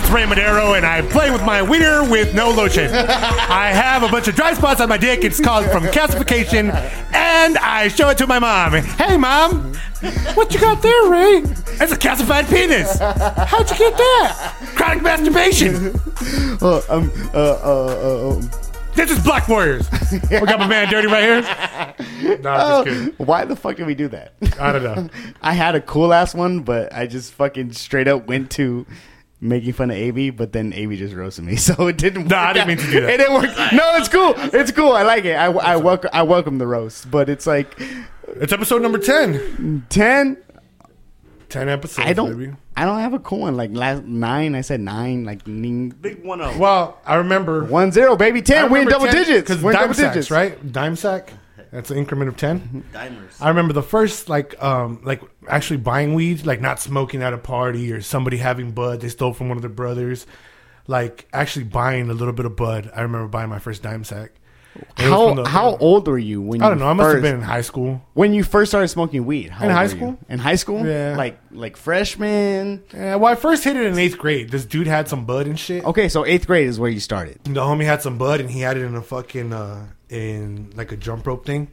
go and I play with my wiener with no lotion. I have a bunch of dry spots on my dick. It's caused from calcification, and I show it to my mom. Hey, mom, what you got there, Ray? It's a calcified penis. How'd you get that? Chronic masturbation. Uh, um, uh, uh, uh, um. This is Black Warriors. We got my man Dirty right here. No, I'm just kidding. Why the fuck did we do that? I don't know. I had a cool ass one, but I just fucking straight up went to making fun of AB, but then AB just roasted me, so it didn't. No, I work didn't mean to do that. It didn't work. No, it's cool. It's cool. I like it. I, I welcome. I welcome the roast, but it's like It's episode number 10. ten. 10 episodes, I don't. baby. I don't have a cool one. Like last nine, I said nine. Like ning, Big one zero. Well, I remember. one zero, baby. Ten. We're in remember double 10 digits. Because We're in dime double sacks, digits, right? Dime sack. That's an increment of 10. Dimers. I remember the first like um like actually buying weed, like not smoking at a party or somebody having bud they stole from one of their brothers. Like actually buying a little bit of bud. I remember buying my first dime sack. And it was How from the- how old were you when I don't know. I must first, have been in high school. when you first started smoking weed. How In old high were you? school? In high school, Yeah. Like like freshman. Yeah, well, I first hit it in eighth grade. This dude had some bud and shit. Okay, so eighth grade is where you started. The homie had some bud and he had it in a fucking uh in like a jump rope thing.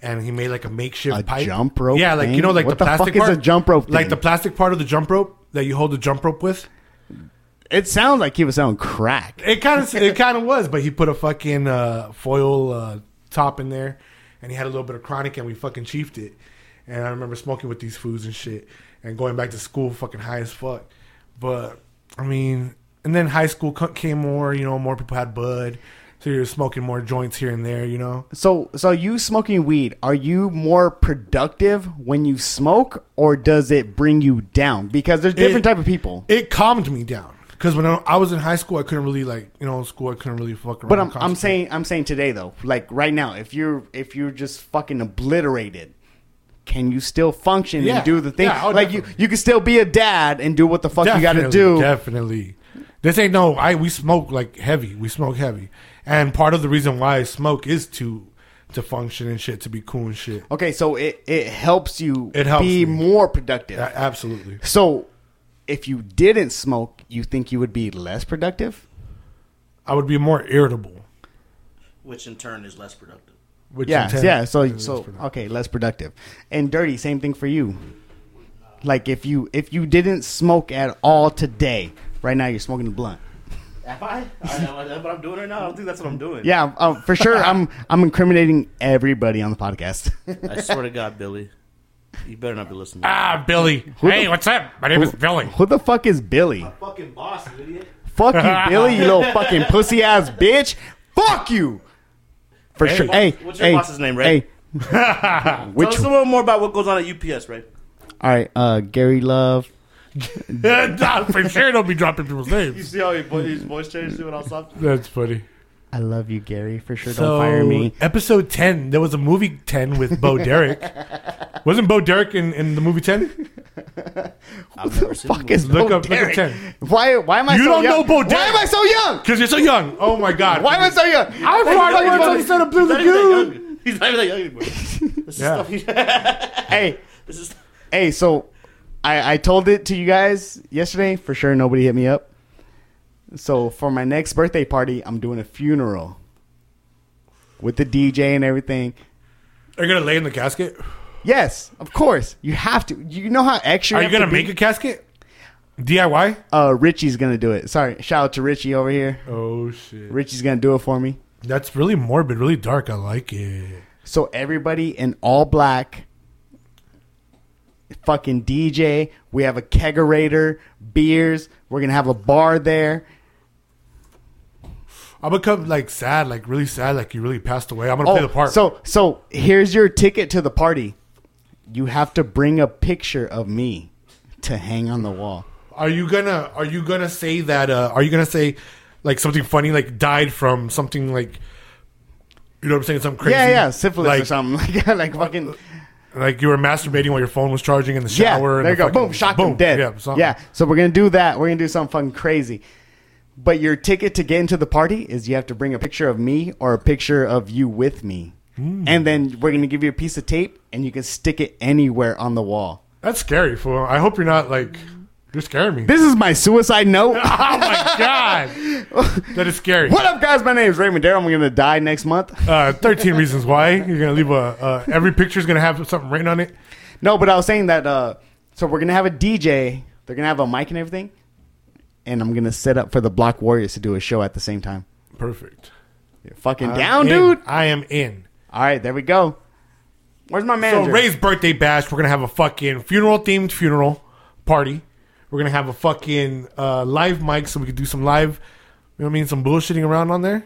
And he made like a makeshift A pipe. jump rope Yeah, like you thing? know, like What the the fuck plastic is part, a jump rope Like thing? the plastic part of the jump rope that you hold the jump rope with. It sounds like he was on crack. It kind of it kind of was, but he put a fucking uh, foil uh, top in there, and he had a little bit of chronic, and we fucking chiefed it. And I remember smoking with these foods and shit, and going back to school fucking high as fuck. But I mean, and then high school co- came more, you know, more people had bud, so you're smoking more joints here and there, you know. So so you smoking weed, are you more productive when you smoke or does it bring you down? Because there's different It- type of people. It calmed me down because when I I was in high school, I couldn't really like, you know, in school I couldn't really fuck around. But I'm, and I'm concentrate. saying I'm saying today though, like right now, if you're if you're just fucking obliterated, can you still function Yeah. and do the thing? Yeah, oh, like definitely. you you can still be a dad and do what the fuck you got to Definitely, do. Definitely. This ain't no I we smoke like heavy. We smoke heavy. And part of the reason why I smoke is to to function and shit, to be cool and shit. Okay, so it it helps you It helps be me. more productive. A- absolutely. so if you didn't smoke, you think you would be less productive? I would be more irritable. Which in turn is less productive. Which Yeah, in turn- yeah. So, is so productive. okay, less productive. And dirty, same thing for you. Like if you if you didn't smoke at all today, right now you're smoking a blunt. Have I? I know that's what I'm doing right now. I don't think that's what I'm doing. Yeah, um, for sure. I'm I'm incriminating everybody on the podcast. I swear to God, Billy, you better not be listening. Ah, Billy. hey, what's up? My name is Billy. Who the fuck is Billy? Fucking boss, you idiot. Fuck you, Billy, you little fucking pussy ass bitch. Fuck you. For Hey. sure. Hey, What's your hey, boss's name, Ray? hey. Tell Which? us a little more about what goes on at UPS, right? All right, uh, Gary Love. Nah, For sure don't be dropping people's names. see how his voice, his voice changed? See what I saw? That's funny. I love you, Gary. For sure, don't So, fire me. episode 10, there was a movie 10 with Bo Derek. Wasn't Bo Derek in, in the movie 10? I've never seen Fuck the is Look Bo up- look up Derek? 10. Why? Why am I? You so don't young? know Bo Why Derek. am I so young? Because you're so young. Oh my God. Why am I so young? I'm far Fucking worse mother- on set of Blue Lagoon. He's not even that young. He's not even that young anymore. This is Yeah. stuff he- Hey, this is hey. So, I I told it to you guys yesterday. For sure, nobody hit me up. So for my next birthday party, I'm doing a funeral with the DJ and everything. Are you gonna lay in the casket? Yes, of course. You have to. You know how extra. Are you have gonna to be? make a casket? DIY? Uh, Richie's gonna do it. Sorry. Shout out to Richie over here. Oh shit. Richie's gonna do it for me. That's really morbid, really dark. I like it. So everybody in all black, fucking DJ. We have a kegerator, beers. We're gonna have a bar there. I become like sad, like really sad, like you really passed away. I'm gonna play the part. Oh, so so here's your ticket to the party. You have to bring a picture of me to hang on the wall. are you gonna are you gonna say that uh are you gonna say like something funny, like died from something like you know what I'm saying, something crazy? Yeah, yeah, syphilis like, uh, or something like like fucking. Like you were masturbating while your phone was charging in the Yeah, shower. there and you the go. fucking- boom, shock boom. him dead. Yeah, something. yeah, so we're gonna do that. We're gonna do something fucking crazy. But your ticket to get into the party is you have to bring a picture of me or a picture of you with me, Hmm. and then we're gonna give you a piece of tape and you can stick it anywhere on the wall. That's scary, fool. I hope you're not like You're scaring me. This is my suicide note. oh my god, that is scary. What up, guys? My name is Raymond Darrell. I'm going to die next month. Uh, Thirteen reasons why you're gonna leave a. Uh, every picture's gonna have something written on it. No, but I was saying that. Uh, so we're gonna have a DJ. They're gonna have a mic and everything, and I'm gonna set up for the Block Warriors to do a show at the same time. Perfect. You're fucking Uh, I'm down, in. dude. I am in. All right, there we go. Where's my manager? So Ray's birthday bash, we're gonna have a fucking funeral themed funeral party. We're gonna have a fucking uh, live mic so we could do some live. You know what I mean? Some bullshitting around on there,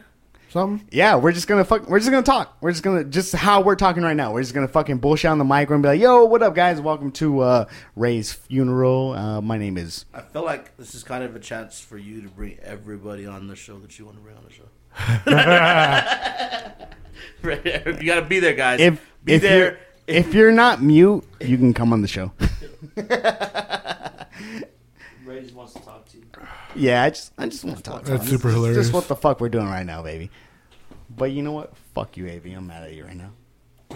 something. yeah, we're just gonna fuck. We're just gonna talk. We're just gonna just how we're talking right now. We're just gonna fucking bullshit on the mic and be like, "Yo, what up, guys? Welcome to uh, Ray's funeral. Uh, my name is." I feel like this is kind of a chance for you to bring everybody on the show that you want to bring on the show. Right, you gotta be there, guys. If be if there. you're if you're not mute, you can come on the show. Ray just wants to talk to you. Yeah, I just I just want to talk. to That's him. super This is hilarious. Just what the fuck we're doing right now, baby. But you know what? Fuck you, AV. I'm mad at you right now.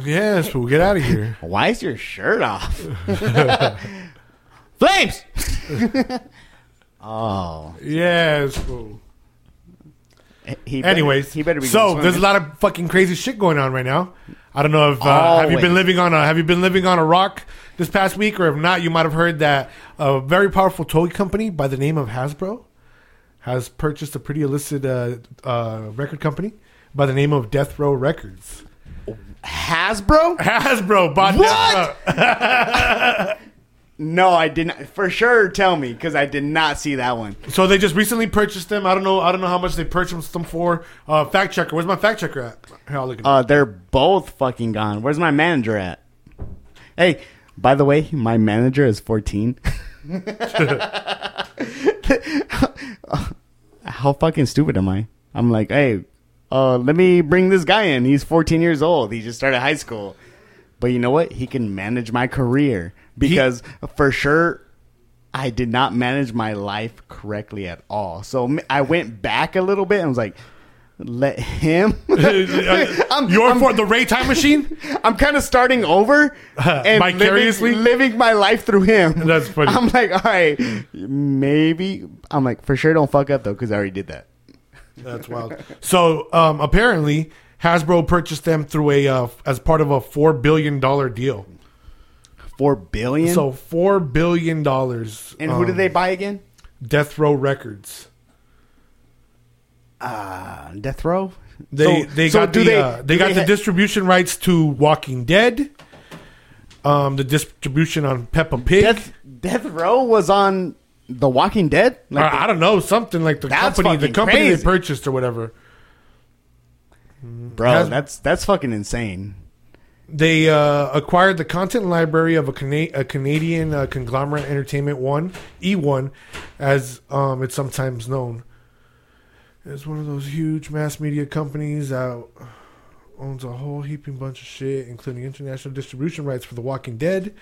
Yeah, so we'll get out of here. Why is your shirt off? Flames. oh. Yes. fool. He better- Anyways, he better be. so going there's a swimming. lot of fucking crazy shit going on right now. I don't know if uh, have you Always. been living on a have you been living on a rock this past week, or if not, you might have heard that a very powerful toy company by the name of Hasbro has purchased a pretty illicit uh, uh, record company by the name of Death Row Records. Hasbro. Hasbro bought What? Death Row. No, I did not. For sure, tell me because I did not see that one. So they just recently purchased them. I don't know. I don't know how much they purchased them for. Uh, fact checker, where's my fact checker at? Here, I'll look at it. Uh, they're both fucking gone. Where's my manager at? Hey, by the way, my manager is 14. How fucking stupid am I? I'm like, hey, uh, let me bring this guy in. He's 14 years old. He just started high school. But you know what? He can manage my career because for sure I did not manage my life correctly at all. So m- I went back a little bit and was like, let him. Uh, I'm- You're I'm- for the Ray Time Machine. I'm kind of starting over and Vicariously? living, living my life through him. That's funny. I'm like, all right, maybe. I'm like, for sure, don't fuck up though, because I already did that. That's wild. So um, apparently, Hasbro purchased them through a uh, as part of a four billion dollar deal. Four billion. So four billion dollars. um, and who did they buy again? Death Row Records. Uh, Death Row. They So- they so got do the uh, they do got the ha- distribution rights to Walking Dead. Um, the distribution on Peppa Pig. Death Death Row was on The Walking Dead. or, Like, Uh, I don't know something like the That's company the fucking company they crazy. purchased or whatever. bro, Has- that's that's fucking insane. They uh, acquired the content library of a, Cana- a Canadian uh, conglomerate, Entertainment One E1, as um, it's sometimes known. It's one of those huge mass media companies that owns a whole heaping bunch of shit, including international distribution rights for The Walking Dead,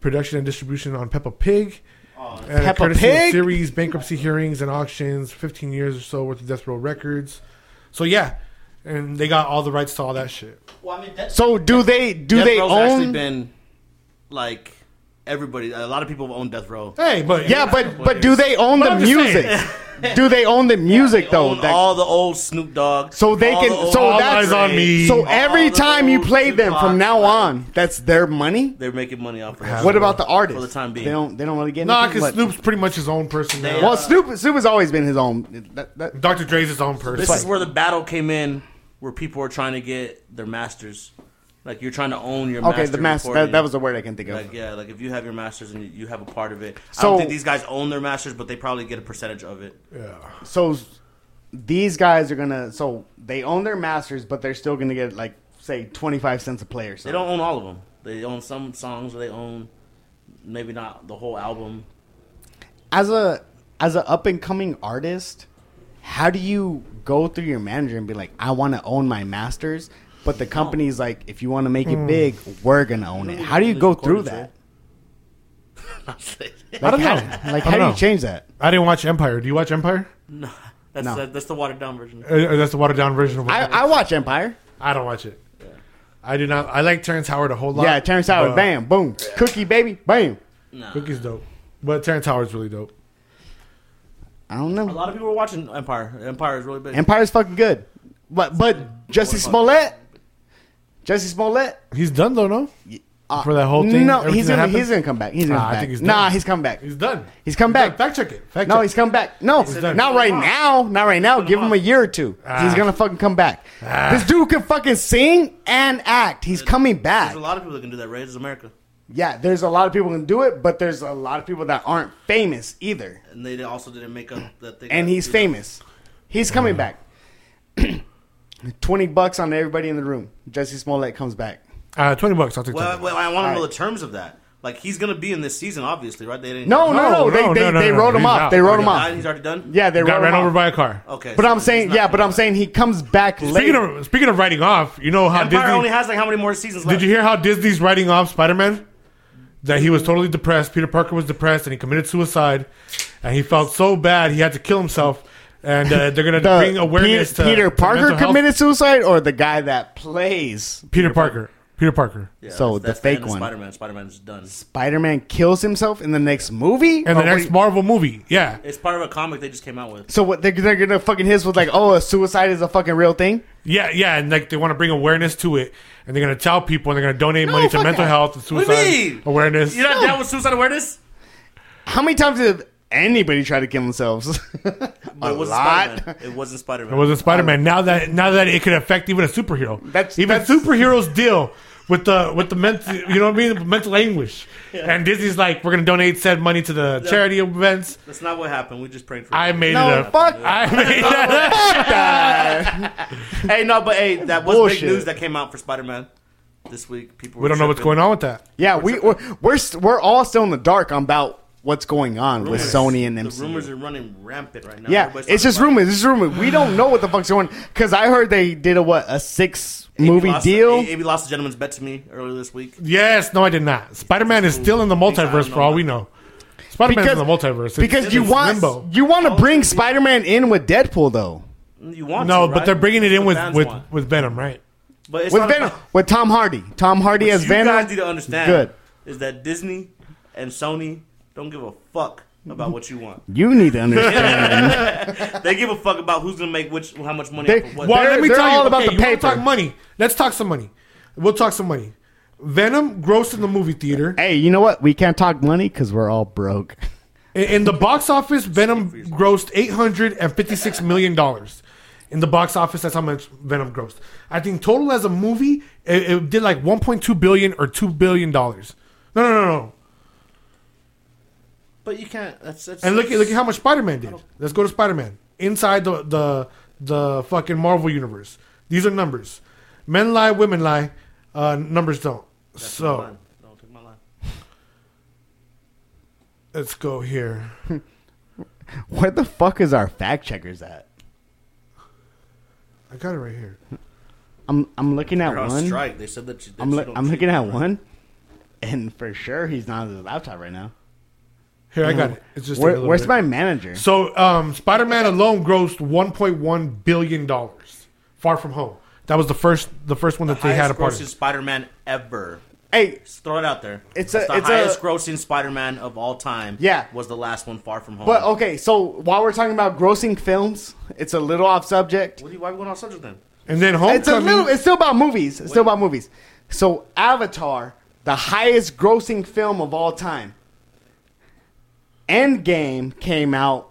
production and distribution on Peppa Pig, and Peppa courtesy of Pig? series, bankruptcy hearings, and auctions. Fifteen years or so worth of Death Row records. So yeah, and they got all the rights to all that shit. Well, I mean, that's So do they do Death they Row's actually own? been like everybody. A lot of people have owned Death Row. Hey, but yeah, but but do they own But the I'm just music? do they own the music They though? own that- all the old Snoop Dogg. So they all can- the old so All that's- eyes on me. So All every the time you old play them from jukebox now guys. on, that's their money. They're making money off of Have it. What about the artist? For the time being. they don't. They don't really get. nah, anything, because but- Snoop's pretty much his own person now. Yeah. Well, Snoop. Snoop has always been his own. That, that, Dr. Dre's his own person. uh, This is where the battle came in, where people are trying to get their masters. Like you're trying to own your okay, master the master. That, recording. that was the word I can think of. like yeah, like if you have your masters and you have a part of it. I So- don't think these guys own their masters, but they probably get a percentage of it. yeah. so s- these guys are gonna. So they own their masters, but they're still gonna get like say twenty five cents a player. They don't own all of them. They own some songs, or they own maybe not the whole album. as a as an up and coming artist, how do you go through your manager and be like, I want to own my masters, but the company's like, if you want to make Hmm. it big, we're gonna own it. How do you go through that? I don't know. How- Like, I how don't do know. you change that? I didn't watch Empire. Do you watch Empire? No, that's No. The, that's the watered down version. Uh, that's the watered down version of I, I, I watch Empire. I, don't watch it. I do not. I like Terrence Howard a whole lot. Yeah, Terrence Howard, but bam, boom, cookie baby, bam. No, Cookie's dope. But Terrence Howard's really dope. I don't A know. lot of people were watching Empire. Empire is really big. Empire's fucking good, but but Jesse Smollett, Jesse Smollett. He's done though, no? uh, For that whole thing, no, everything he's that gonna happened? he's gonna come back. He's gonna Nah, come I back. think he's nah, done. he's come back. He's done. He's come He's back. done. Fact check it. Fact No, check he's come back. No, He's done. not right now. Not right now. Give him a year or two. He's Ah. gonna fucking come back. This dude can fucking sing and act. He's coming back. There's a lot of people that can do that. Right? This is America, Yeah, there's a lot of people can do it, but there's a lot of people that aren't famous either. and they also didn't make up that thing. And he's famous. He's coming back. Twenty bucks on everybody in the room. Jesse Smollett comes back. Uh, Twenty bucks. I'll take Well, that. well, I want to All know right. the terms of that. Like he's gonna be in this season, obviously, right? They didn't. No, no, no. No, They, no, they, no, no, they no. wrote him He's off. out. They wrote Already him Ah, off. he's already done. Yeah, they Got wrote ran him over off. by a car. Okay. But so I'm he's saying, not yeah, gonna but do I'm that. saying he comes back Speaking later. of speaking of writing off, you know how Empire Disney only has like how many more seasons left? Did you hear how Disney's writing off Spider Man? That he was totally depressed. Peter Parker was depressed, and he committed suicide, and he felt so bad he had to kill himself. And uh, they're gonna The bring awareness Pe- to Peter to Parker mental health. committed suicide, or the guy that plays Peter Parker. Peter Parker. Yeah, So, the fake one. Spider Man. Spider Man's done. Spider Man kills himself in the next movie? And the Or next Oh, wait- Marvel movie. Yeah. It's part of a comic they just came out with. So what they're, they're gonna fucking hit us with like, oh, suicide is a fucking real thing. Yeah, yeah, and like they want to bring awareness to it, and they're gonna tell people, and they're gonna donate money to fuck mental that. health and What do you suicide mean? awareness. You're not down with suicide awareness? How many times did anybody try to kill themselves? a it wasn't lot. Spider-Man. It wasn't Spider It Man. wasn't Spider Man. Now that now that it could affect even a superhero, Um, That's- even that's- superheroes deal with the with the mental you know what I mean The mental anguish. And Disney's like, we're gonna donate said money to the charity events. That's not what happened. We just prayed for. I him. made No, it up. fuck. I made that up. Hey, no, but hey, that was Bullshit. big news that came out for Spider Man this week. People. We don't know what's going on with that. Yeah, we we're, we're st- we're all still in the dark on about what's going on with Sony and the MCU. rumors are running rampant right now. yeah, Everybody's it's talking just about it. rumors. It's just rumors. We don't know what the fuck's going. Because I heard they did a what a six AB movie lost- deal. A- AB lost a gentleman's bet to me earlier this week. Yes, no, I did not. Spider Man is still in the Because I multiverse don't for all know. we know. Spider Man's in because the multiverse It's- because you it's want limbo. Oh, you want to All bring of them. Spider Man in with Deadpool though You want no, to, but right? they're bringing it That's in with what fans with, want. with Venom, right? but it's with not Venom about- with Tom Hardy. Tom Hardy as you Venom. guys need to understand Good. is that Disney and Sony don't give a fuck about what you want. You need to understand. They give a fuck about who's gonna make which, how much money. They- off of what. Well, They're- let me they're tell all you about okay, the you wanna paper. Talk money. Let's talk some money. We'll talk some money. Venom grossed in the movie theater. hey, you know what? We can't talk money because we're all broke. In, in the box office, Venom grossed eight hundred and fifty-six million dollars. In the box office, that's how much Venom grossed. I think total as a movie, it, it did like one point two billion or two billion dollars. No, no, no, no. But you can't. That's, that's And look at look at how much Spider Man did. Let's go to Spider Man inside the the the fucking Marvel universe. These are numbers. Men lie, women lie. Uh, numbers don't. so. Mine. Don't take my line. Let's go here. Where the fuck is our fact checkers at? I got it right here. I'm I'm looking at They're on one. strike. They said that. You, that I'm you loo- don't I'm treat looking at them right. one, and for sure he's not on his laptop right now. Here I got it. It's just Mm-hmm. taking a Where, little where's bit. my manager? So, um, Spider-Man alone grossed 1.1 billion dollars. Far from home. That was the first the first one that they had a Highest part of. grossing Spider Man ever. Hey, Just throw it out there. It's That's a- the it's a- highest grossing Spider Man of all time. Yeah. was the last one Far From Home. but oh, okay. So while we're talking about grossing films, it's a little off subject. what do you, why are we going off subject then? And then Homecoming. It's a little. It's still about movies. It's still about movies. So Avatar, the highest grossing film of all time. Endgame came out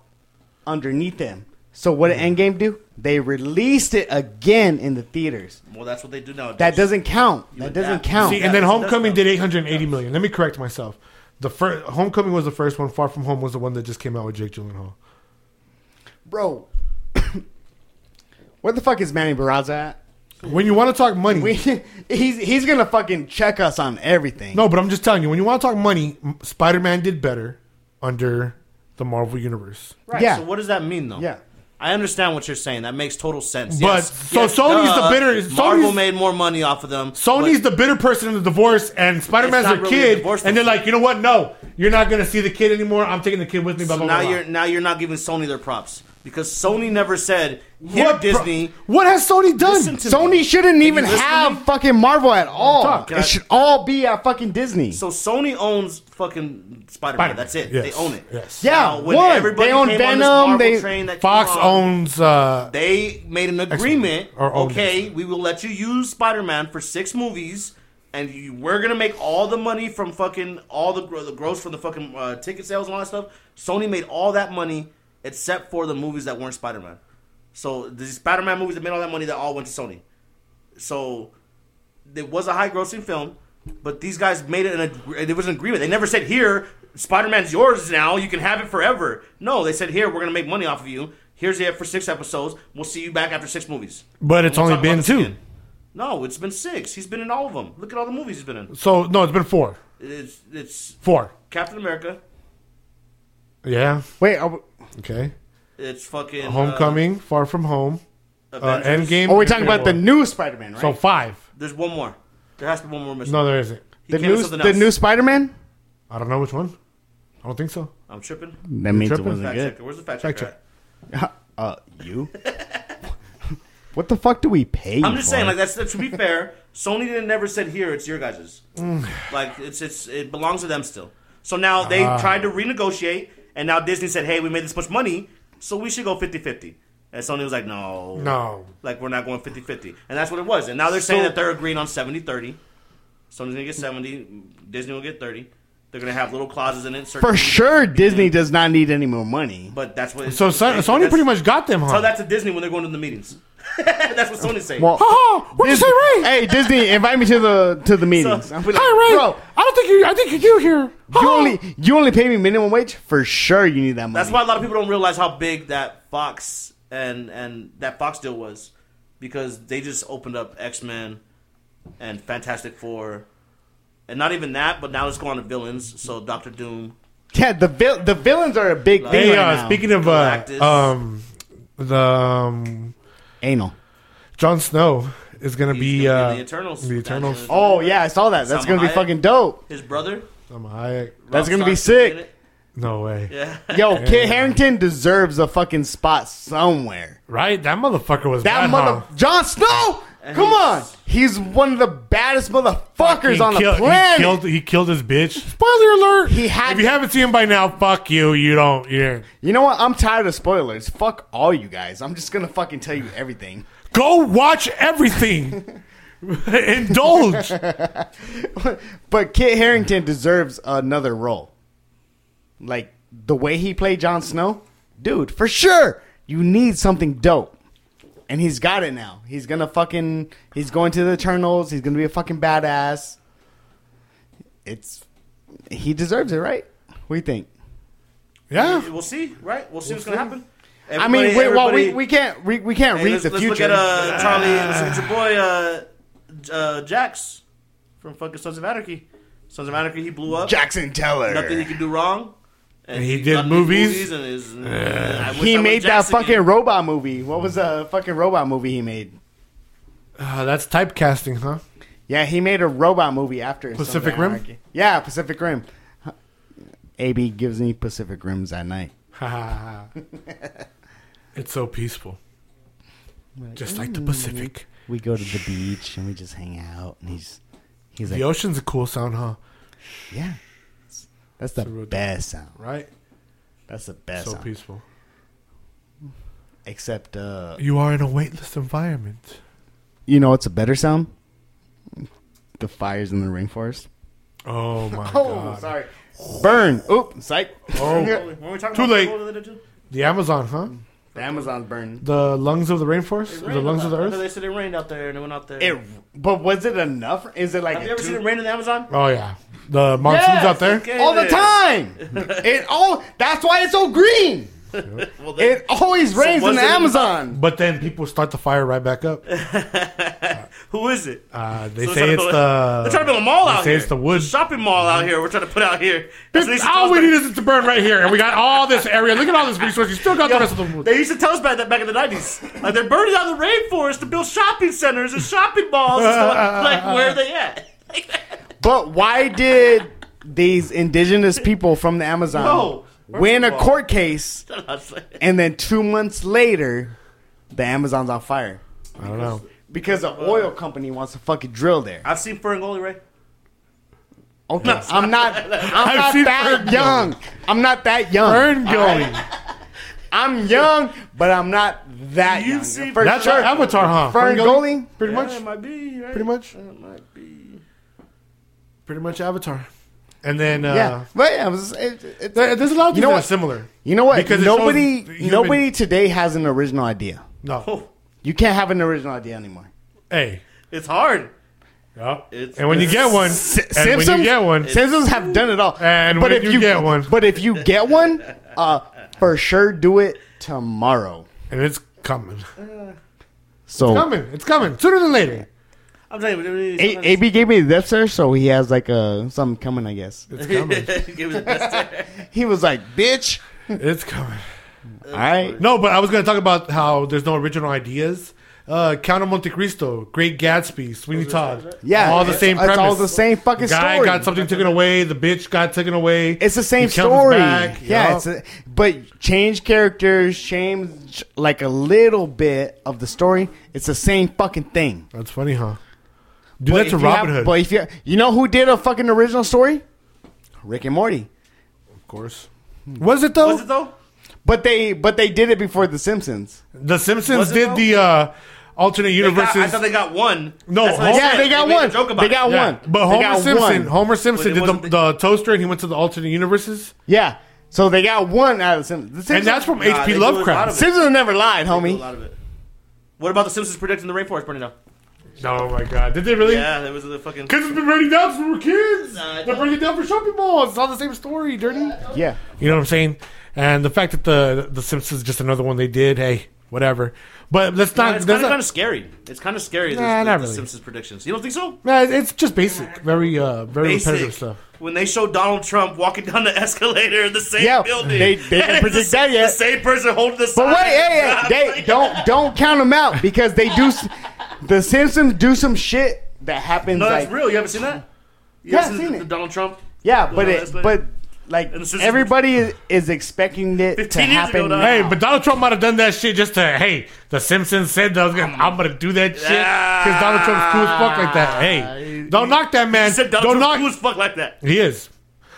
underneath them. So what did Endgame do? They released it again in the theaters. Well, that's what they do now. That doesn't count. that doesn't adapt. count. See, Yeah, and then that's- Homecoming that's did dope. 880 million. Let me correct myself. The first Homecoming was the first one. Far from Home was the one that just came out with Jake Gyllenhaal. bro. Where the fuck is Manny Barraza at? When you want to talk money, We, he's he's gonna fucking check us on everything. no, but I'm just telling you. When you want to talk money, M- Spider-Man did better under the Marvel universe. Right. Yeah. So what does that mean though? Yeah. I understand what you're saying. That makes total sense. But- yes. so Yes, Sony's the duh. bitter- Marvel Sony's- made more money off of them. Sony's the bitter person in the divorce, and Spider Man's It's their not really a kid, divorce and they're thing. like, you know what? No, you're not gonna see the kid anymore. I'm taking the kid with me. Blah, but blah, now blah, blah. you're now you're not giving Sony their props. because Sony never said here pro- Disney. what has Sony Listen done? to me. Sony shouldn't you even listen to have me? fucking Marvel at all. Talk. It should all be at fucking Disney. So Sony owns fucking Spider Man. Spider-Man. That's it. Yes. They own it. Yes. yeah, Now, when one. everybody They own came on this Venom. Marvel They train that came Fox on, owns. Uh, They made an agreement. Or owned okay, we will let you use Spider Man for six movies, and you, we're gonna make all the money from fucking all the gro- the gross from the fucking uh, ticket sales and all that stuff. Sony made all that money except for the movies that weren't Spider Man. So the Spider Man movies that made all that money that all went to Sony. So it was a high grossing film, but these guys made it an ag- it was an agreement. They never said here Spider Man's yours now. You can have it forever. No, they said here we're gonna make money off of you. Here's it for six episodes. We'll see you back after six movies. But it's And we'll only talk about been this two. again. No, it's been six. He's been in all of them. Look at all the movies he's been in. so no, it's been four. It's, it's Four. Captain America. Yeah. Wait, are we, Okay. It's fucking uh, Homecoming, Far From Home, uh, Avengers. Endgame. are we talking about the Infinity new Spider-Man, right? War. So five. There's one more. There has to be one more missing. No, there isn't. He the came with new something the else. new Spider-Man. I don't know which one. I don't think so. I'm tripping. That means tripping? Fact checker. Where's the fact, Fact checker? check. at? Uh, you. what the fuck do we pay? I'm you just for? saying, like that's that, to be fair. Sony didn't never said here it's your guys's. Mm. like it's it's it belongs to them still. So now they Ah. tried to renegotiate, and now Disney said, "Hey, we made this much money, so we should go 50-50. And Sony was like, "No, No. like we're not going 50-50. And that's what it was. And now they're saying So- that they're agreeing on 70-30. Sony's gonna get seventy, Disney will get thirty. They're gonna have little clauses in it certain for things. sure Disney does not need any more money. But that's what. So, Son- that's- Sony pretty much got them, huh? Tell that to Disney when they're going to the meetings. that's what Sony's saying. Well, Ha ha! What you say, Disney- Ray? Hey Disney, invite me to the to the meetings. I'll be like, Hi, Ray. Bro, I don't think you. I think you do here. Ha you ha. only you only pay me minimum wage for sure. You need that money. That's why a lot of people don't realize how big that Fox and and that Fox deal was, because they just opened up X Men and Fantastic Four, and not even that, but now it's going to villains. So Doctor Doom, yeah, the vil- the villains are a big thing. Hey, right uh, now. speaking of uh, Galactus. um, the um, anal. Jon Snow is gonna He's be, gonna be uh, the Eternals. The Eternals. Oh. Oh yeah, I saw that. That's Salma gonna be Hayek. fucking dope. his brother. Salma Hayek. That's Rob gonna be Stark's gonna sick. in it. Oh, No way. Yeah. Yo, Kit Harrington deserves a fucking spot somewhere. Right? That motherfucker was That bad, mother huh? Jon Snow. And Come he's- on, he's one of the baddest motherfuckers He on kill- the planet. He killed, he killed his bitch. Spoiler alert! He had- if you haven't seen him by now, fuck you. You don't. You You know what? I'm tired of spoilers. Fuck all you guys. I'm just gonna fucking tell you everything. go watch everything. Indulge. but Kit Harrington deserves another role. Like the way he played Jon Snow, dude, for sure. You need something dope. And he's got it now. He's gonna fucking he's going to the Eternals, he's gonna be a fucking badass. It's he deserves it, right? What do you think? Yeah. We'll see, right? We'll see what's see. gonna happen. I mean, Everybody- wait, well, we, everybody- we can't we, we can't Hey, read let's, the let's future. look at uh, Charlie. Let's look at your boy uh, J- uh, Jax from fucking Sons of Anarchy. Sons of Anarchy, he blew up. Jackson Teller. Nothing he could do wrong. And he did done movies? these and is- I wish I He was made that Jax fucking again. robot movie. What was the fucking robot movie he made? Uh, that's typecasting, huh? Yeah, he made a robot movie after Sons of Pacific Rim? Anarchy. Yeah, Pacific Rim. AB gives me Pacific Rims at night. Ha, ha, ha. it's so peaceful. Just like the Pacific. We go to the beach and we just hang out, and he's he's like, The ocean's a cool sound, huh? yeah, that's a the real- best sound. Right? That's the best so sound. peaceful. Except, uh, You are in a weightless environment. you know, it's a better sound. The fires in the rainforest. Oh my Oh, god. sorry. Burn. Oop, psych. Oh. When we talking Too about late. people that did- The Amazon, huh? the Amazon burn. The lungs of the rainforest? it the rained lungs out of the there. I thought earth? They said it rained out there and it went out there. It, but was it enough? Is it like Have a you ever two- seen it rain in the Amazon? Oh yeah. The monsoons Yes, out there? okay. all the there. time. it all. That's why it's so green. Well, they- It always rains in was the it in- Amazon. But then people start the fire right back up. who is it? Uh, they say So they're trying to it's build- the They're trying to build a mall out say here. it's the wood. It's a shopping mall out here. We're trying to put out here. That's what they used to tell all us we back- need is it to burn right here, and we got all this area. Look at all this resource. You still got the rest of the wood. They used to tell us about that back in the nineties. Like they're burning down the rainforest to build shopping centers and shopping malls. And stuff. Like where are they at? But why did these indigenous people from the Amazon? No. win of a all- court case, I and then two months later, the Amazon's on fire I don't know. because the Uh, oil company wants to fucking drill there. I've seen Ferngully, right? Okay, I'm not. I'm I've not seen that Ferngully. young. I'm not that young. Burn going. I'm young, but I'm not that You've young. seen- For That's sure. our avatar, huh? Fern Goalie? Pretty Yeah, it much. might be. Right? Pretty much. It might be. Pretty much avatar. And then uh, Yeah, but yeah, it was, it, it, there- there's a lot of You things know that are what? similar. you know what? Because it shows nobody, the human- nobody today has an original idea. No. Oh, You can't have an original idea anymore. Hey. it's hard. Yeah. It's- And when you get one, S- and when you get one, Simpsons have done it all. And when you get one. but if you get one, uh, for sure do it tomorrow. and it's coming, So coming, it's coming sooner than later. I'm telling you. A- AB gave me the death stare, so he has like uh, something coming, I guess. It's coming. Give it the best stare. He was like, "Bitch, it's coming. all right." No, but I was going to talk about how there's no original ideas. Uh, Count of Monte Cristo, Great Gatsby, Sweeney Todd. Yeah, all the same It's premise. all the same fucking Guy story. got something taken away. The bitch got taken away. It's the same He comes story. back, yeah, yup. it's a, but change characters, change like a little bit of the story. It's the same fucking thing. That's funny, huh? Do But that to if you Robin have- Hood, But if you you know who did a fucking original story, Rick and Morty. of course. Was it though? Was it though? But they but they did it before The Simpsons. The Simpsons Was it, did though? the uh, alternate They got, universes. I thought they got one. No, That's what I Homer- said. Yeah, they got made a one. Joke about They it. got Yeah, one. But They Homer got Simpson, one. Homer Simpson it did the, wasn't the toaster, and he went to the alternate universes, Yeah, so they got one out of The Simpsons. The Simpsons and that's from Nah, they H.P. do a lot Lovecraft. of Simpsons never lied, A homie. lot of it. What about the Simpsons predicting the rainforest burning down? Oh my god, did they really? Yeah, that was the fucking. Kids have been burning down since we were kids. Nah, I They're don't- burning down for shopping malls. It's all the same story, dirty. Yeah, You know what I'm saying? And the fact that the the Simpsons is just another one they did. Hey, whatever. But let's Nah, not. It's that's kind of, not- kind of scary. It's kind of scary. the- Nah, the, not the really. Simpsons predictions. You don't think so? Nah, it's just basic, very uh, very repetitive stuff. When they show Donald Trump walking down the escalator in the same Yeah, building, they- they didn't and it's predict the, that yet. The same person holding the. but sign. wait, hey, hey, they don't don't count them out because they do. s- The Simpsons do some shit that happens No, that's like real. You haven't seen that? You Yeah, haven't I've seen the it. Donald Trump. yeah, but no, it that's like- but like And the Simpsons- everybody is, is expecting it to 15 years ago, happen. dog. now. Hey, but Donald Trump might have done that shit just to hey, the Simpsons said that I was gonna, I'm gonna do that shit because Donald Trump's cool as fuck like that. Hey, don't knock that man. He said don't Donald Trump knock. was fuck like that. He is.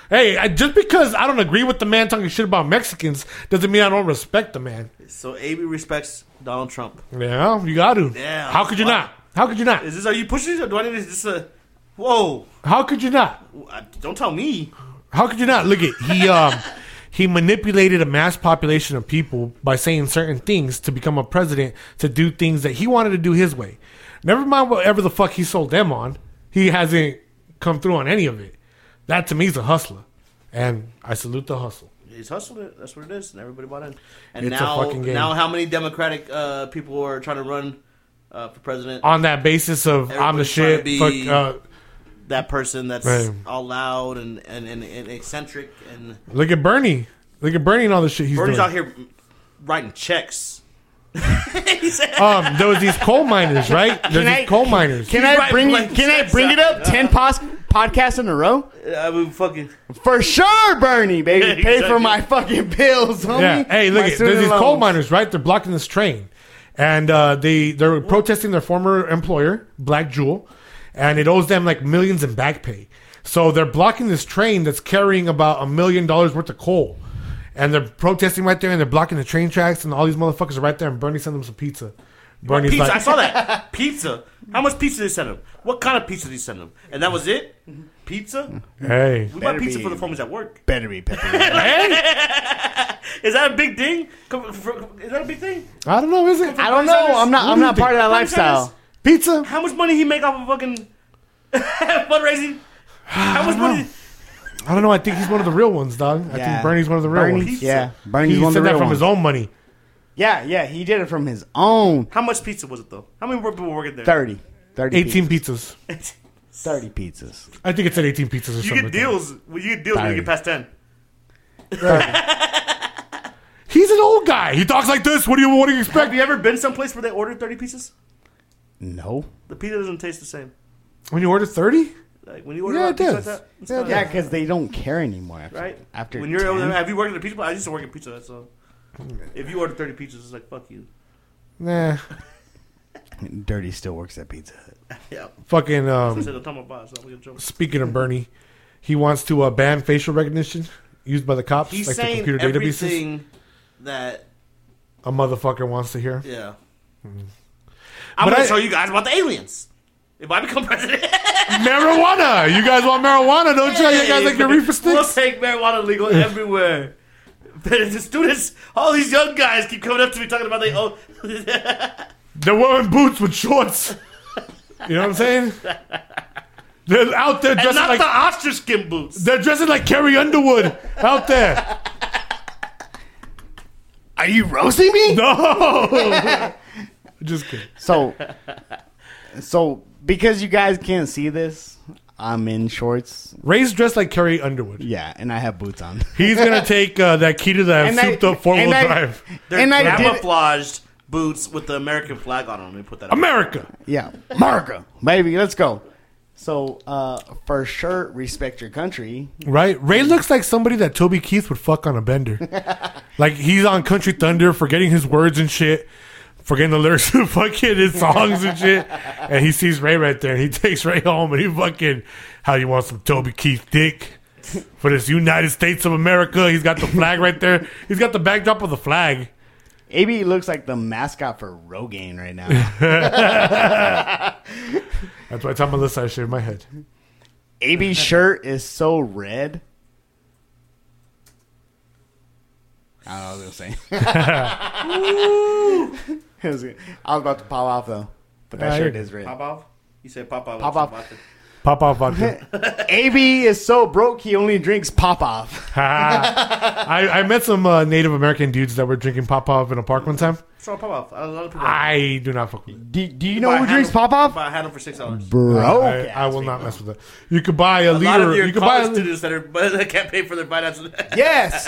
Hey, I, just because I don't agree with the man talking shit about Mexicans doesn't mean I don't respect the man. So AB respects Donald Trump. Yeah, you got to. Damn, How could you wow. not? How could you not? Is this? Are you pushing this? Or do I need to- is this? A whoa! How could you not? I- Don't tell me. How could you not? Look at he um he manipulated a mass population of people by saying certain things to become a president to do things that he wanted to do his way. Never mind whatever the fuck he sold them on. He hasn't come through on any of it. That to me is a hustler, and I salute the hustle. He's hustling it. That's what it is, and everybody bought in. And It's a now, fucking game. now, how many Democratic uh, people are trying to run uh, for president? On that basis of I'm the Everybody's trying to shit. be- fuck, uh, that person that's Right. all loud and, and, and, and eccentric, and look at Bernie. Look at Bernie and all the shit he's Bernie's doing. out here writing checks. he said, Um, there was these coal miners, right? There's I- these coal miners. Can He's I right, bring like, Can I bring it up? Ten pos- podcasts in a row "I mean, fucking for sure, Bernie, baby. Yeah, Pay for exactly. my fucking bills, homie. Yeah. Hey, look, My at, student there's these coal loans. miners, right? They're blocking this train, and uh, they they're protesting their former employer, Black Jewel, and it owes them like millions in back pay. So they're blocking this train that's carrying about a million dollars worth of coal, and they're protesting right there, and they're blocking the train tracks, and all these motherfuckers are right there, and Bernie sent them some pizza. Bernie's pizza." I like, saw that pizza. How much pizza did he send him? What kind of pizza did he send him? And that was it. Pizza. hey, We buy Better pizza be- for the homies at work. Better be pepperoni. hey, Is that a big thing? Come- for- Is that a big thing? I don't know, is it? I don't know. I'm not. What I'm do you not part of that think? lifestyle. Pizza. How much money he make off of fucking fundraising? How much money? I don't know. I think he's one of the real ones, dog. I Yeah. think Bernie's one of the real Bernie- ones. Yeah, Bernie's He one of the said that real from ones. his own money. Yeah, yeah, he did it from his own How much pizza was it though? How many people were working there? 30. 30 18 pizzas. pizzas. 30 pizzas. I think it said 18 pizzas or You something. get like that. deals. Well, you get deals when you get past ten. He's an old guy. He talks like this. What do you what do you Have expect? you ever been someplace where they ordered thirty pieces? No. The pizza doesn't taste the same. When you order 30? Like when you order Yeah, out it pizza like does. that, it's Yeah, it not- Yeah, because they don't care anymore. After, right? after when you're over 10. there, have you worked at a pizza place? I used to work at pizza, Hut, so if you order thirty pizzas, it's like fuck you. Nah, Dirty still works at Pizza Hut. Yeah, fucking. I Um, said I'm talking about so I'm gonna jump. speaking of Bernie, he wants to uh, ban facial recognition used by the cops, He's like the saying computer databases. everything that A motherfucker wants to hear. yeah. I'm But gonna I- show you guys about the aliens. If I become president, marijuana. You guys want marijuana, don't you? You guys like your reefer We'll sticks? take marijuana legal everywhere. But the students, all these young guys, keep coming up to me talking about they own. They're wearing boots with shorts. You know what I'm saying? They're out there and dressing not like the ostrich skin boots. they're dressing like Carrie Underwood out there. Are you roasting me? No, just kidding. So, so because you guys can't see this, I'm in shorts. Ray's dressed like Carrie Underwood. Yeah, and I have boots on. He's gonna take uh, that key to that And I- souped up four wheel and I- drive. They're and I did, camouflaged boots with the American flag on them. Let me put that. up. America. yeah, America, baby, let's go. So, uh, for sure, respect your country. Right? Ray looks like somebody that Toby Keith would fuck on a bender. like he's on Country Thunder, forgetting his words and shit, forgetting the lyrics to fucking his songs and shit. And he sees Ray right there and he takes Ray home and he fucking, how you want some Toby Keith dick? For this United States of America, he's got the flag right there. He's got the backdrop of the flag. AB looks like the mascot for Rogaine right now. That's why I tell Melissa I shave my head. AB's shirt is so red. I don't know what I was gonna say. It was good. I was about to pop off though, but that Ah, shirt you're- is red. Pop off. You said pop off. Pop off. Pop off vodka. AB is so broke he only drinks pop off. I, I met some uh, Native American dudes that were drinking pop off in a park one time. So pop off. A lot of people. I do not fuck with it. Do, do you Buy know a who drinks handle- pop off? Buy a handle for six dollars. Bro, I, I will not mess with that. You could buy a, A lot of liter. your You could buy college a liter. students that are but that can't pay for their finances. Yes,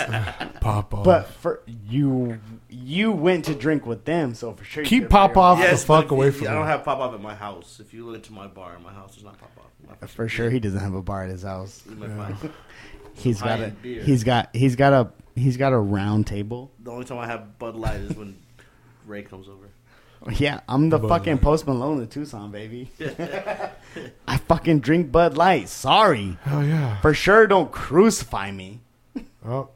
Pop off. but for you, you went to drink with them, so for sure. you Keep could- pop off the but fuck if away you- from I me. don't have pop off at my house. If you look into my bar, my house does not pop off. My For sure, he doesn't have a bar at his house. my bar. He's got a High-end beer. he's got he's got a he's got a round table. The only time I have Bud Light is when Ray comes over. Yeah, I'm the Bud fucking Light. Post Malone of Tucson, baby. I fucking drink Bud Light. Sorry. Hell yeah. For sure, don't crucify me. Oh,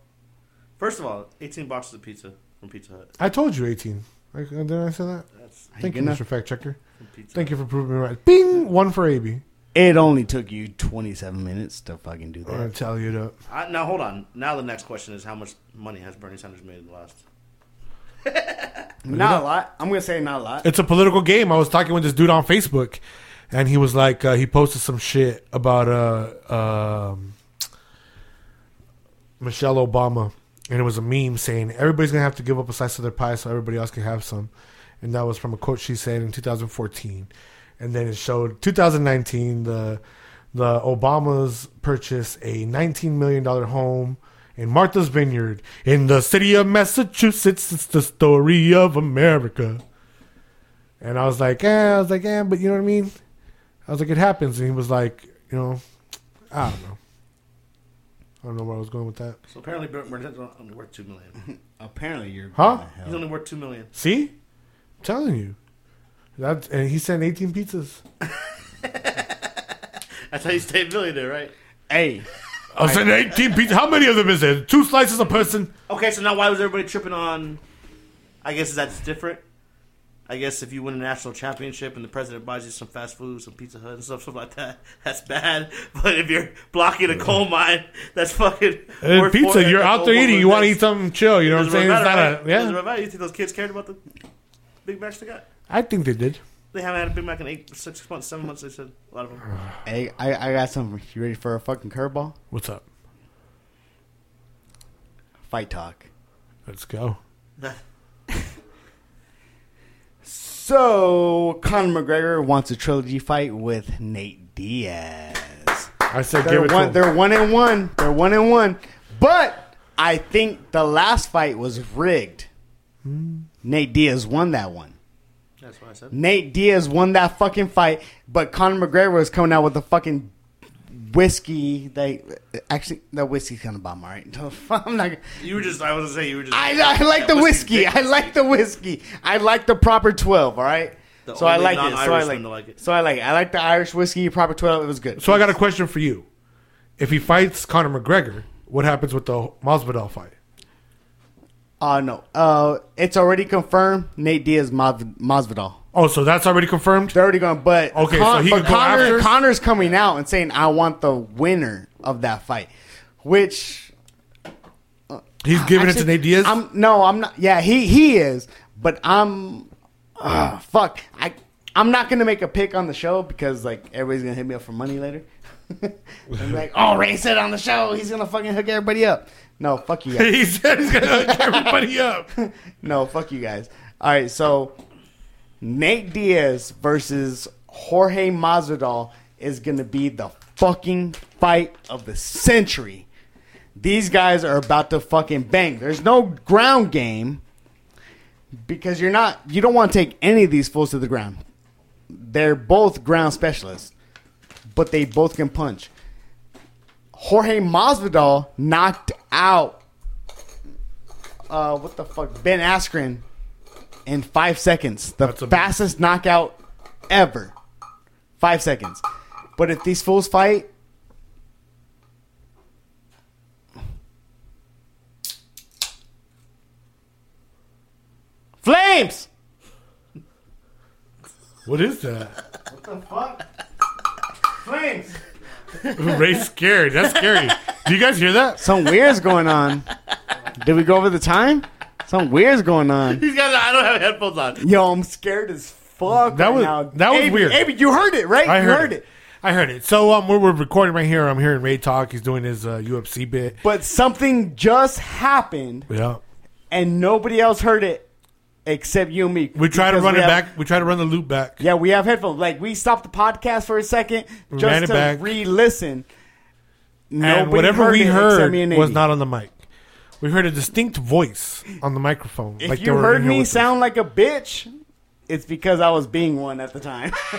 First of all, 18 boxes of pizza from Pizza Hut. I told you 18. Like, Didn't I say that? That's Thank you, gonna- Mr. Fact Checker. from Pizza. Thank you for proving me right. Bing! One for AB. It only took you 27 minutes to fucking do I'm going that. to tell you that. I, now hold on. Now the next question is how much money has Bernie Sanders made in the last? Not a lot. I'm going to say not a lot. It's a political game. I was talking with this dude on Facebook, and he was like, uh, he posted some shit about uh, um, Michelle Obama, and it was a meme saying everybody's gonna have to give up a slice of their pie so everybody else can have some, and that was from a quote she said in 2014, and then it showed 2019 the the Obamas purchased a 19 million dollar home. In Martha's Vineyard, in the city of Massachusetts, it's the story of America. And I was like, eh, I was like, eh, but you know what I mean? I was like, it happens. And he was like, you know, I don't know. I don't know where I was going with that. So apparently Bernie Sanders is only worth two million. Apparently, you're. Huh? gonna hell. He's only worth two million. See? I'm telling you. That and he sent 18 pizzas. That's how you stay a millionaire, right? Hey, I sent 18 pizzas. How many of them is there? Two slices a person. Okay, so now why was everybody tripping on? I guess that's different. I guess if you win a national championship and the president buys you some fast food, some Pizza Hut and stuff, stuff like that, that's bad. But if you're blocking a coal mine, that's fucking. And worth more pizza, than you're a out coal there woman eating. You want to that's- eat something chill. You know what I'm Doesn't really saying? It's matter, not right? a Doesn't yeah. really matter. You think those kids cared about the Big Macs they got? I think they did. They haven't had a Big Mac in eight, six months, seven months. They said a lot of them. hey, I, I got something. You ready for a fucking curveball? What's up? Fight talk. Let's go. So, Conor McGregor wants a trilogy fight with Nate Diaz. I said give They're it to one. him. They're one and one. They're one and one. But I think the last fight was rigged. Hmm. Nate Diaz won that one. That's what I said. Nate Diaz won that fucking fight. But Conor McGregor was coming out with a fucking whiskey. They actually that whiskey's kind of bomb, all right? I'm not. You were just. I was gonna say you were just. I, I like That the whiskey. whiskey's big. I like the whiskey. I like the proper twelve. All right. The so I only like it. So I non-Irishman like, to like it. So I like. it. I like the Irish whiskey proper twelve. It was good. So I got a question for you. If he fights Conor McGregor, what happens with the Masvidal fight? Uh no. Uh, it's already confirmed. Nate Diaz Mas- Masvidal. Oh, so that's already confirmed. They're already going, but Okay, so he but can go Connor, after? Connor's coming out and saying, "I want the winner of that fight," which He's giving it to Actually, Nate Diaz. I'm no, I'm not. Yeah, he he is, but I'm. Uh, fuck, I I'm not gonna make a pick on the show because like everybody's gonna hit me up for money later. I'm like, oh, Ray said on the show he's gonna fucking hook everybody up. No, fuck you guys. he said he's gonna hook everybody up. no, fuck you guys. All right, so Nate Diaz versus Jorge Masvidal is gonna be the fucking fight of the century. These guys are about to fucking bang. There's no ground game because you're not you don't want to take any of these fools to the ground. They're both ground specialists, but they both can punch. Jorge Masvidal knocked out uh, what the fuck Ben Askren in five seconds, the That's a- fastest knockout ever, five seconds. But if these fools fight, flames. What is that? Fuck. Flames. Ray's scared. That's scary. Do you guys hear that? Something weird's going on. Did we go over the time? Something weird's going on. He's got. I don't have headphones on. Yo, I'm scared as fuck. That right was- now. that was Abe- weird. Abe, you heard it, right? I you heard, it. I heard it. So um, we're, we're recording right here. I'm hearing Ray talk. He's doing his uh, UFC bit. But something just happened, Yeah. and nobody else heard it except you and me. We try to Because run we it have- back. We try to run the loop back. Yeah, we have headphones. Like we stopped the podcast for a second just ran it to back. re-listen. Nobody and whatever heard we it except heard me and was Abe. not on the mic. We heard a distinct voice on the microphone. If they you were in heard here me with us. sound like a bitch, it's because I was being one at the time.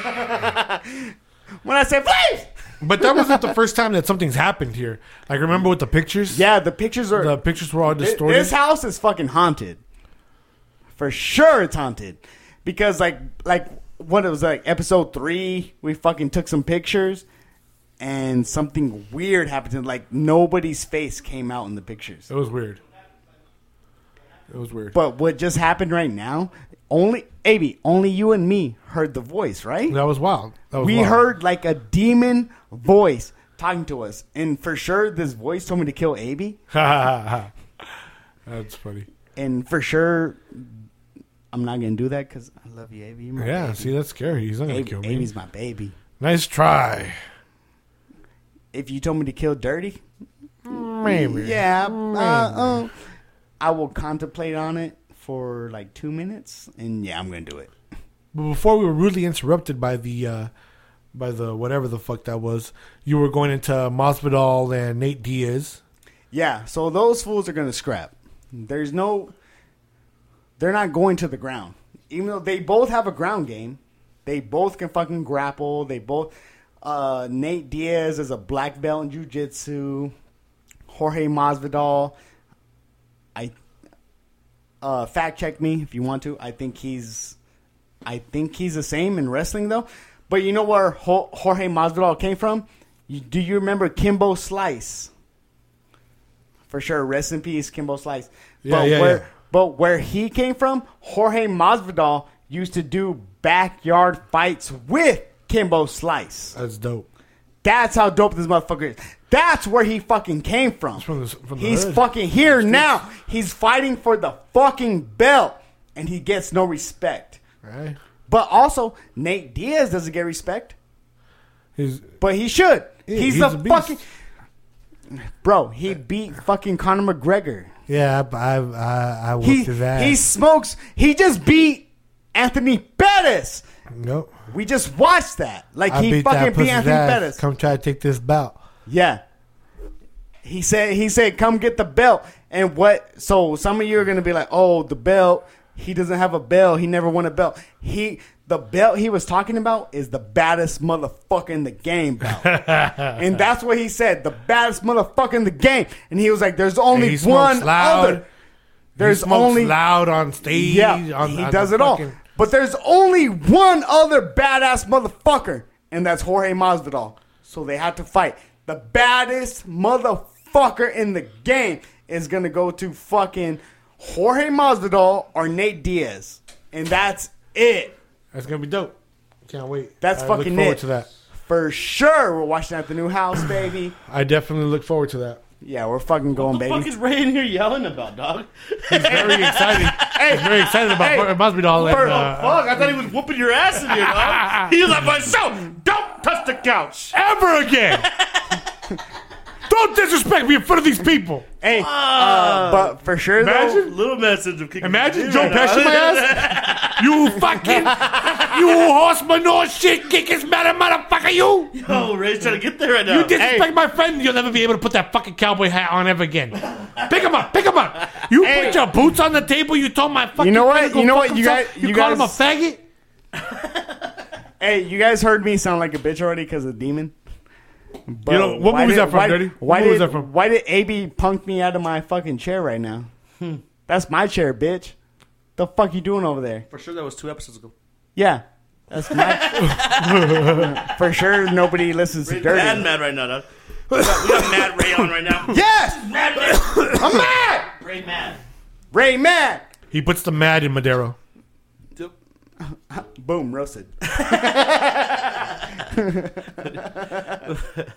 when I said flames, but that wasn't the first time that something's happened here. Like remember with the pictures? yeah, the pictures are. the pictures were all Thi- distorted. This house is fucking haunted. For sure, it's haunted because like like what it was like episode three, we fucking took some pictures. And something weird happened. and, Like nobody's face came out in the pictures. it was weird. It was weird. But what just happened right now? Only, AB, only you and me heard the voice, right? that was wild. That was we wild. heard like a demon voice talking to us, and for sure this voice told me to kill AB, That's funny. and for sure I'm not gonna do that because I love you, AB. You're my Yeah, baby. see, that's scary. He's not gonna AB, kill me. AB's my baby. Nice try. If you told me to kill Dirty, Maybe. yeah, Mm. uh, uh, I will contemplate on it for like two minutes, and yeah, I'm gonna do it. But before we were rudely interrupted by the uh, by the whatever the fuck that was, you were going into Masvidal and Nate Diaz. Yeah, so those fools are gonna scrap. There's no they're not going to the ground. Even though they both have a ground game, they both can fucking grapple. They both uh Nate Diaz is a black belt in jiu-jitsu. Jorge Masvidal I uh fact check me if you want to. I think he's I think he's the same in wrestling though. But you know where Jo- Jorge Masvidal came from? You, do you remember Kimbo Slice? for sure. Rest in peace, Kimbo Slice. Yeah, but yeah, where yeah. but where he came from, Jorge Masvidal used to do backyard fights with Kimbo Slice. That's dope. That's how dope this motherfucker is. That's where he fucking came from. from the- from the He's hood. fucking here now. He's fighting for the fucking belt, and he gets no respect. Right? But also, Nate Diaz doesn't get respect. He's But he should. Yeah, he's, he's a, a beast. fucking bro. He beat fucking Conor McGregor. yeah. I I I, I whooped He his ass. he smokes. He just beat Anthony Pettis. nope. We just watched that. Like I he beat that fucking beat pussy's Anthony ass. Pettis. Come try to take this bout. Yeah. He said he said come get the belt. And what so some of you are gonna be like, Oh, the belt. He doesn't have a belt. He never won a belt. He the The belt he was talking about is the baddest motherfucker in the game belt. and that's what he said, the baddest motherfucker in the game. And he was like, there's And only he smokes one loud. other. There's he smokes only loud on stage. yeah, on, he on does the it all. fucking- But there's only one other badass motherfucker, and that's Jorge Masvidal. So they had to fight. The baddest motherfucker in the game is gonna go to fucking Jorge Masvidal or Nate Diaz, and that's it That's gonna be dope. Can't wait. That's I fucking look forward it. to that. for sure. We're watching at the new house, baby. I definitely look forward to that. Yeah, we're fucking going, What the fuck baby. is Ray in here yelling about, dog? He's very excited. He's very excited about hey, hey, Masvidal. Bert, And, Oh, Fuck, uh, I thought he was whooping your ass in here, dog. He was like, myself, don't touch the couch. ever again. Don't disrespect me in front of these people. Hey, uh, but for sure Imagine- Little message of kicking. Imagine his Joe ear right Pesci out. my ass. You fucking, you horse manure shit kicking smelling motherfucker, you. Oh, Ray's trying to get there right now. You disrespect my friend, you'll never be able to put that fucking cowboy hat on ever again. Pick him up, pick him up. You Hey. put your boots on the table. You told my fucking. You know what? friend to go You know fuck what? You himself, guys- You, you called guys- him a faggot. Hey, you guys heard me sound like a bitch already because of Demon. But You know, what why movie's did- that from, why, Dirty? What Why movie did, was that from? Why did AB punk me out of my fucking chair right now? Hmm. That's my chair, bitch. The fuck you doing over there? For sure, that was two episodes ago. Yeah, that's my. For sure, nobody listens to Ray's mad, Dirty. mad right now, dog. We got, we got Mad Ray on right now. Yes, Mad Ray. I'm mad. Ray mad. Ray mad. He puts the mad in Madero. Boom, roasted.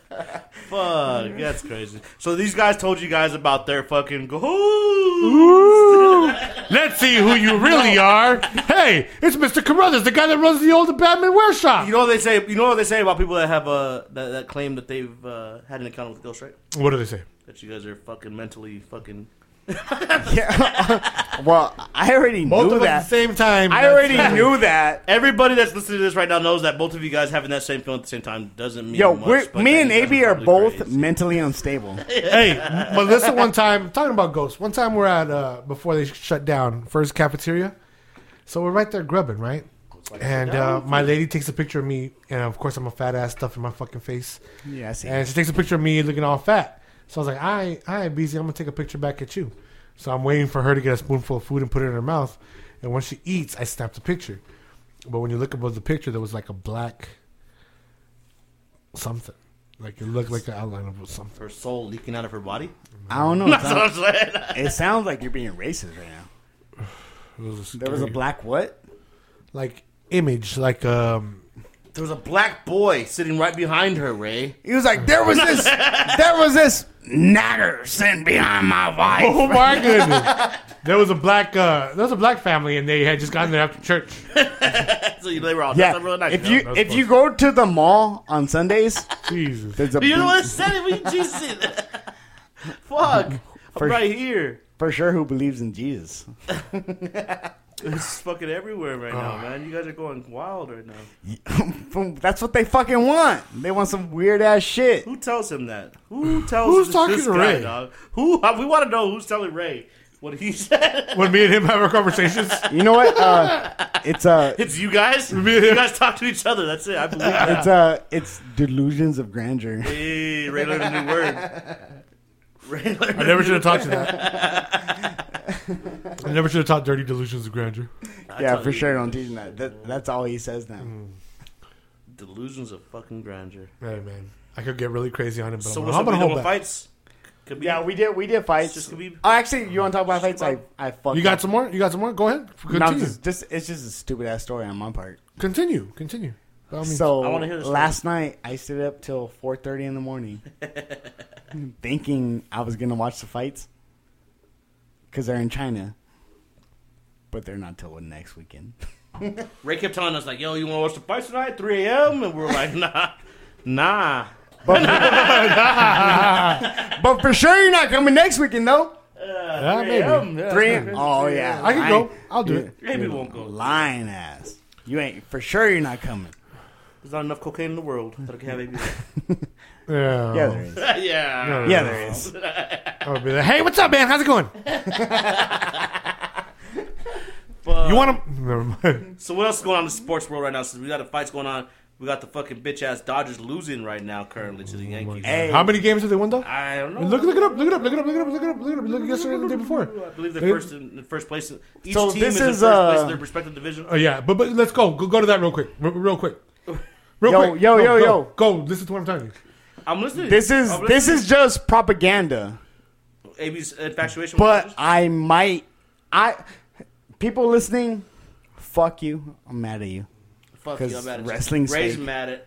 Fuck, that's crazy. So these guys told you guys about their fucking goals. Ooh, Let's see who you really are. Hey, it's Mr. Carruthers, the guy that runs the old Batman workshop. You know what they say. You know what they say about people that have uh that, that claim that they've uh, had an encounter with ghosts, right? What do they say? That you guys are fucking mentally fucking. Yeah. well, I already Both knew of us at that. the same time. I That's- already knew that. Everybody that's listening to this right now knows that both of you guys having that same feeling at the same time doesn't mean. Yo, much, we're, but me that and you guys AB are probably both crazy. mentally unstable. Hey, Melissa, one time talking about ghosts. One time we're at uh, before they shut down first cafeteria, so we're right there grubbing, right? And uh, my lady takes a picture of me, and of course I'm a fat ass stuff in my fucking face, Yeah, I see. and she takes a picture of me looking all fat. So I was like, I, ain't- I ain't busy. I'm gonna take a picture back at you. So I'm waiting for her to get a spoonful of food and put it in her mouth, and when she eats, I snap the picture. But when you look above the picture, there was like a black something, like it looked like the outline of something. Her soul leaking out of her body. I don't know. It That's what sounds, I'm saying. it sounds like you're being racist right now. It was There was a scary- black what? like image, like um, There was a black boy sitting right behind her, Ray. He was like, there was this, there was this nagger sitting behind my wife. oh my goodness, there was a black, uh, there was a black family, and they had just gotten there after church. So you they were all Yeah, that's real nice. if you that was if close. you go to the mall on Sundays, Jesus, there's a you know what I be- said? We just said that. Fuck, I'm right here. for sure who believes in Jesus. It's fucking everywhere right now, man. You guys are going wild right now. That's what they fucking want. They want some weird ass shit. Who tells him that? Who tells Who's this, talking this to guy, Ray? dog? Who? uh, we want to know who's telling Ray what he said. when me and him have our conversations, You know what? Uh, it's uh, it's you guys. you guys talk to each other. That's it. I believe. it. it's uh, it's delusions of grandeur. hey, Ray learned a new word. Ray learned I never should have taught you that. I never should have taught dirty delusions of grandeur. yeah, tell for you. sure. Don't teach him that. that. That's all he says now. delusions of fucking grandeur. Hey man, I could get really crazy on him, but So I'm, what's I'm up? We gonna hold doing back. fights? Could be Yeah, we did. We did fights. Just Khabib. oh, actually, you want to talk about fights? I, I fucked. You got up. some more? You got some more? Go ahead. No, Continue. just, just- it's just a stupid ass story on my part. Continue. Continue. By all means. So I wanna hear this last night I stood up till four thirty in the morning, thinking I was gonna watch the fights because they're in China, but they're not till next weekend. Ray kept telling us like, "Yo, you want to watch the fights tonight, 3 a.m.?" And we were like, "Nah, nah." but for sure, you're not coming next weekend though. yeah, 3 Oh, maybe. a.m. Yeah. Three. Oh yeah, I can go. I'll do it. Maybe we won't go. Lying ass. You ain't for sure. You're not coming. There's not enough cocaine in the world that I can have baby. Yeah. Yeah, there is. yeah. Yeah, there is. I'll be like, hey, what's up, man? How's it going? Fuck. Uh, You want to? Never mind. So what else is going on in the sports world right now? Since we got the fights going on, we got the fucking bitch ass Dodgers losing right now currently to the Yankees. Hey. How many games have they won though? I don't know. Look, look it up. Look it up. Look it up. Look it up. Look it up. Look it up. Look at yesterday and the day before. I believe they're Hey. first in the first place. in- Each So team this is, in is, first place uh, in their respective division. Oh yeah, but but let's go. Go, go to that real quick. R- real quick. Real Yo, quick. yo, Go, yo, go, yo. Go listen to what I'm telling you. I'm listening. This is I'm this listening. is just propaganda. AB's infatuation. with But Dodgers. I might I people listening, fuck you. I'm mad at you. fuck 'cause you, I'm mad at wrestling's you. Ray's fake. mad at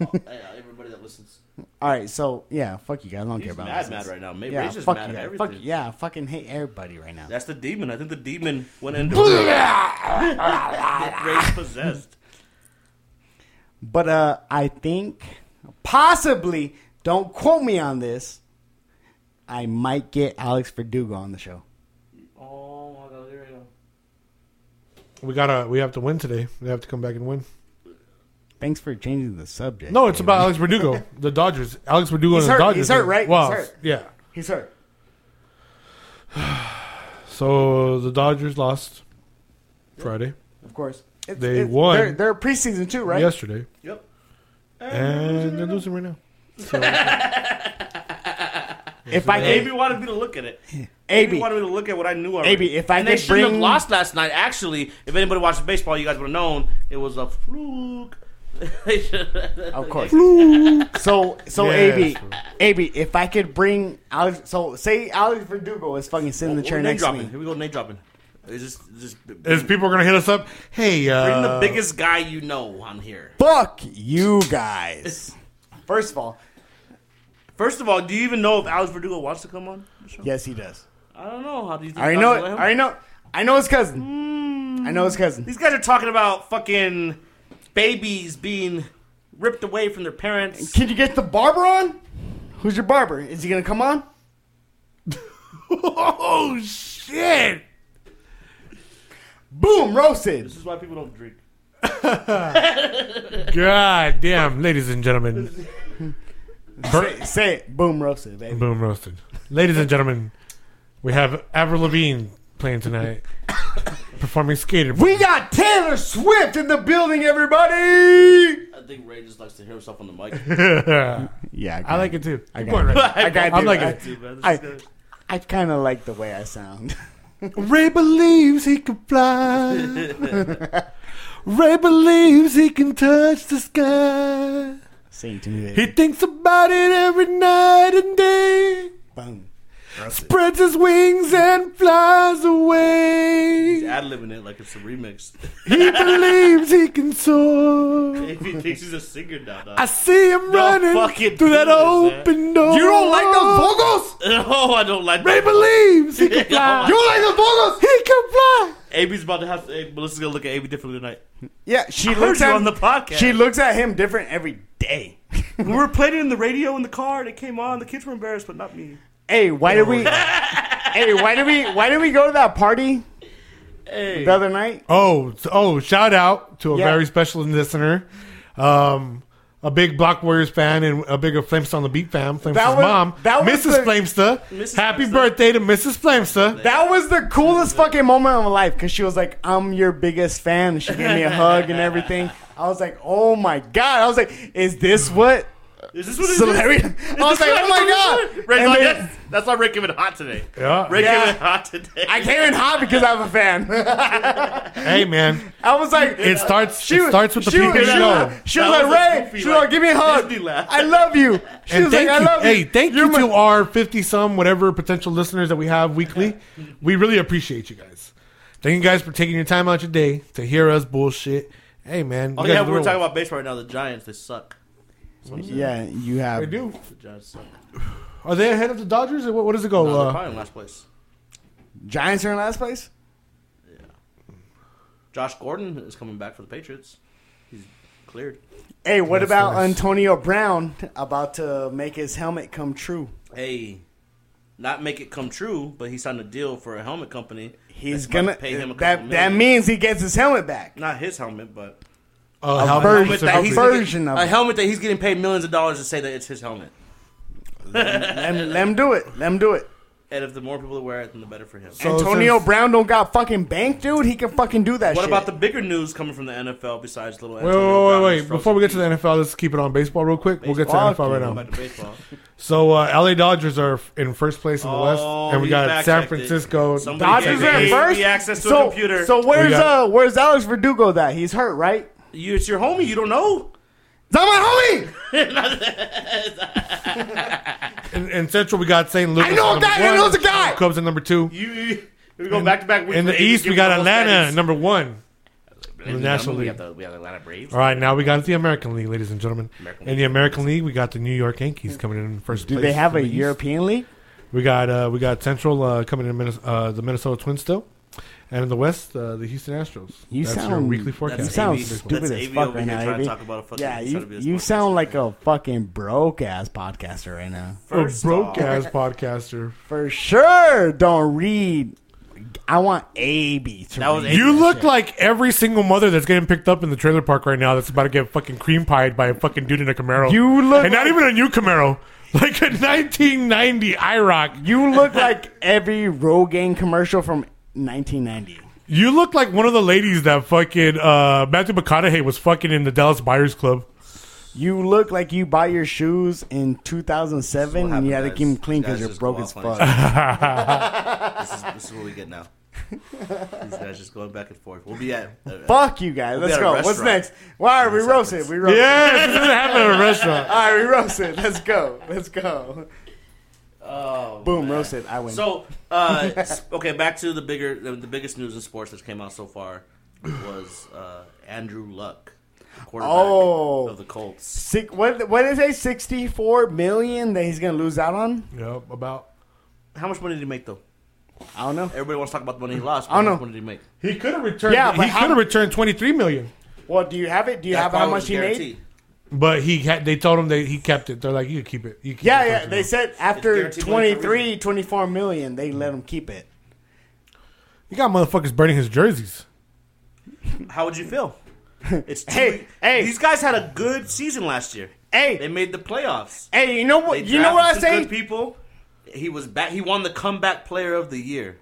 oh, yeah, everybody that listens. All right, so yeah, fuck you guys. I don't care He's about mad, this. mad right now. Maybe Yeah, Ray's just fuck mad you at guys. everything. Fuck yeah, I fucking hate everybody right now. That's the demon. I think the demon went into Ray's possessed. But uh, I think possibly don't quote me on this. I might get Alex Verdugo on the show. Oh my god, here we go. We gotta. We have to win today. We have to come back and win. Thanks for changing the subject. No, it's David. about Alex Verdugo, the Dodgers. Alex Verdugo He's and the hurt, Dodgers. he's hurt, right? Wow. He's hurt. Yeah. He's hurt. So the Dodgers lost Friday Of course. It's, They won. They're, they're preseason too, right? yesterday, Yep. and they're losing right now. If I AB AB, wanted me to look at it. AB, He wanted me to look at what I knew already. AB, if I and they could shouldn't bring- have lost last night. Actually, if anybody watched baseball, you guys would have known it was a fluke. They should- of course. so so Yes. AB, AB, if I could bring Alex, so say Alex Verdugo is fucking sitting in the chair name next to dropping. me. Here we go, name dropping. It's just, just bring Is people are gonna hit us up? Hey, uh, the biggest guy you know on here. Fuck you guys. First of all, First of all, do you even know if Alex Verdugo wants to come on? The show? yes, he does. I don't know. How do you think? I already Dodgers know. will It. let I him? already know. I know his cousin. I know his cousin. These guys are talking about fucking babies being ripped away from their parents. Can you get the barber on? Who's your barber? Is he gonna come on? oh shit! Boom, roasted. This is why people don't drink. God damn, ladies and gentlemen, Bur- Say it. Boom, roasted, baby. boom roasted. Ladies and gentlemen, we have Avril Lavigne playing tonight, performing skater. We got Taylor Swift in the building, everybody. I think Ray just likes to hear himself on the mic. Yeah, I like it too. I Keep got going, it. Ray. I got I'm it. liking I- it. Dude, man, this I- is good. I kind of like the way I sound. Ray believes he can fly. Ray believes he can touch the sky. Sing to me, He baby. thinks about it every night and day. Boom. Spreads his wings and flies He's away. ad libbing it like it's a remix. He believes he can soar. he thinks he's a singer now. dog. I see him running fucking through that do this, man. open door. You don't like those vocals? oh, I don't like Ray that. believes he can Yeah. fly. You don't like those vocals? He can fly. AB's about to have to. AB, Melissa's gonna look at AB differently tonight. Yeah, she I heard looks you at on the podcast. She looks at him different every day. we were playing it in the radio in the car, and it came on. The kids were embarrassed, but not me. hey, why did we? hey, why did we? Why did we go to that party Hey, the other night? Oh, so- oh! Shout out to a Yeah. very special listener, um, a big Block Warriors fan and a bigger Flamesta on the Beat fam. Flamesta's That was- mom, that was Mrs. the- Flamesta. Mrs. Happy Flamesta. birthday to Mrs. Flamesta. That was the coolest fucking moment of my life because she was like, "I'm your biggest fan." and She gave me a hug and everything. I was like, "Oh my god!" I was like, "Is this what is this what it is? celebrity?" I was like, "Oh my god!" Ray's And like, then- that's, that's why Ray came in hot today. Yeah. Ray Yeah. came in hot today. I came in hot because I'm a fan. Hey man, I was like, it starts. She it was- starts with the she people was- you she know. was- She was like, That was a Ray, goofy, she was like, like, give me a hug. Disney laugh. I love you. She And was like, thank I you, love you. hey, thank You're you my- to our fifty some whatever potential listeners that we have weekly. we really appreciate you guys. Thank you guys for taking your time out your day to hear us bullshit. Hey man, oh you guys yeah, are the we're real talking ones. about baseball right now. The Giants, they suck. Yeah, you have. They do. The Giants suck. Are they ahead of the Dodgers? Or what, what does it go? No, uh, they're probably in last place. Giants are in last place? Josh Gordon is coming back for the Patriots. He's cleared. Hey, what That's about nice. Antonio Brown about to make his helmet come true? Hey, not make it come true, but he signed a deal for a helmet company. He's that's about gonna to pay him a couple that that million. means he gets his helmet back. not his helmet, but Uh, A how version- much is helmet it a that he's helping? version of a it. helmet that he's getting paid millions of dollars to say that it's his helmet. let, him, let him do it. Let him do it. and if the more people that wear it, then the better for him. So Antonio since- Brown don't got fucking bank, dude. He can fucking do that. what shit. about the bigger news coming from the NFL besides little? Wait, wait, wait, wait. Before we get to the NFL, let's keep it on baseball real quick. We'll get to the Baseball. NFL right now. about the baseball. So uh, LA Dodgers are f- in first place in the West, Oh, and we you got San fact-checked it. Francisco. Somebody Dodgers Yeah, are yeah, first? yeah, access to a so, computer. So We where's got- uh where's Alex Verdugo? That he's hurt, right? you, it's your homie. You don't know. Is that my homie? In, in Central, we got St. Louis. I know at that- number I know one, the guy! Cubs at number two. You, you- we go back to back. In the East, we got Atlanta at number one. In the National We League. got the, we got the Atlanta Braves. All right, now we got the American League, ladies and gentlemen. American Hmm. in the American League, we got the New York Yankees coming in first Do place. they have in a the East. European league? We got uh, we got Central uh, coming in Minnes- uh, the Minnesota Twins still, and in the West, uh, the Houston Astros. You That's your sound- weekly forecast. You That's sound AB. stupid That's as AB fuck over right here now. trying to AB. talk about a fucking- yeah, trying to you, be a you sports sound like a fucking broke ass podcaster right now. a First broke off- ass podcaster. For sure, don't read. I want AB to That was read. AB. You look like every single mother that's getting picked up in the trailer park right now that's about to get fucking cream pied by a fucking dude in a Camaro. You look and not like- even a new Camaro, like a 1990 IROC. You look like every Rogaine commercial from 1990. You look like one of the ladies that fucking uh, Matthew McConaughey was fucking in the Dallas Buyers Club. You look like you buy your shoes in 2007 and you had to keep them clean because you're broke as fuck. this, is, this is what we get now. These guys just going back and forth. We'll be at. uh, Fuck you guys. be Let's at a go. What's restaurant. next? Why are we This roasted? happens. We roasted. Yes, this is happening at a restaurant. All right, we roasted. Let's go. Let's go. oh, Boom, roasted. I win. So, uh, s- okay, back to the bigger, the, the biggest news in sports that came out so far was uh, Andrew Luck, the quarterback Oh. of the Colts. Six, what what is a 64 million that he's gonna lose out on? Yep, about. How much money did he make though? I don't know. Everybody wants to talk about the money he lost. but I don't how know. much money did he make? He could have returned. Yeah, but he how- could have returned 23 million, Well, do you have it? Do you have how much he made? but he had, they told him they he kept it. They're like, you could keep it. You can Yeah, keep yeah. it. They said after guaranteed money for a 23, 24 million, they let him keep it. you got motherfuckers burning his jerseys. How would you feel? It's two, Hey, hey. These guys had a good season last year. Hey. they made the playoffs. Hey, you know They what? You know what I drafted some say? good People, he was back. He won the comeback player of the year.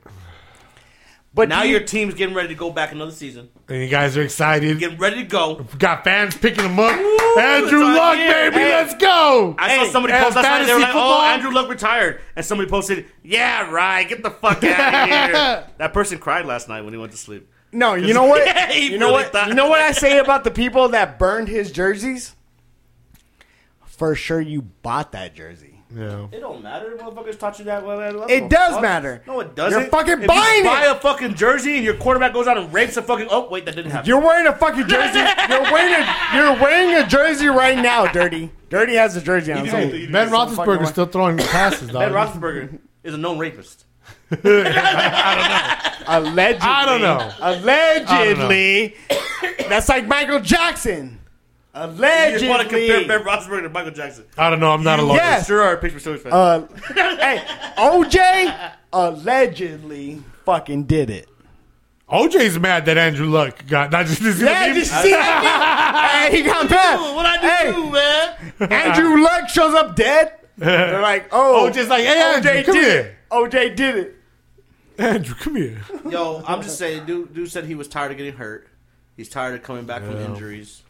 But Now do you- your team's getting ready to go back another season. And you guys are excited. Getting ready to go. Got fans picking him up. Ooh, Andrew it's on Luck, here. baby, Hey. let's go. I saw somebody as post last night. They were fantasy like, football- "Oh, Andrew Luck retired," and somebody posted, "Yeah, right. Get the fuck out of here." that person cried last night when he went to sleep. No, you know what? He you know really what? thought- You know what I say about the people that burned his jerseys? For sure, you bought that jersey. yeah. It don't matter. Motherfuckers taught you that. Well, It does matter. No, it doesn't. You're fucking If you buying buy it. a fucking jersey and your quarterback goes out and rapes a fucking. Oh wait, that didn't happen. You're wearing a fucking jersey. You're wearing a you're wearing a jersey right now, Dirty. Dirty has a jersey on. Hey, so- ben so fucking Roethlisberger's still throwing passes, dog. Ben Roethlisberger is a known rapist. allegedly. I don't know. Allegedly, that's like Michael Jackson. Allegedly. You want to compare Ben Roethlisberger to Michael Jackson? I don't know. I'm not a lawyer. Yes. Sure are picture stories fan. Uh, hey, OJ allegedly fucking did it. OJ's mad that Andrew Luck got not just this. Yeah, did you see that? hey, he got Ooh, bad. what I do, man? Andrew Luck shows up dead. They're like, oh, OJ's like, hey, Andrew, OJ come did here. it. OJ did it. Andrew, come here. Yo, I'm just saying, dude, dude said he was tired of getting hurt. He's tired of coming back from Yeah. injuries.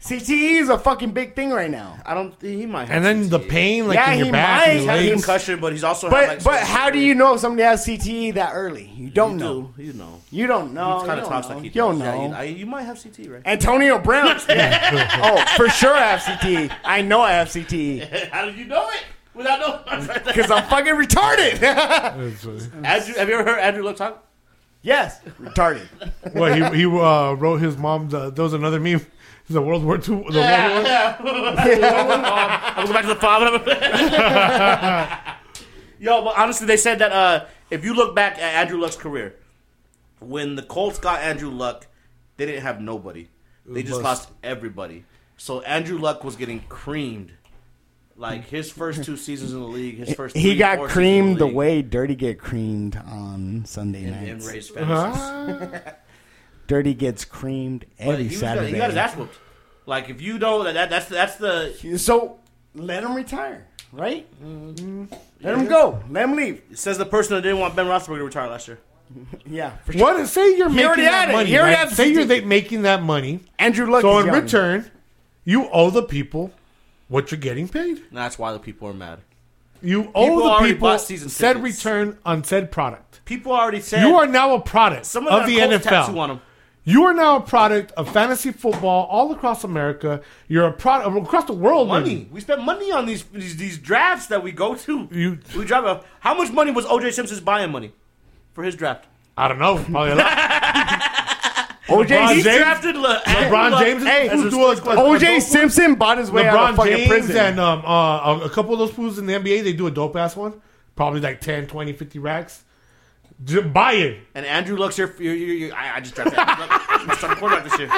CTE E is a fucking big thing right now. I don't. He might. Have And then the CTE. pain, like Yeah, in your he back, and might. your He's had Like- a legs. concussion, but he's also. had, But like, but some how do surgery. you know if somebody has CTE that early? You don't You know. do, you know? You don't know. You He kind of don't talks know. like he you don't does. Yeah, know. you- I- you might have CT, right? Antonio Brown. oh, for sure I have CTE. I know I have CTE How did you know it? Without knowing. because I'm fucking retarded. That's funny. Andrew, have you ever heard Andrew Luck talk? yes, retarded. well, he he uh, wrote his mom. The, there was another meme. The World War II. The World War. I'm going back to the farm. Yo, but honestly, they said that uh, if you look back at Andrew Luck's career, when the Colts got Andrew Luck, they didn't have nobody. They just bust. lost everybody. So Andrew Luck was getting creamed. Like his first two seasons in the league, his first He three, got four seasons in creamed the league, way Dirty get creamed on Sunday and, and nights. raised fantasies. Huh? Dirty gets creamed But every he was gonna- Saturday. He got his ass whooped. Like if you don't, that, that's that's the so let him retire. right? Mm-hmm. Let him go. Let him leave. Says the person that didn't want Ben Roethlisberger to retire last year. Yeah, for sure. What? Say you're already making had that it. money. He already right? had Say you're 50. they- making that money. Andrew Luck. So is in young. return, you owe the people what you're getting paid. And that's why the people are mad. You People owe the already people bought season said tickets. return on said product. People already said You are now a product someone of got a the Colts NFL. tattoo on 'em. You are now a product of fantasy football all across America. You're a product across the world. money. really. We spent money on these these, these drafts that we go to. You- we drive up. How much money was OJ Simpson's buying money for his draft? I don't know. Probably a lot. OJ, Oh, LeBron He Simpson- James- drafted Le- LeBron Le- James. Hey, is- who's do a- OJ Simpson bought his way out of LeBron fucking James prison. and um, uh, a- a couple of those fools in the NBA, they do a dope ass one. Probably like 10, 20, 50 racks. Just buy it. And Andrew Luck's here. You, you, you, I, I just drafted Andrew Luck. I'm starting quarterback this year.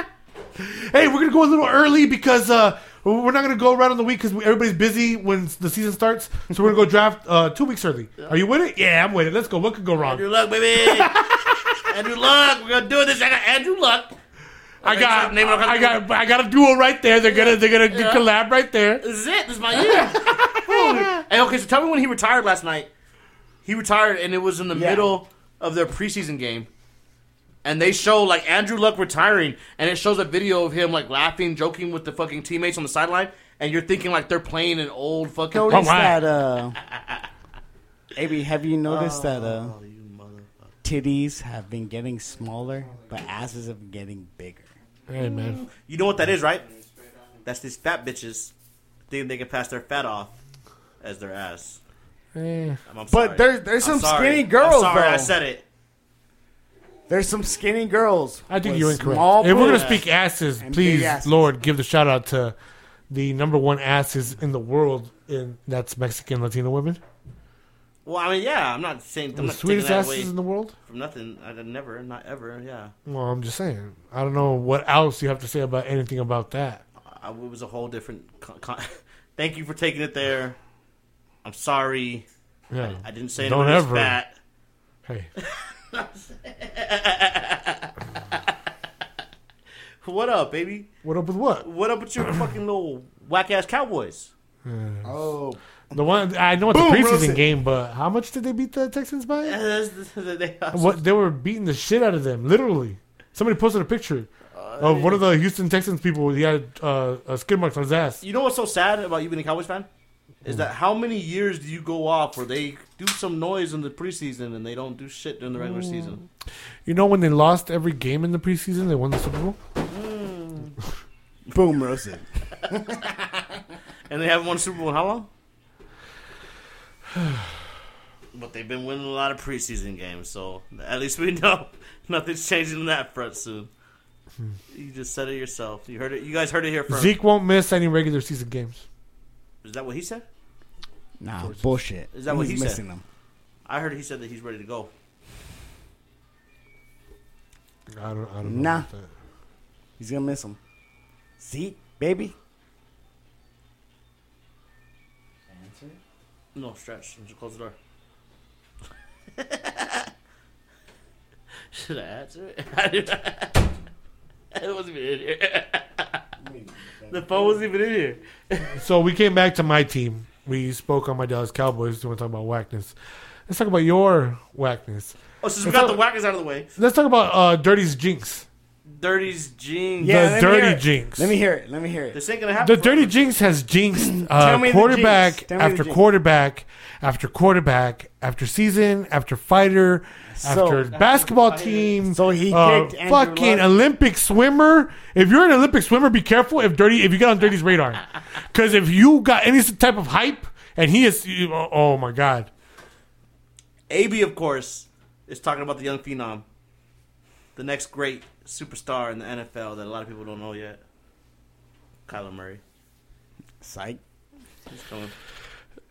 Hey, we're going to go a little early because uh, we're not going to go right on the week because everybody's busy when the season starts. So we're going to go draft uh, two weeks early. Are you with it? Yeah, I'm with it. Let's go. What could go wrong? Andrew Luck, baby. Andrew Luck. We're gonna do this. I got Andrew Luck. I got, Except name it off- I got, I got a duo right there. They're gonna, they're gonna Yeah. collab right there. This is it. This is my year. hey, okay, so tell me when he retired last night. He retired, and it was in the Yeah. middle of their preseason game. And they show like Andrew Luck retiring, and it shows a video of him like laughing, joking with the fucking teammates on the sideline. And you're thinking like they're playing an old fucking. Notice Oh, my. that. Uh, Amy, have you noticed that uh, Oh, titties have been getting smaller, but asses have been getting bigger? Hey man, e- You know what that is, right? That's these fat bitches thinking they can pass their fat off as their ass. Eh. I'm, I'm sorry. But there's there's I'm some sorry. skinny girls I'm sorry, though. I said it. there's some skinny girls. I think with you're incorrect. small If we're gonna boobs. speak asses, And big please, asses. Lord, give the shout out to the number one asses in the world, and that's Mexican Latino women. Well, I mean, yeah, I'm not saying I'm the not taking sweetest that asses away in the world. from nothing. I did never, not ever. Yeah, Well, I'm just saying. I don't know what else you have to say about anything about that. I, it was a whole different. Con- con- Thank you for taking it there. I'm sorry. Yeah. I didn't say Don't anything ever. was fat. Hey, What up, baby? what up with what? What up with your fucking little whack ass Cowboys? Oh, The one I know it's a Boom, preseason roasted. game, but how much did they beat the Texans Uh, by? They- What they were beating the shit out of them, literally. Somebody posted a picture of one of the Houston Texans people. He had uh, uh, skid marks on his ass. You know what's so sad about you being a Cowboys fan? Is that how many years do you go off where they do some noise in the preseason and they don't do shit during the regular Mm. season? You know when they lost every game in the preseason, they won the Super Bowl. boom roasted. And they haven't won a Super Bowl in how long? but they've been winning a lot of preseason games, so at least we know nothing's changing on that front soon. You just said it yourself. You heard it. You guys heard it here first. Zeke won't miss any regular season games. Is that what he said? Nah, bullshit. Is that what He's he said? missing them? I heard he said that he's ready to go. I don't. I don't know. Nah. about that. He's gonna miss them. Zeke, baby. No stretch. Just close the door. Should I answer it? it wasn't even in here. the phone wasn't even in here. So we came back to my team. We spoke on my Dallas Cowboys. We want to talk about whackness. Let's talk about your whackness. Oh, since we got the whackers out of the way, Let's talk about uh, Dirty's jinx. Dirty's jeans. Yeah. let me dirty hear it. jinx. Let me hear it. Let me hear it. This ain't gonna happen. The Dirty Jinx has jinxed uh, me the jinx. quarterback Tell me the after jinx. quarterback after quarterback after season after fighter So- after basketball team. So he uh, kicked Andrew fucking Luck. Olympic swimmer. If you're an Olympic swimmer, be careful if Dirty if you get on Dirty's radar, because if you got any type of hype and he is, you- oh, oh my god, AB, of course, is talking about the young phenom, the next great superstar in the NFL that a lot of people don't know yet. Kyler Murray. Psych. He's coming.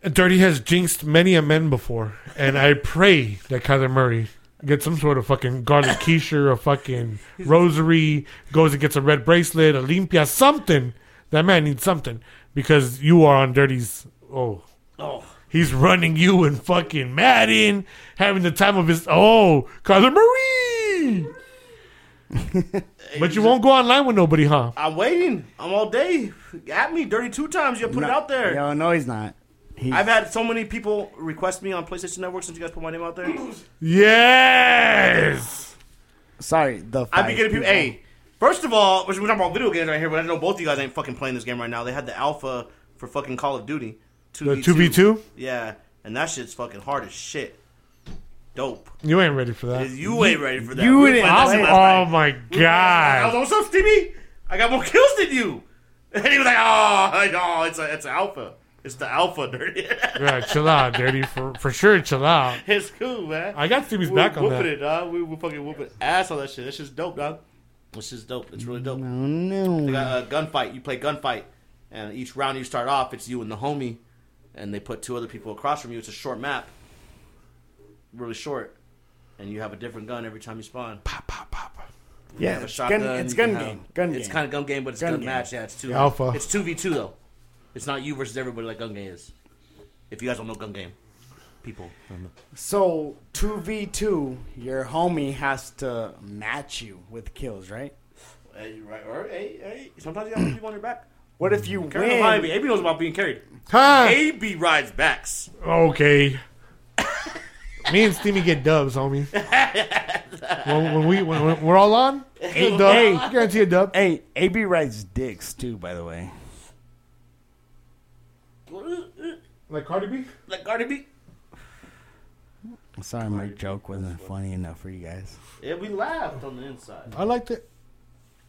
Dirty has jinxed many a men before, and I pray that Kyler Murray gets some sort of fucking garlic quiche or a fucking rosary, goes and gets a red bracelet, a limpia, something. That man needs something because you are on Dirty's. Oh, Oh, he's running you and fucking Madden, having the time of his. Oh, Kyler Murray. but you won't go online with nobody, huh? I'm waiting. I'm all day. At me, dirty two times. You put it out there. Yo, no, he's not. He- I've had so many people request me on PlayStation Network since you guys put my name out there. Yes. Sorry, the I'd five be getting people. Hey, first of all, which we're talking about video games right here, but I know both of you guys ain't fucking playing this game right now. They had the alpha for fucking Call of Duty. 2v2. The 2v2? Yeah, and that shit's fucking hard as shit. Dope. You ain't ready for that. You ain't ready for that. you were didn't playing that play shit last Oh night. my We were playing that shit. god. I was like, what's up, Stevie? I got more kills than you. And he was like, oh, like, oh it's, a, it's a alpha. It's the alpha, dirty. Yeah, chill out, dirty. For for sure, chill out. it's cool, man. I got Stevie's we back on whooping that. it, dog. We were fucking whooping ass on that shit. That shit's dope, dog. That shit's dope. It's really dope. Oh no. They got a gunfight. You play gunfight, and each round you start off, it's you and the homie, and they put two other people across from you. It's a short map, really short, and you have a different gun every time you spawn. You yeah, have a it's gun, it's you gun can have- game. Gun It's game. kind of gun game, but it's Gun gun, game. match. Yeah, it's two. Alpha. It's two v two though. It's not you versus everybody like gun game is. If you guys don't know gun game, people. so two v two, your homie has to match you with kills, right? Hey, right, or, hey, hey. Sometimes you have people on your back. What if you Carry them behind win? me. AB knows about being carried. Huh? AB rides backs. Okay. Me and Steamy get dubs, homie. when, when we when, when we're all on, eight dub. Hey. guarantee a dub. Hey, AB writes dicks too, by the way. Like Cardi B. Like Cardi B. I'm sorry, my joke wasn't funny enough for you guys. Yeah, we laughed on the inside. I liked it.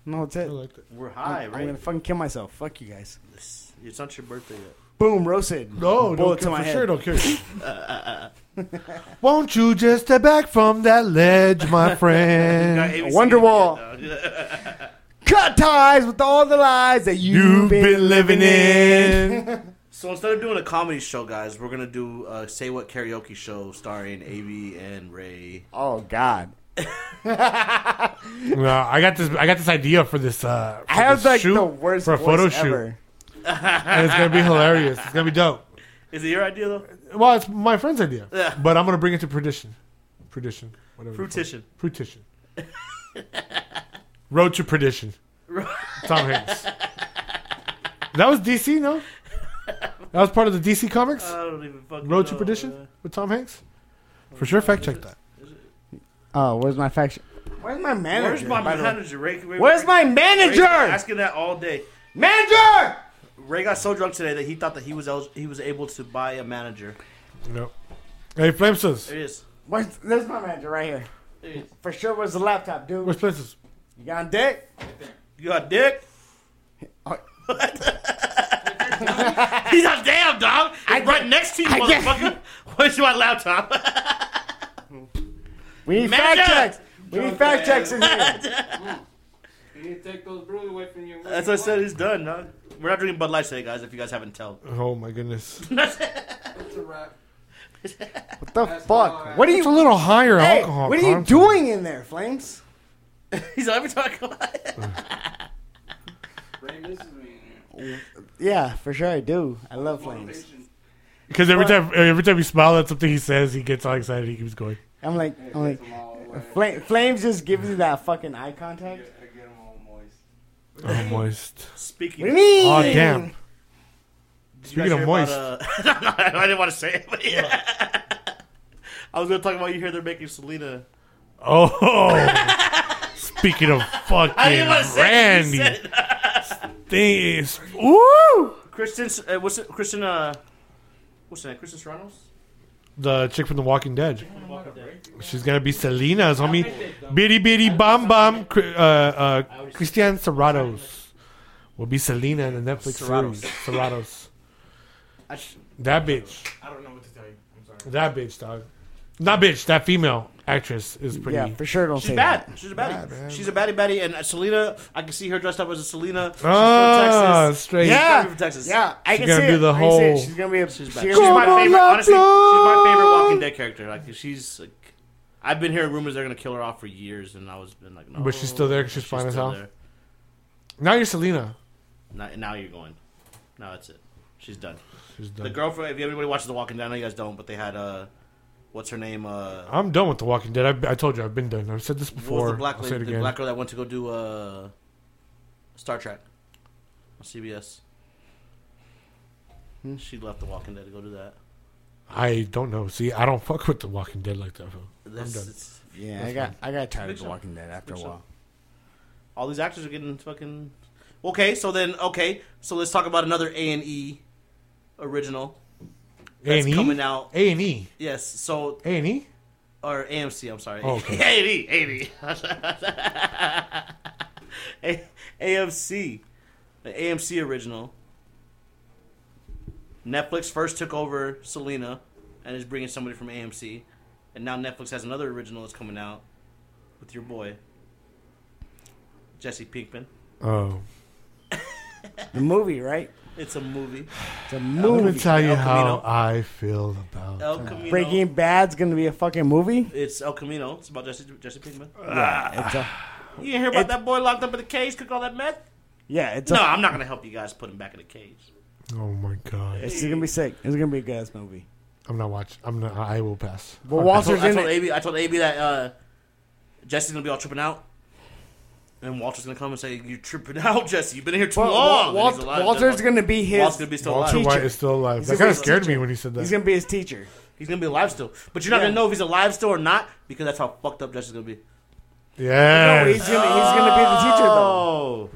No, it's I it. liked it. We're high, I'm right? gonna fucking kill myself. Fuck you guys. It's it's not your birthday yet. Boom, roasted. No, bullet don't to care, my for head. sure, don't care. Won't you just step back from that ledge, my Eh, friend? Hey, we Wonderwall. singing it yet, though. Cut ties with all the lies that you've, You've been, been living in. so instead of doing a comedy show, guys, we're gonna do a say what karaoke show starring AB and Ray. Oh God. No, I got this. I got this idea for this. Uh, for I have this like shoot, the worst for a voice photo shoot, ever. and it's gonna be hilarious. It's gonna be dope. Is it your idea though? Well, it's my friend's idea, Yeah. but I'm gonna bring it to perdition. Perdition, whatever. the fuck. Fruition. Fruition. Road to perdition. Tom Hanks. That was DC, no? That was part of the DC comics. I don't even fucking. Road to know, Perdition man. with Tom Hanks. For sure, fact check that. Oh, where's my faction? Where's my manager? Where's my by the way? manager, Ray? Ray- Where's my Ray's been manager? Asking that all day. Manager! Ray got so drunk today that he thought that he was el- he was able to buy a manager. No. Hey, Flamesters. There he is. Where's, there's my manager right here. There he is. For sure, where's the laptop, dude? Where's Flamesters? you got on deck? You got dick. Oh, He's not damn dog. It's right next to you, get- motherfucker. Where's my laptop? we need Manager! fact checks. We need fact checks in here. You need to take those brews away from you. That's what I said. It's done, dog. We're not drinking Bud Light today, guys. If you guys haven't tell. Oh my goodness. It's a wrap. What the fuck? What are It's a you? little higher Hey, alcohol. what are you content. doing in there, Flames? He's like, every time I come out. Ray misses me in here. Yeah, for sure I do. I love Flames. Motivation. Because every time, every time you smile at something he says, he gets all excited. He keeps going. I'm like, It I'm gets like, 'em all away. Fla- Flames just gives you that fucking eye I contact. get, I get 'em all moist. Oh, moist. Speaking. What do you mean? Oh, damn. Did Speaking of hear moist. about, uh, I didn't want to say it. But yeah. I was gonna talk about you here. They're making Selena. Oh. Speaking of I didn't want to fucking say it. Randy. You said it. Things. Woo! Kristen, uh, what's it? Kristen, uh, what's that? Kristen Serrano's. The chick from The Walking Dead. Fuck that. She's gonna be Selena's homie. Bitty bitty bum bum. Cri- Uh, uh, Christian Serratos will be Selena in the Netflix Serratos. series. Serratos. I sh- That bitch. I don't know what to tell you. I'm sorry. That bitch, dog. Not bitch. That female actress is pretty. Yeah, for sure don't She's say bad. that. She's a baddie. Bad, man. She's a baddie baddie. And uh, Selena, I can see her dressed up as a Selena. She's Ah, from Texas. straight. She's Yeah. gotta be from Texas. Yeah, I can gonna see do it. the I can see it. whole- She's gonna be a. She's, She's gonna back. She's be my my on, favorite. love, Honestly, she's my favorite love. Walking Dead character. Like she's like, I've been hearing rumors they're gonna kill her off for years, and I was been like, no. But she's still there 'cause she's fine as still hell. Now you're Selena. Now, now you're going. Now that's it. She's done. She's done. The girlfriend. If anybody watches The Walking Dead, I know you guys don't, but they had uh, what's her name? Uh, I'm done with The Walking Dead. I, I told you I've been done. I've said this what was before. the black I'll say lady? it The again. black girl that went to go do uh, Star Trek on CBS. Hmm, She left The Walking Dead to go do that. I don't know. See, I don't fuck with The Walking Dead like that. Bro. That's, done. it's- Yeah, I got I got tired Big of The show. Walking Dead after a Big show. while. all these actors are getting fucking. Okay, so then okay, so let's talk about another A and E original that's A&E? coming out. E? A and E. Yes, so A and E. or AMC. I'm sorry. Oh, okay. A&E, A&E. A- AMC, the AMC original. Netflix first took over Selena, and is bringing somebody from AMC, and now Netflix has another original that's coming out with your boy Jesse Pinkman. Oh, The movie, right? It's a movie. It's a I'm gonna movie. tell you El how Camino. I feel about. El that. Camino. Breaking Bad's gonna be a fucking movie. It's El Camino. It's about Jesse Jesse Pinkman. Ah. Yeah, it's a You didn't hear about It- that boy locked up in the cage, cooking all that meth? yeah, it's a, No, I'm not gonna help you guys put him back in the cage. Oh my Eh. god, it's gonna be sick. It's gonna be a good ass movie. I'm not watching. I'm not. I will pass. But Fuck I told, Walter's I in told it. AB, I told AB that uh, Jesse's gonna be all tripping out, and Walter's gonna come and say, "You tripping out, Jesse? You've been here too Well, long." Wal- And he's alive. Walter's Walter- gonna be his. Walter's gonna be still Walter alive. White is still alive. He's That a kind of racist scared me when he said that. he's gonna be his teacher. He's gonna be alive still, but you're not Yeah. gonna know if he's alive still or not because that's how fucked up Jesse's gonna be. yeah, No, he's gonna he's gonna be the teacher though. Oh,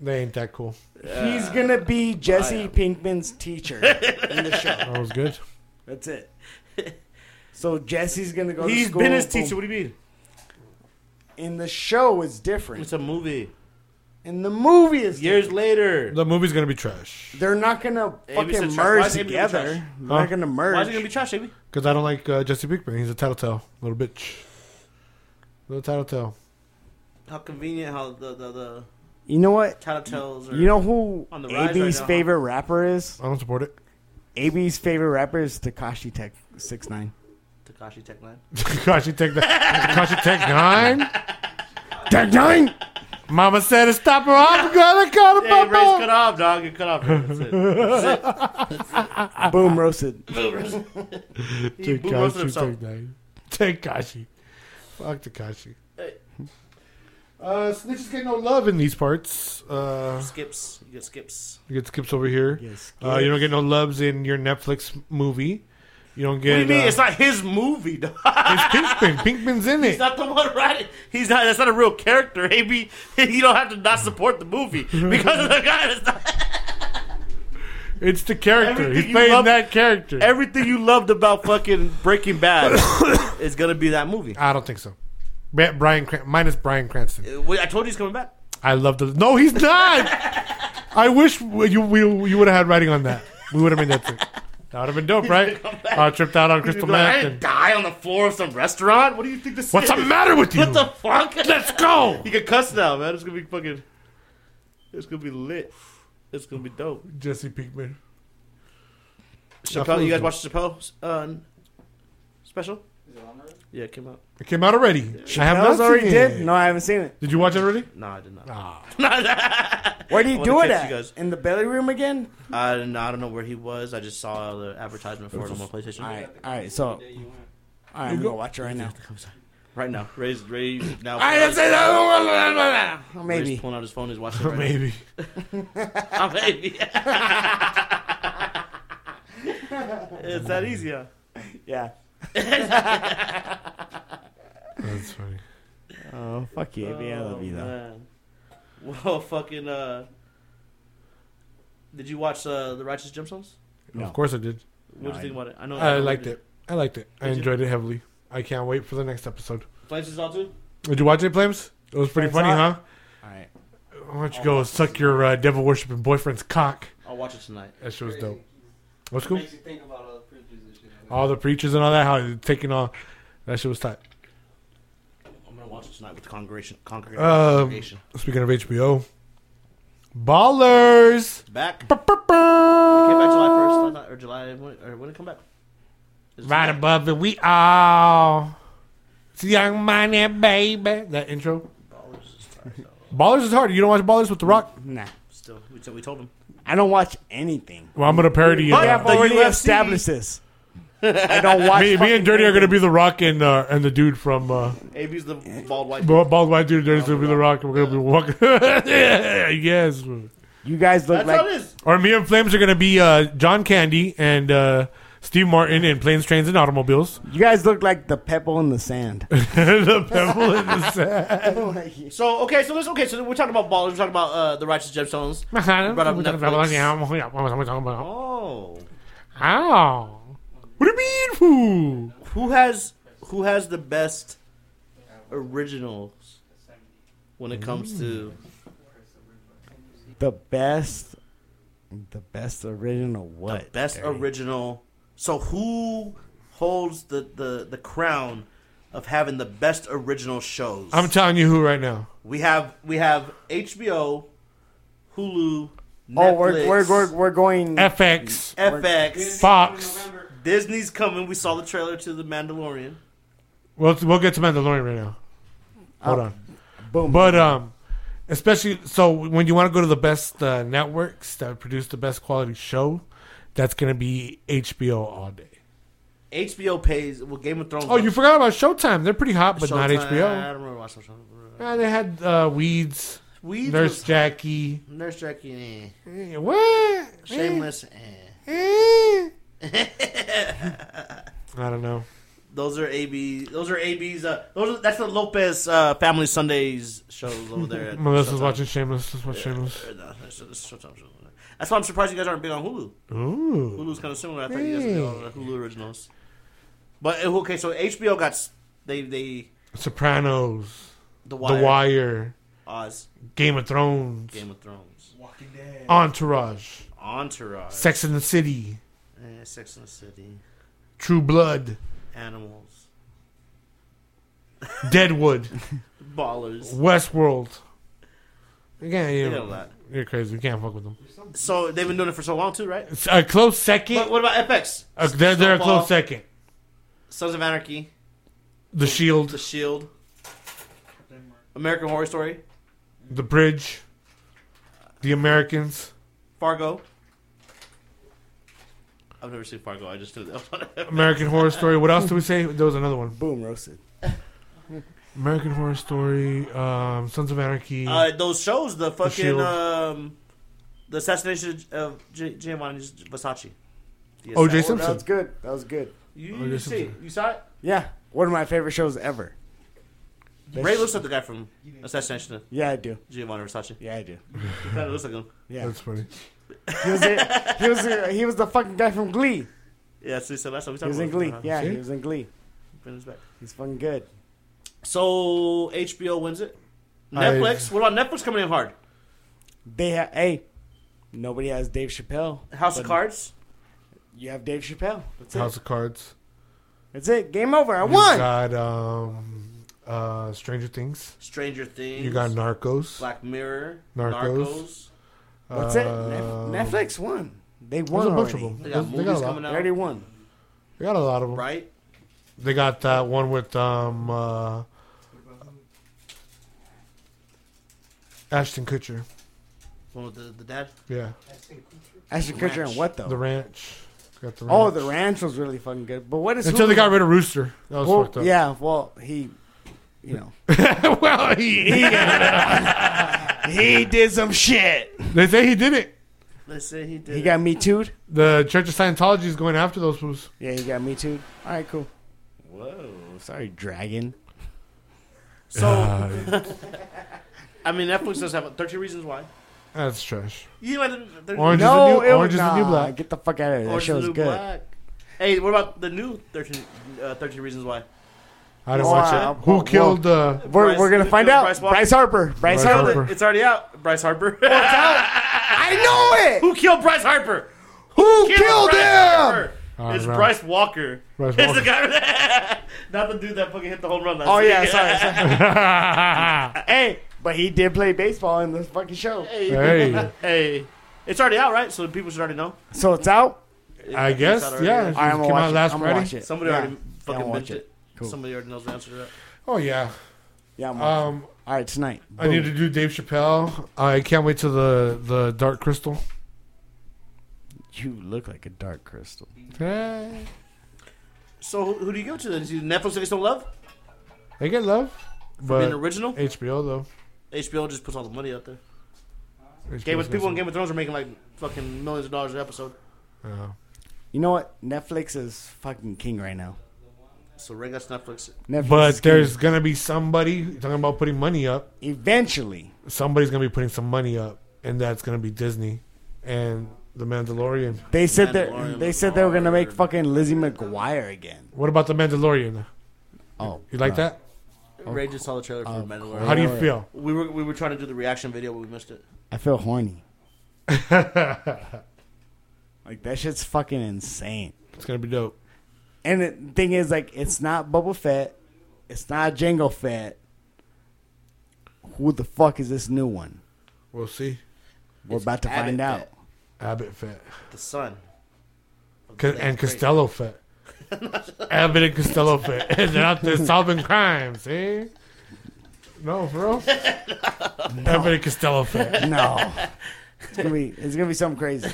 they ain't that cool. He's gonna be Jesse Pinkman's teacher in the show. That was good. That's it. So Jesse's gonna go. to he's school, been his boom. teacher. What do you mean? In the show, it's different. It's a movie. In the movie, it's Years later. The movie's gonna be trash They're not gonna Hey, we said fucking trash. Why merge is it gonna be together. trash? They're Huh? not gonna Why is it gonna be merge. trash, AB? because I don't like uh, Jesse Pinkman. He's a tattletale little bitch. Little tattletale. How convenient how the the, the You know what? tattletales are. You know who On the rise right AB's now, huh? favorite rapper is? I don't support it. AB's favorite rapper is Takashi Tech Six Nine. Takashi Tech Nine. Takashi Tech Takashi Tech Nine. Tech Nine. Mama said to stop her. I'm gonna cut Hey, Ray's cut her. off, dog. You cut off. bro. That's it. That's it. Boom roasted. He boo roasted Takashi himself. Tech Nine. Takashi. Fuck Takashi. Hey. Uh, snitches get no love in these parts. Uh, Skips. You get skips. you get skips over here. Yes. Uh, you don't get no loves in your Netflix movie. You don't get. What do you mean? uh, it's not his movie, dog. it's Pinkman. Pinkman's in He's it. not the one writing. He's not. That's not a real character. AB, you don't have to not support the movie because of the guy. That's not, It's the character. Everything He's you playing love- that character. everything you loved about fucking Breaking Bad is gonna be that movie. I don't think so. Ba- Brian Cran- minus Brian Cranston. Uh, wait, I told you he's coming back. I love the. No, he's not. I wish w- you we, you would have had writing on that. We would have been that. That would have been dope, right? I tripped out on crystal You'd be like, I meth. didn't and- die on the floor of some restaurant. What do you think this What's is? the matter with you? What the fuck? Let's go. You can cuss now, man. It's gonna be fucking. It's gonna be lit. It's gonna be dope. Jesse Pinkman. Chappelle, you guys watch Chappelle's uh, special? Is it on there? Yeah, it came out. It came out already. I have not Chappelle's already seen did. It. No, I haven't seen it. Did you watch it already? No, I did not. Ah, Where do I you wanna do it catch you at? guys. In the belly room again? I, don't know- I don't know where he was. I just saw the advertisement for it on my PlayStation. All right, all right. Oh. So all Yeah, you went. right, I'm gonna watch it right now. I'm sorry. Right now, Ray's Ray now. I didn't say that. Oh, Ray's Maybe. pulling out his phone. He's watching. It right Maybe. maybe. Now. Oh, maybe. it's that easy. Huh? Yeah. That's funny. Oh fuck you, AB. I love you though. Oh, man. Well, fucking. Uh, did you watch uh, the Righteous Gemstones? No. Of course I did. No, What do you I- think about it? I know. I liked it. I liked it. I Did you? enjoyed it heavily. I can't wait for the next episode. Flames is all too. Did you watch it, Flames? It was pretty Flames funny, hot. huh? All right. Why don't you Oh, go suck your uh, devil worshipping boyfriend's cock? I'll watch it tonight. That shit was Crazy. dope. What's It cool? Makes you think about all the preachers and shit. All the preachers and all that, how they're taking all that shit was tight. I'm gonna watch it tonight with the congregation. Congregation. Um, congregation. speaking of HBO, Ballers. Back. Ba, ba, ba. Came back July first, I thought, or July when, or when it come back? Is it Right July? above it, we all. It's young money, baby. That intro. Ballers Oh, is tired, though. Ballers is hard. You don't watch Ballers with The Rock? Nah. Still, we, t- we told him. I don't watch anything. Well, I'm going to parody you. But- We now. have The already UFC. established this. I don't watch. me, me fucking and Dirty are anything. gonna be the Rock and uh, and the dude from uh, AB's the bald white. bald white dude. Dirty's gonna be the Rock. and We're gonna be walking. yes. You guys look That's how it like is. Or me and Flames are gonna be uh, John Candy and uh, Steve Martin in Planes, Trains, and Automobiles. you guys look like the pebble in the sand. the pebble in the sand. So okay, so let's okay. So we're talking about ballers. We're talking about uh, the righteous gemstones. We brought up Netflix. Oh. Oh, What do you mean, who? who has who has the best originals when it comes to the best, the best original what? best Derry? original? So who holds the, the the crown of having the best original shows? I'm telling you who right now. we have we have HBO, Hulu, Netflix, Oh, we're, we're, we're, we're going. FX. FX, Fox. Disney's coming. We saw the trailer to The Mandalorian. We'll, we'll get to Mandalorian right now. Hold Oh. on. boom. But um, especially so when you want to go to the best uh, networks that produce the best quality show, that's gonna be HBO all day. HBO pays. Well, Game of Thrones. Oh, you forgot about Showtime. They're pretty hot, but not Showtime. I HBO. don't remember watching Showtime. Yeah, they had uh, Weeds, Weeds Nurse was- Jackie. Nurse Jackie. Eh. Eh, What? Eh, Shameless. eh. Eh. I don't know. those are AB. Those are AB's. Uh, those are, that's the Lopez uh, Family Sundays shows over there. at Melissa's Showtime. watching Shameless. Let's watch Shameless. Uh, no, that's- that's Showtime show. That's why I'm surprised you guys aren't big on Hulu. Ooh. Hulu's kind of similar. I thought you guys would be on the Hulu originals. But uh, okay, so HBO got s- they they Sopranos, the Wire, The Wire, Oz, Game of Thrones, Game of Thrones, Walking Dead. Entourage, Entourage, Sex in the City, eh, Sex and the City, True Blood, Animals, Deadwood. Ballers. Westworld. Again, They got a you lot. you're crazy. You can't fuck with them. So they've been doing it for so long too, right? It's a close But second. what about FX? Uh, they're they're a Snowfall, close second. Sons of Anarchy, The The Shield, Shield, American Horror Story, The Bridge, The Americans, Fargo. I've never seen Fargo. I just knew that. was on FX. American Horror Story. What else did we say? There was another one. boom, roasted. American Horror Story, um, Sons of Anarchy. uh, those shows, the fucking Shield. um, the assassination of G- Giovanni Versace. O.J. The assassin- Oh, that Simpson. was good. That was good. You, O.J. you see, it? Simpson. you saw it. Yeah, one of my favorite shows ever. Best- Ray looks like the guy from Assassination of Yeah, I do. Giovanni Versace. Yeah, I do. He kind of looks like him. Yeah, That's funny. he was the, he was the, he was the fucking guy from Glee. Yeah, so, so that's what we He talked was in about. Uh-huh. Glee. Yeah, See? he was in Glee. Bring us back. He's fucking good. So HBO wins it. I- Netflix. What about Netflix coming in hard? They have hey, nobody has Dave Chappelle. House of But Cards. You have Dave Chappelle. That's House it. of Cards. That's it. Game over. I You won. got um, uh, Stranger Things. Stranger Things. You got Narcos. Black Mirror. Narcos. Narcos. That's it. Um, Nef- Netflix won. They There's won a bunch of already. them. They There's- got They movies got a lot. coming They out. already won. They got a lot of them. Right. They got that one with um uh, Ashton Kutcher. One with the, the dad. Yeah, Ashton Kutcher Ranch. and what though? the ranch. Got the ranch. oh, the ranch was really fucking good. But what is Until they Hulu? got rid of Rooster. That was Well, fucked up. Yeah, well, he, you know, Yeah. well, he, he did some shit. they say he did it. Let's say he did. He it. got me too'd. The Church of Scientology is going after those fools. Yeah, he got me too'd. All right, cool. Whoa. Sorry, dragon. So I mean, Netflix does have 13 Reasons Why. That's trash. You know, what? Thir- Orange no, is the new, it Orange was, is the new nah, black. Get the fuck out of here. That Orange is show the was New good. Black. Hey, what about the new 13, uh, 13 Reasons Why? I didn't Wow. watch it. Who Whoa. killed uh, We're, Bryce- we're gonna who find killed out. Bryce Bryce, Walker? Harper. Bryce Bryce Harper. Harper. It's already out. Bryce Harper. I know it. Who killed Bryce Harper? Who Killed killed Bryce him? Harper. Oh, it's no. Bryce Walker. Bryce It's Walker. the guy, not the dude that fucking hit the home run. Last Oh week. yeah, sorry. sorry. uh, hey, but he did play baseball in this fucking show. hey, hey, it's already out, right? So people should already know. So it's out. I It's guess out already, yeah. right? It I'm came gonna watch out it. last I'm gonna watch Friday. it. Somebody Yeah. already fucking I'll watch benched it. it. Cool. Somebody already knows the answer to that. Oh yeah. Yeah. I'm watching. Um, All right, tonight. I need Boom. to do Dave Chappelle. I can't wait till the the Dark Crystal. You look like a dark crystal. They So who, who do you go to then? Do you Netflix Netflix don't love? get love, For being but original? HBO though. HBO just puts all the money out there. Game of people in Game of Thrones are making like fucking millions of dollars an episode. Uh, You know what? Netflix is fucking king right now. So ring us Netflix. Netflix is but king. there's gonna be somebody talking about putting money up. eventually. Somebody's gonna be putting some money up, and that's gonna be Disney and The Mandalorian. They said that Mandalorian they was said they were gonna make hard. fucking Lizzie McGuire again. What about The Mandalorian? Oh, You like that? Ray just saw the trailer for Mandalorian. Oh, How do you yeah. feel? we were we were trying to do the reaction video, but we missed it. I feel horny. like that shit's fucking insane. It's gonna be dope. And the thing is, like, it's not Boba Fett, it's not Jango Fett. Who the fuck is this new one? We'll see. We're It's about to Abbott find out. Fett, Abbott Fett The son. Co- and Costello Fett. Abbott and Costello Fett. And they're out there solving crimes, eh? No, bro. Abbott and Costello Fett. No, it's gonna be it's gonna be something crazy.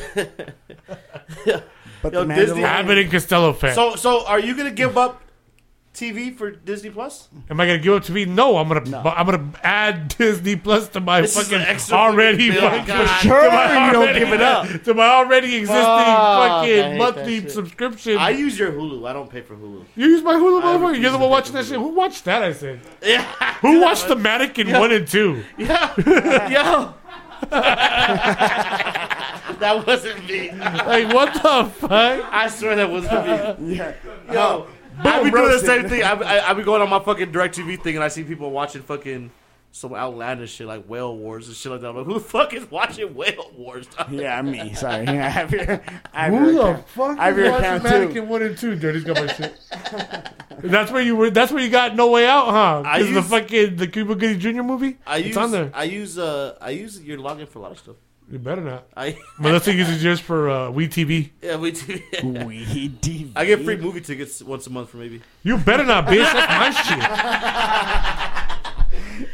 But Yo, the Disney- Mandalorian- Abbott and Costello Fett. So so are you gonna give up TV for Disney Plus? Am I gonna give up to me? No, I'm gonna No. I'm gonna add Disney Plus to my This is fucking an extra already bill. fucking God Sure, to my you don't already- give it up. to my already existing I hate fucking that monthly shit. subscription. I use your Hulu. I don't pay for Hulu. you use my Hulu, I motherfucker. refuse You're the to one pay watching for that shit. Hulu. Who watched that? I said. Yeah. Who watched the Mannequin one and two? Yeah. Yo. that wasn't me. Like what the fuck? I swear that wasn't me. Yeah. Yo. I be Boom doing the roasted. same thing. I, I, I be going on my fucking DirecTV thing and I see people watching fucking some outlandish shit like Whale Wars and shit like that. I'm like, who the fuck is watching Whale Wars? dog? Yeah, me. Sorry, I have your. I have Who your the account. fuck I have is your watching account too. Mannequin one and two? Dirty's got my shit. that's where you were. That's where you got no way out, huh? I This is the use- fucking the Cuba Gooding Jr. movie. I it's use on there. I use uh I use your login for a lot of stuff. you better not. I Melissa uses yours for uh, Wii TV. yeah we do. We DV. I get free movie tickets once a month for maybe. You better not, bitch. That's my shit.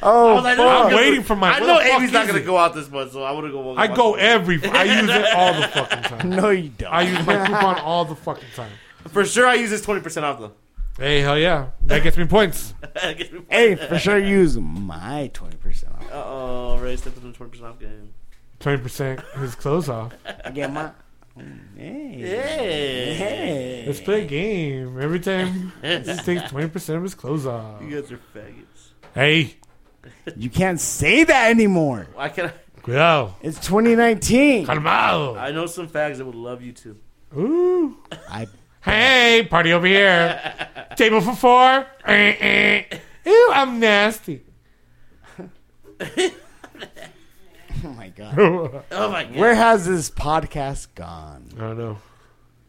Oh, was like, fuck. I'm waiting for my. I where know the fuck Amy's not is gonna it? go out this month, so I wanna go. I go every. I use it all the fucking time. no, you don't. I use my coupon all the fucking time. for sure. I use this twenty percent off though. Hey, hell yeah, that gets me points. hey, for sure, use my twenty percent off. Uh oh, Ray stepped into the twenty percent off game. Twenty percent his clothes off. I get my. mm, Hey. Hey, Hey. Let's play a game every time. He takes twenty percent of his clothes off. you guys are faggots. Hey, You can't say that anymore. Why can't cuidado, It's 2019. I? calmado. I know some fags that would love you too. Ooh, I hey, party over here. Table for four. Eh, eh. Ew, I'm nasty. oh my god. I Oh my god. Where has this podcast gone? don't know.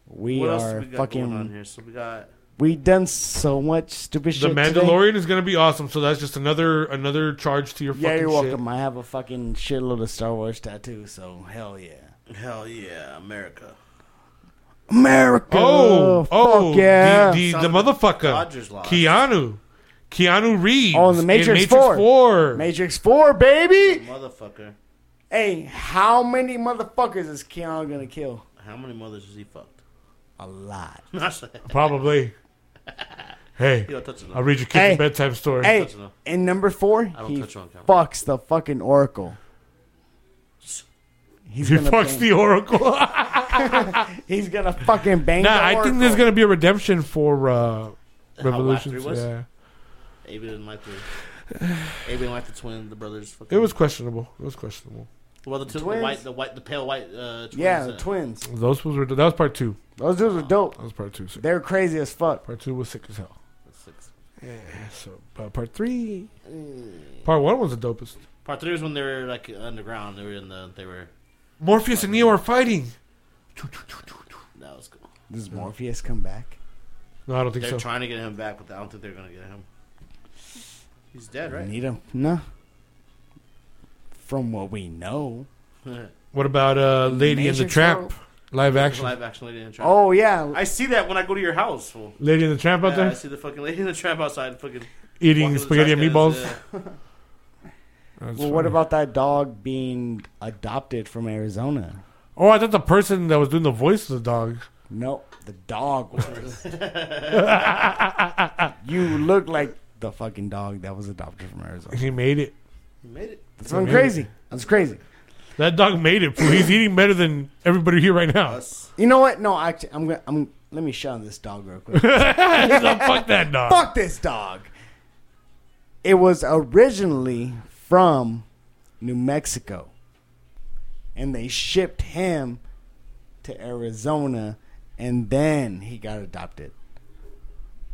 We what else are we got going on fucking. here? So we got We done so much stupid The shit. today. Mandalorian is gonna be awesome. So that's just another another charge to your Yeah, fucking you're shit. welcome. I have a fucking shitload of Star Wars tattoo, so hell yeah. hell yeah, America. America. Oh, fuck oh, yeah. the, the, the Son of a- motherfucker, Dodgers lost. Keanu, Keanu Reeves. Oh, in the Matrix 4. 4. Matrix 4, baby. Motherfucker. Hey, how many motherfuckers is Keanu gonna kill? How many mothers has he fucked? A lot. Probably. Hey, He don't touch it. I'll read your kid's Hey. bedtime story. Hey, touch it, no. and number four, don't he touch it on camera. fucks the fucking Oracle. He's he gonna fucks bang, the Oracle. nah, He's gonna fucking bang. the I think there's Oracle. gonna be a redemption for uh, three Revolutions. was? Yeah, Abe didn't like the Abe didn't like the twin, the brothers. Fucking, it was questionable. It was questionable. well the two, the Twins? white, the white, the pale white. Uh, twins, Yeah, the uh, twins. Those was that was part two. Those dudes are dope. That was part two. So They're crazy as fuck. part two was sick as hell. six. Yeah. So uh, part three, part one was the dopest. Part three was when they were like underground. They were in the. They were. Morpheus and Neo are fighting. That was cool. Does Morpheus come back? No, I don't think They're so. trying to get him back, but I don't think they're gonna get him. He's dead, We right? Need him? No. From what we know. what about uh, Lady and the Matrix Tramp? World. Live There's a action. Live action lady in the trap. Oh yeah. I see that when I go to your house. Fool. Lady and the Tramp out Yeah, I there see the fucking lady in the trap outside, fucking walking eating to the spaghetti and trash cans, meatballs. yeah. That's Well, what funny. about that dog being adopted from Arizona? Oh, I thought the person that was doing the voice of the dog. Nope, the dog was. you look like the fucking dog that was adopted from Arizona. He made it. He made it. That's fucking crazy. That's crazy. That dog made it. Pooh. He's eating better than everybody here right now. Us. You know what? No, actually, I'm gonna. I'm. Let me shut on this dog real quick. So fuck that dog. Fuck this dog. It was originally from New Mexico, and they shipped him to Arizona, and then he got adopted.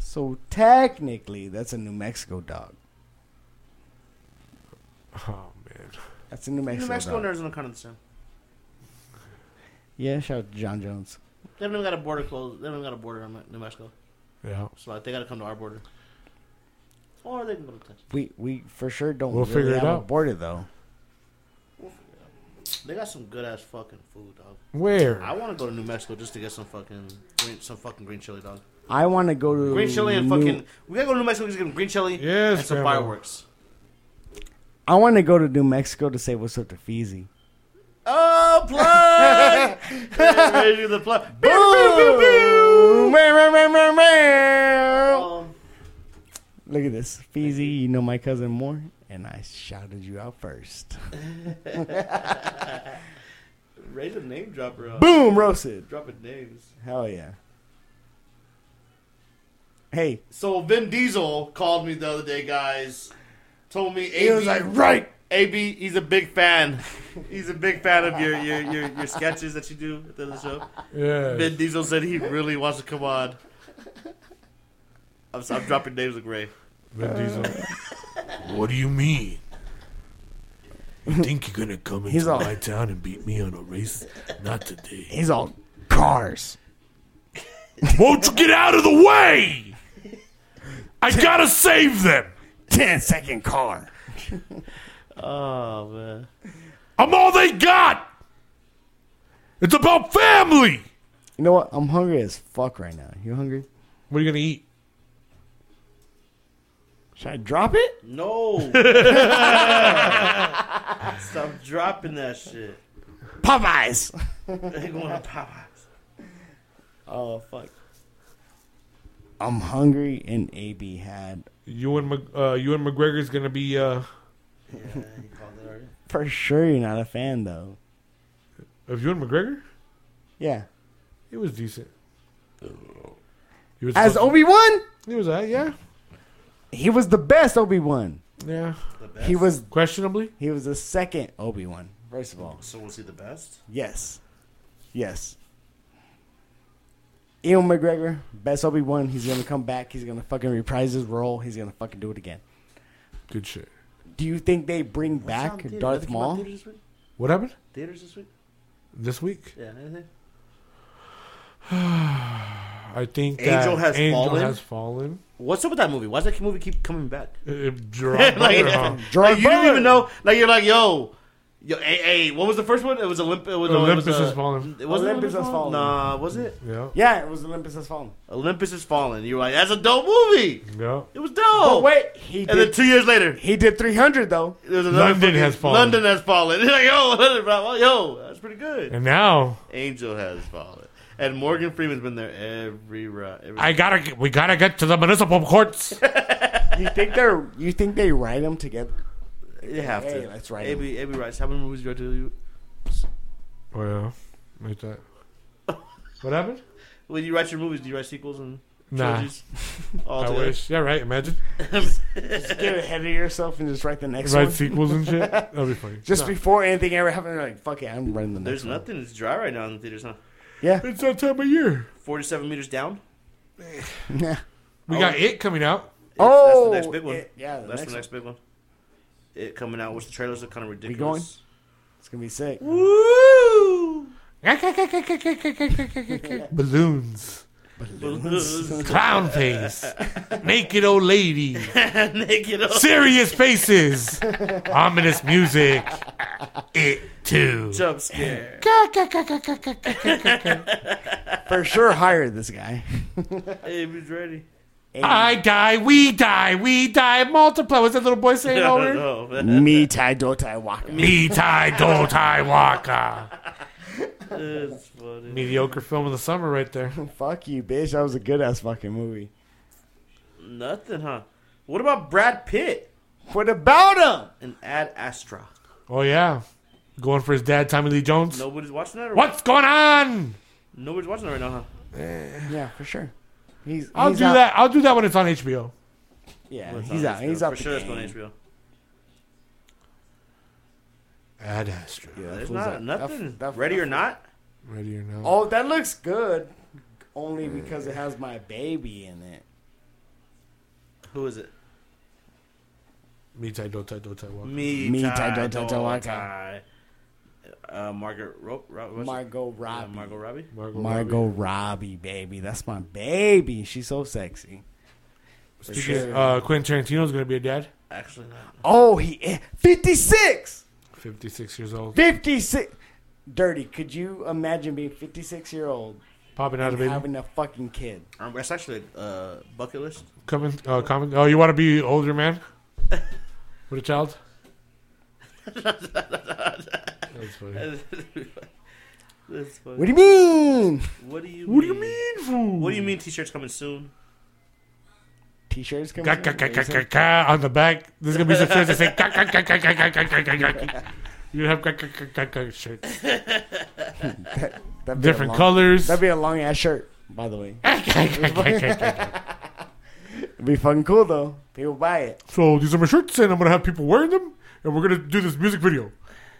So technically, that's a New Mexico dog. Oh man. That's a New Mexico. New Mexico dog. and Arizona kind of the same. Yeah, shout out to John Jones. They haven't even got a border closed. They haven't even got a border on New Mexico. Yeah. So like, they got to come to our border. Or they can go to Texas. We we for sure don't We'll we'll figure really it have a out. border though. They got some good ass fucking food, dog. Where? I want to go to New Mexico just to get some fucking green, some fucking green chili, dog. I want to go to Green chili and New- fucking we gotta go to New Mexico just get green chili Yes, and some grandma. fireworks. I want to go to New Mexico to say what's up to Feezy. Oh, plug! There's the plug. Boom! Meow, meow, meow, meow, meow. Um, Look at this, Feezy. You know my cousin more, and I shouted you out first. Raise a name dropper up. Boom, roasted. Dropping names. Hell yeah. Hey, So Vin Diesel called me the other day, guys. Told me he AB, was like, right. AB, he's a big fan. He's a big fan of your your, your, your sketches that you do at the end of the show. Yeah. Vin Diesel said he really wants to come on. I'm, so- I'm dropping names like Ray. Uh. Vin Diesel. what do you mean? You think you're gonna come He's into all- my town and beat me on a race? Not today. He's all cars. Won't you get out of the way? I gotta save them. Ten second car. Oh man. I'm all they got. It's about family. You know what? I'm hungry as fuck right now. You hungry? What are you gonna eat? Should I drop it? No. Stop dropping that shit. Popeyes. They going to Popeyes. Oh fuck. I'm hungry and AB had You and Mc, uh, you and McGregor's gonna be. Uh, Yeah, he called it already. for sure you're not a fan though. of you and McGregor, Yeah. it was decent. He was As Obi Wan, he was uh, yeah he was the best Obi Wan. yeah The best. He was questionably. he was the second Obi Wan. First of all, So was he the best? yes, yes. Ewan McGregor, best Obi Wan. He's gonna come back. He's gonna fucking reprise his role. He's gonna fucking do it again. Good shit. Do you think they bring back Darth Maul? Theaters this week? What happened Theaters this week? this week? Yeah, anything? I think Angel that has Angel fallen? has fallen. What's up with that movie? Why does that movie keep coming back? It like, dropped. like, Gerard you didn't Butler. even know. Like you're like, yo, yo, hey, hey, what was the first one? It was Olymp. It was, no, Olympus it was, uh, Has Fallen. It wasn't Olympus Olympus Has has Fallen. fallen. Nah, was it? yeah, Yeah, it was Olympus Has Fallen. Olympus has fallen. You're like, that's a dope movie. yeah. It was dope. Oh wait, he And then did. two years later, He did 300 though. There's another London fucking- has fallen. London has fallen. You're like, yo, London, bro. yo, that's pretty good. And now Angel has fallen, and Morgan Freeman's been there every ride. Every I gotta get- we gotta get to the municipal courts. You think they're? You think they write them together? you have Hey, to. let's write Every every rights. How many movies do I do? You, oh yeah, like that. What happened? when you write your movies, do you write sequels and Nah. trilogies? All I together? wish. Yeah, right. Imagine Just get ahead of yourself and just write the next write one. sequels and shit. That'd be funny. Just Nah. before anything ever happened, you're like, fuck it, I'm running the next There's one. nothing. It's dry right now in the theaters, huh? Yeah. it's that time of year. Forty-seven meters down. Yeah. We got it coming out. Oh, that's the next big one. it- yeah, the that's next the next big one. It coming out, which the trailers are kind of going? ridiculous. It's gonna be sick. Woo! Balloons, clown face, naked old lady, Naked. serious faces, ominous music. It too. Jump scare. For sure, hire this guy. Hey, he's ready. I die, we die, we die, multiply. What's that little boy saying over? No, no, man. Me tai do tai waka. Me tai do tai waka. That's funny. Mediocre film of the summer, right there. Fuck you, bitch. That was a good ass fucking movie. Nothing, huh? What about Brad Pitt What about him? and Ad Astra? Oh yeah, Going for his dad, Tommy Lee Jones. Nobody's watching that. Or What's going on? Nobody's watching that right now, huh? Yeah, for sure. He's. I'll he's do out- that. I'll do that when it's on HBO. Yeah, Well, it's he's on out. HBO. He's out. For the sure, it's game. on HBO. Ad Astra. Yeah, that There's fool's not out. nothing. That- that- Ready that or not? Ready or not? Oh, that looks good. Only because it has my baby in it. Who is it? Me tai do tai do tai wa. Me. Me, Tai, Tai, Tai, Tai, Tai. Doi, Tai. Uh, Margaret Ro- Ro- what's her- Margot yeah, Robbie. Margot Robbie. Margot. Margot Robbie, baby. That's my baby. She's so sexy. Robbie. Speaking of, uh, Quentin Tarantino's going to be a dad. Actually, not. Oh, he is 56. 56 years old. 56. Dirty, could you imagine being 56 year old Popping out and of baby. having a fucking kid? Um, that's actually a uh, bucket list. Coming, uh, coming. Oh, you want to be older man? With a child? That's funny. That's funny. What do you mean? What do you What do you mean? mean, fool? What do you mean t-shirts coming soon? T-shirts coming. Ka, out? ka, ka, ka, ka, ka, on the back? There's going to be some shirts that say ka, ka, ka, ka, ka, ka, ka, ka, ka, ka. You have ka, ka, ka, ka, ka shirts. That'd be a Different long- colors. That'd be a long ass shirt, by the way. so It'd be fucking cool though. People buy it. these are my shirts, and I'm gonna have people wearing them, and we're gonna do this music video.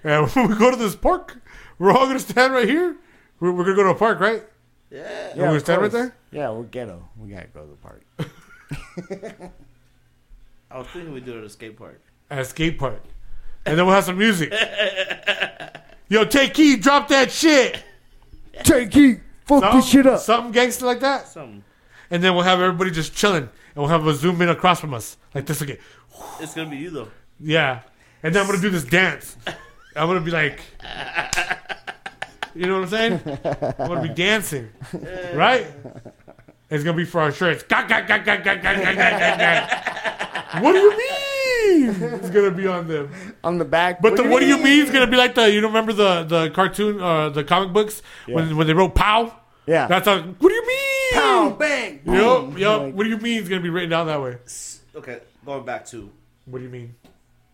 And when we go to this park, we're all gonna stand right here. We're, we're gonna go to a park, right? Yeah. we of stand right course. there? Yeah, we're ghetto. We gotta go to the park. I was thinking we'd do it at a skate park. At a skate park, and then we'll have some music. Yo, take key, drop that shit. Take it. Fuck Some- this shit up. Something gangster like that, Some. and then we'll have everybody just chilling, and we'll have a zoom in across from us like this again. It's gonna be you though. Yeah. And then I'm gonna do this dance. I'm gonna be like You know what I'm saying? I'm gonna be dancing. Right? It's gonna be for our shirts. Gah, gah, gah, gah, gah, gah, gah, gah, gah, gah. What do you mean? It's gonna be on them. On the back. But the what do you mean is gonna be like the you remember the the cartoon uh the comic books when when they wrote pow? Yeah. That's a what do you mean? Pow, bang. Yup, yup. Like- what do you mean it's gonna be written down that way? S- Okay, going back to What do you mean?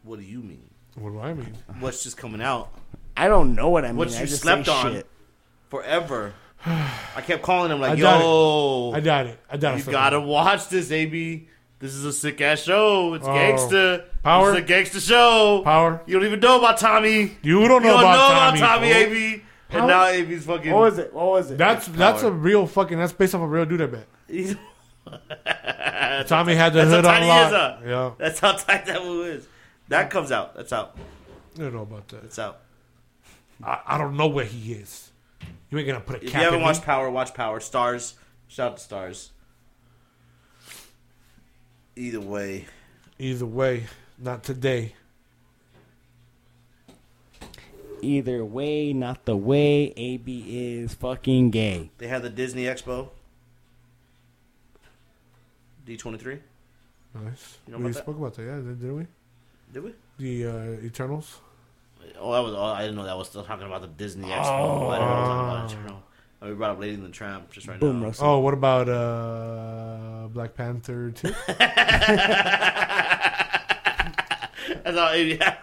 what do you mean? What do I mean? What's just coming out I don't know what I mean. What I you just slept say on. Shit. forever? I kept calling him like, I doubt it. yo, I doubt it. I doubt it. you gotta watch this, AB. This is a sick ass show. It's Oh. gangster. Power. It's a gangster show. power. You don't even know about Tommy. You don't know you don't about know Tommy. about Tommy fool. Oh, AB. And now AB's fucking. What was it? What was it? That's that's a Power. real fucking. That's based off a real dude. I bet He's- Tommy had the That's how hood tight on he lock. is. Huh? Yeah, That's how tight that one is. That comes out. That's out. I don't know about that. That's out. I, I don't know where he is. You ain't gonna put a If cap you in haven't me. watched Power, watch Power. Stars. Shout out to Stars. Either way, Either way, not today. Either way, not the way. AB is fucking gay. they had the Disney Expo. D twenty three. Nice. You know we about that? spoke about that, yeah, didn't didn't we? Did we? The uh, Eternals. Oh, that was. Oh, I didn't know that was still talking about the Disney Expo. I didn't know it was talking about Eternal. Oh, we brought up Lady in the Tramp just right Boom, now. Russell. Oh, what about uh, Black Panther two? That's all. Yeah.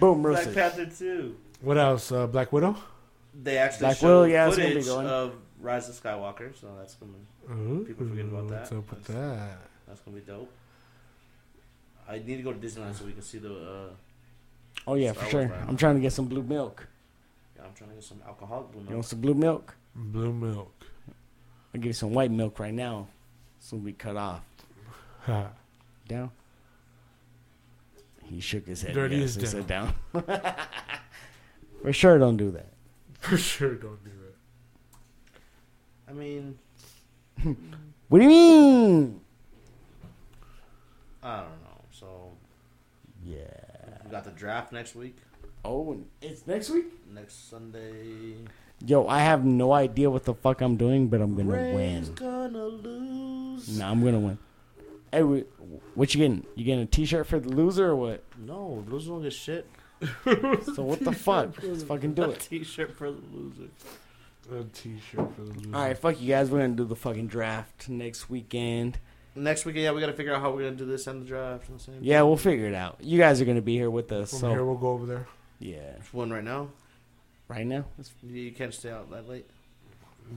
Boom, Black Russell. Panther two. what else? Uh, Black Widow. They actually Black showed Widow, yeah, it's gonna be footage going. of Rise of Skywalker, so that's gonna Ooh, People forget about What's that. up with that? that's gonna be dope. I need to go to Disneyland so we can see the. Uh, Oh yeah, for Star Wars sure. right now. I'm trying to get some blue milk. yeah, I'm trying to get some alcoholic blue You want milk. some blue milk? Blue milk. I'll give you some white milk right now. Soon we cut off. Ha. Down. He shook his head. Dirty yes, is he said down. For sure, don't do that. For sure, don't do it. I mean, What do you mean? I don't know. So Yeah. we got the draft next week, Oh, and it's next week. next Sunday. Yo, I have no idea what the fuck I'm doing, but I'm gonna Ray's win. gonna lose. No, I'm gonna win. Hey, wh- what you getting? You getting a T-shirt for the loser or what? No, losers don't get shit. So what the fuck? Let's fucking do A it. T-shirt for the loser. A T-shirt for the loser. All right, fuck you guys. We're gonna do the fucking draft next weekend. Next week, yeah, we gotta figure out how we're gonna do this and the draft. You know what I'm saying? Yeah, we'll figure it out. You guys are gonna be here with us, From so here, we'll go over there. Yeah. There's one right now. Right now? You, you can't stay out that late.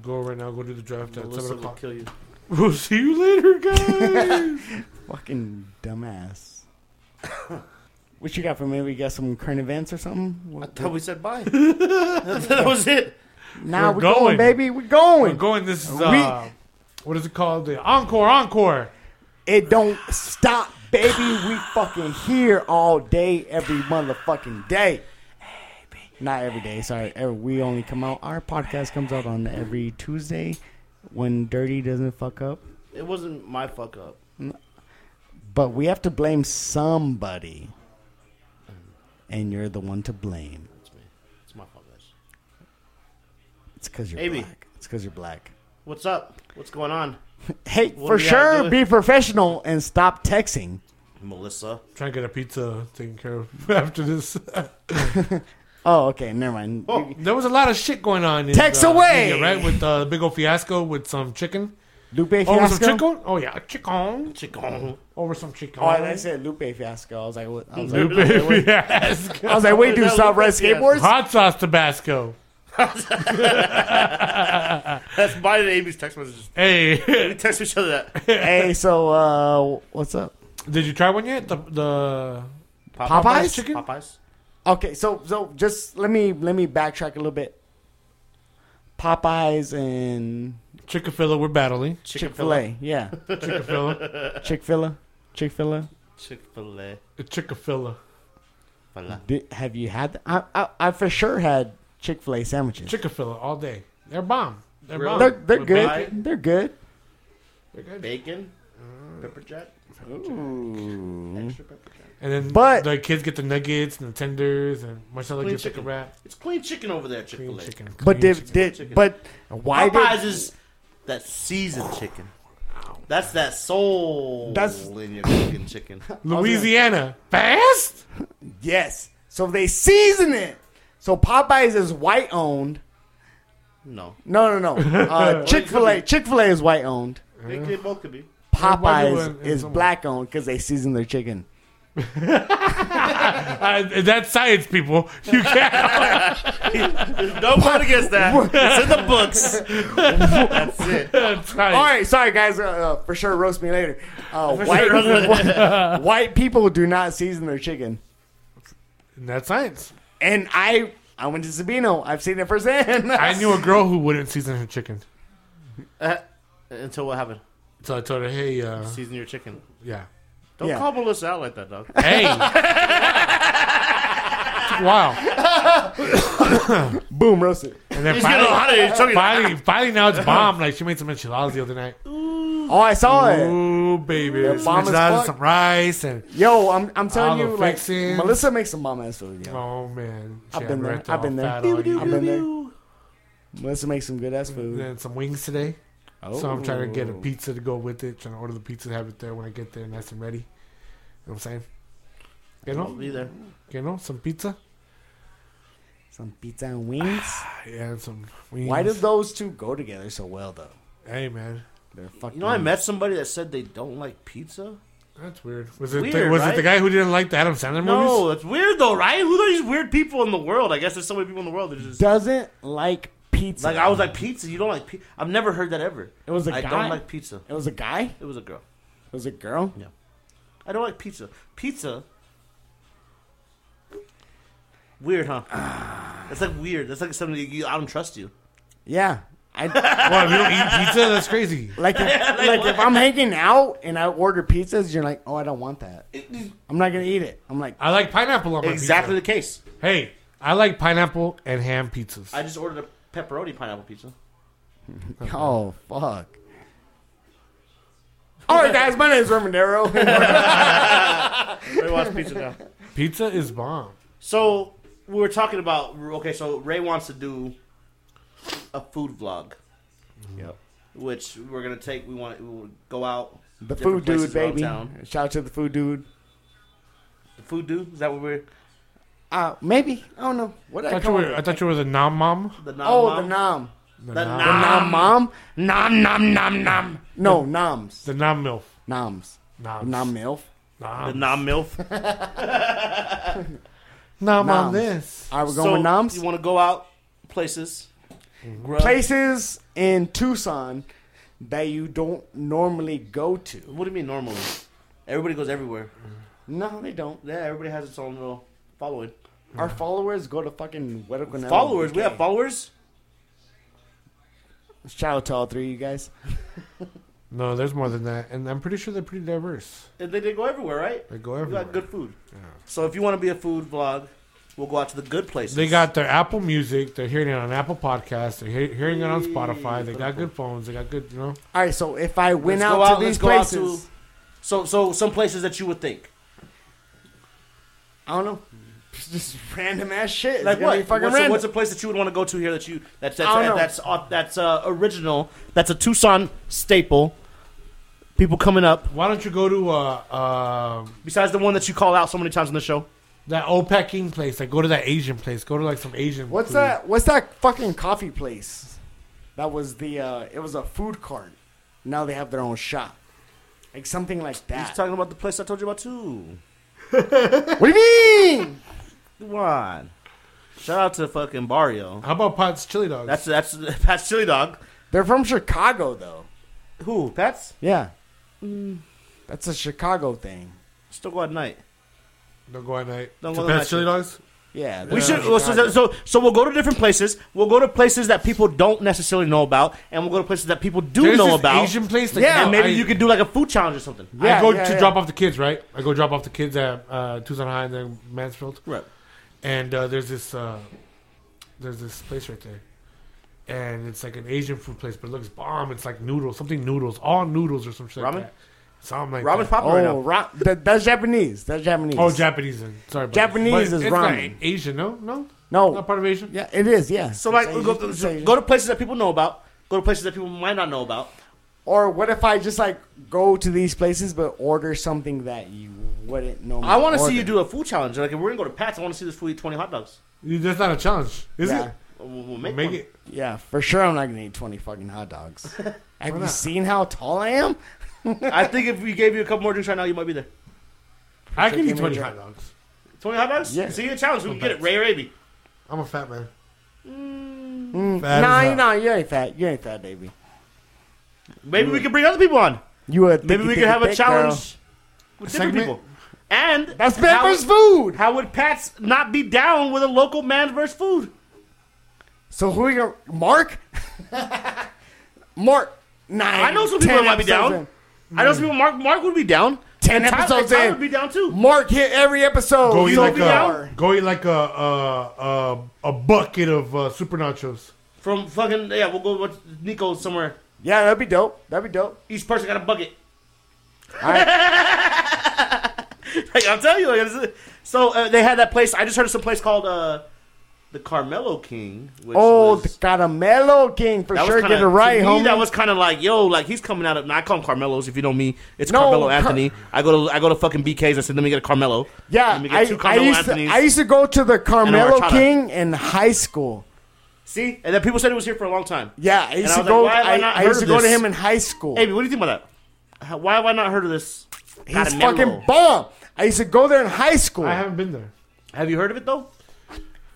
Go right now. Go do the draft at Melissa seven will o'clock. kill you. We'll see you later, guys. Fucking dumbass. what you got for me? We got some current events or something? I What- thought we said bye. that was it. Nah, We're we're, going. going. baby. We're going. We're going. This is uh, what is it called? The encore, encore. It don't stop, baby. We fucking here all day, every motherfucking day. Not every day, sorry. Every, we only come out. Our podcast comes out on every Tuesday when Dirty doesn't fuck up. It wasn't my fuck up. But we have to blame somebody. And you're the one to blame. It's me. It's my fault, guys. It's because you're Amy. black. It's because you're black. What's up? What's going on? Hey, What for do we gotta sure, do? be professional and stop texting. Melissa. Trying to get a pizza taken care of after this. Oh, okay, never mind. Oh. there was a lot of shit going on. In, Text uh, away! media, right? With uh, the big old fiasco with some chicken. Lupe Over some Fiasco? chicken? Oh yeah, chicken. Chicken. Over some chicken. Oh, I said Lupe Fiasco. I was like, what? I was like, Lupe fiasco. I was like, wait, dude, That stop Lupe red Fiasco. skateboards? Hot sauce Tabasco. That's my and Amy's text messages. Hey, We text each other that. Hey, so uh, what's up? did you try one yet? The the Popeyes? chicken? Popeyes. Okay, so so just let me let me backtrack a little bit. Popeyes and Chick Fil A. We're battling. Chick Fil A, yeah, Chick Fil A. Chick Fil A, Chick Fil A. Chick Fil A. Chick Fil A. Fila. Have you had? th- I, I I for sure had Chick Fil A sandwiches. Chick Fil A all day. They're bomb. They're Really? bomb. They're they're With good. bacon? They're good. They're good. Bacon. Pepper jack. Ooh. Extra pepper jack. And then But- the kids get the nuggets and the tenders, and Marcella Clean gets like a chicken. wrap. It's clean chicken over there, Chick Green Fil A. chicken. But clean did chicken. did Chicken. but why Popeyes did? is that seasoned chicken. That's that soul That's- in your cooking chicken. Louisiana fast? Yes. So they season it. So Popeyes is white owned. No. No, no, no. Uh, Chick Fil A. Chick Fil A is white owned. They could, both could be. Everybody Popeyes went in is somewhere. black owned because they season their chicken. Uh, that's science, people. You can't. There's no part against that. It's in the books. That's it. that's science. All right, sorry guys, uh, uh, for sure roast me later. Uh, white, sure, roast white, people do not season their chicken, And that's science. and I I went to Sabino. I've seen it firsthand. I knew a girl who wouldn't season her chicken. Uh, until what happened? So I told her, hey, uh, Season your chicken. yeah. Don't Yeah. call Melissa out like that, dog. Hey. wow. Boom, roasted. And then He's getting a finally, lot of chunky- finally, finally now it's bomb. Like, she made some enchiladas the other night. Oh, I saw it. Ooh, baby. Some bomb as enchiladas, fuck. some rice, and Yo, I'm I'm telling All the you, like fixings. Melissa makes some bomb ass food. Yo. oh, man. I've She been had there. Bertha I've been all there. fat Doo, all doo, year. I've been there. Oh. Melissa makes some good ass food. And then some wings today. So I'm trying to get a Oh, Oh. pizza to go with it. Trying to order the pizza to have it there when I get there, nice and ready. You know what I'm saying? You I'll know, be there. you know, some pizza. some pizza and wings. Yeah, and some Ah, wings. Why do those two go together so well though? Hey, man, They're fucking. You know, I met somebody that said they don't like pizza. that's weird. Was it the, Weird, was it right? the guy who didn't like the Adam Sandler movies? No, it's weird though, right? Who are these weird people in the world? I guess there's so many people in the world that just doesn't like pizza. like I was like pizza. You don't like pizza. I've never heard that ever. It was a I guy? don't like pizza. it was a guy. It It was a girl. was a girl. I don't like pizza. Pizza. Weird, huh? That's like weird. That's like something you, I don't trust you. Yeah, I Well, if you don't eat pizza, that's crazy. like if, like if I'm hanging out and I order pizzas, you're like, oh, I don't want that. I'm not gonna eat it. I'm like, I like pineapple on my Exactly pizza. the case. Hey, I like pineapple and ham pizzas. I just ordered a pepperoni pineapple pizza. oh fuck. All right, guys, my name is Romandero. Ray wants pizza now. pizza is bomb. So we were talking about okay. So Ray wants to do a food vlog, Yep. which we're gonna take. We want we will go out. the different food dude, places around baby. town. Shout out to the food dude. The food dude is that what we're Uh, maybe I don't know. What I did I thought, you call were, I it? thought you were the nom mom. the nom Oh, nom? the nom. The, The nom. The nom. nom mom. Nom nom nom nom. No noms. The nom milf. Noms. Noms. Nom milf. the Nom. nom milf. Now I'm on Noms. this. All right, we're So, going with noms. You want to go out places? Grub. Places in Tucson that you don't normally go to. What do you mean normally? Everybody goes everywhere. No, they don't. Yeah, everybody has its own little following. Our followers go to fucking Guadalcanal. followers, we have followers. Shout out to all three of you guys. No, there's more than that, and I'm pretty sure they're pretty diverse. And they, they go everywhere, right? They go We everywhere. got good food. So if you want to be a food vlog, we'll go out to the good places. They got their Apple Music. They're hearing it on Apple Podcasts. They're hear- hearing it on Spotify. They got good phones. They got good, you know. All right, so if I went Let's out go to out- let's these go out to- places, so so some places that you would think. I don't know, just random ass shit. It's Like gonna what? be fucking what's, a, random. what's a place that you would want to go to here that you that's that's I don't know. that's uh, that's uh, original? That's a Tucson staple. People coming up Why don't you go to uh, um besides the one that you call out so many times on the show. that old Peking place? Like go to that Asian place. Go to like some Asian. What's food. that? What's that fucking coffee place? That was the. Uh, it was a food cart. Now they have their own shop, like something like He's that. talking about the place I told you about too. what do you mean? Come on. Shout out to fucking Barrio. How about Pat's chili dogs? That's that's Pat's chili dog. They're from Chicago though. Who? Pat's? Yeah, Mm. that's a Chicago thing. Still go at night. don't go at night. Don't to go at night. Pat's chili dogs. Yeah, We they're should from so, Chicago. so so- so we'll go to different places. We'll go to places that people don't necessarily know about, and we'll go to places that people do There's know this about. Asian place. Like, yeah, I- and maybe I- you could do like a food challenge or something. I Yeah, go yeah, to yeah. drop off the kids, right? I go drop off the kids at uh, Tucson High and then Mansfield. Right. and uh, there's this uh, there's this place right there, and it's like an Asian food place, but it looks bomb. It's like noodles, something noodles, all noodles or some shit. Ramen? Like that. Something like Robin's that. popping right Oh, now. ra- that, that's Japanese. That's Japanese. Oh, Japanese. Then. Sorry, about Japanese that. is it's ramen. Not Asian? No, no, no. not part of Asian. Yeah, it is. Yeah. So like It's we go, Asian, it's to, Asian. go to places that people know about. Go to places that people might not know about. Or what if I just like go to these places but order something that you wouldn't normally? I want to see order? you do a food challenge. Like if we're gonna go to Pat's, I want to see this food eat twenty hot dogs. You- That's not a challenge, is Yeah. it? We'll, we'll Make, make, one. it. Yeah, for sure. I'm not gonna eat 20 fucking hot dogs. Have you not? seen how tall I am? I think if we gave you a couple more drinks right now, you might be there. I can Chicken eat twenty and hot dogs. Twenty hot dogs. Yeah. See a challenge. We can get it. Ray Raby. I'm a fat man. Mm, Fat nah, as you hell. nah, you ain't fat. You ain't fat, baby. Maybe we could bring other people on. You a Maybe thicky, we thicky, could have a thick girl. challenge with A different segment? people. And That's how- Pepper's food. How would Pats not be down with a local man versus food? So who are you gonna Mark? Mark. Nine. I know some people ten that might be down. episodes I know some people. Mark Mark would be down. Ten and Ty- and episodes Ty in. would be down too. in. Mark hit every episode. Go eat Oh, so like a far. go eat like a a a, a bucket of uh, super nachos. From fucking yeah, we'll go with Nico somewhere. Yeah, that'd be dope. That'd be dope. Each person got a bucket. All right. Like I'll tell you. Like, it's- so uh, they had that place. I just heard of some place called uh, the Carmelo King. Which oh, was- the Caramelo King for that was sure. kinda- Get it right, to me, homie. That was kind of like yo, like he's coming out of. Now I call him Carmelos. If you know me, it's No, Carmelo Car- Anthony. I go to I go to fucking BK's. I said, let me get a Carmelo. yeah, let me get I, two I Carmelo used to, Anthonys. I used to go to the Carmelo horchata. King in high school. See, and then people said it was here for a long time. Yeah, I used I to was go. like, why have I I, not I heard used to of go to this? him in high school. Amy, what do you think about that? How- Why have I not heard of this? He's Caramelo? fucking bomb. I used to go there in high school. I haven't been there. Have you heard of it though?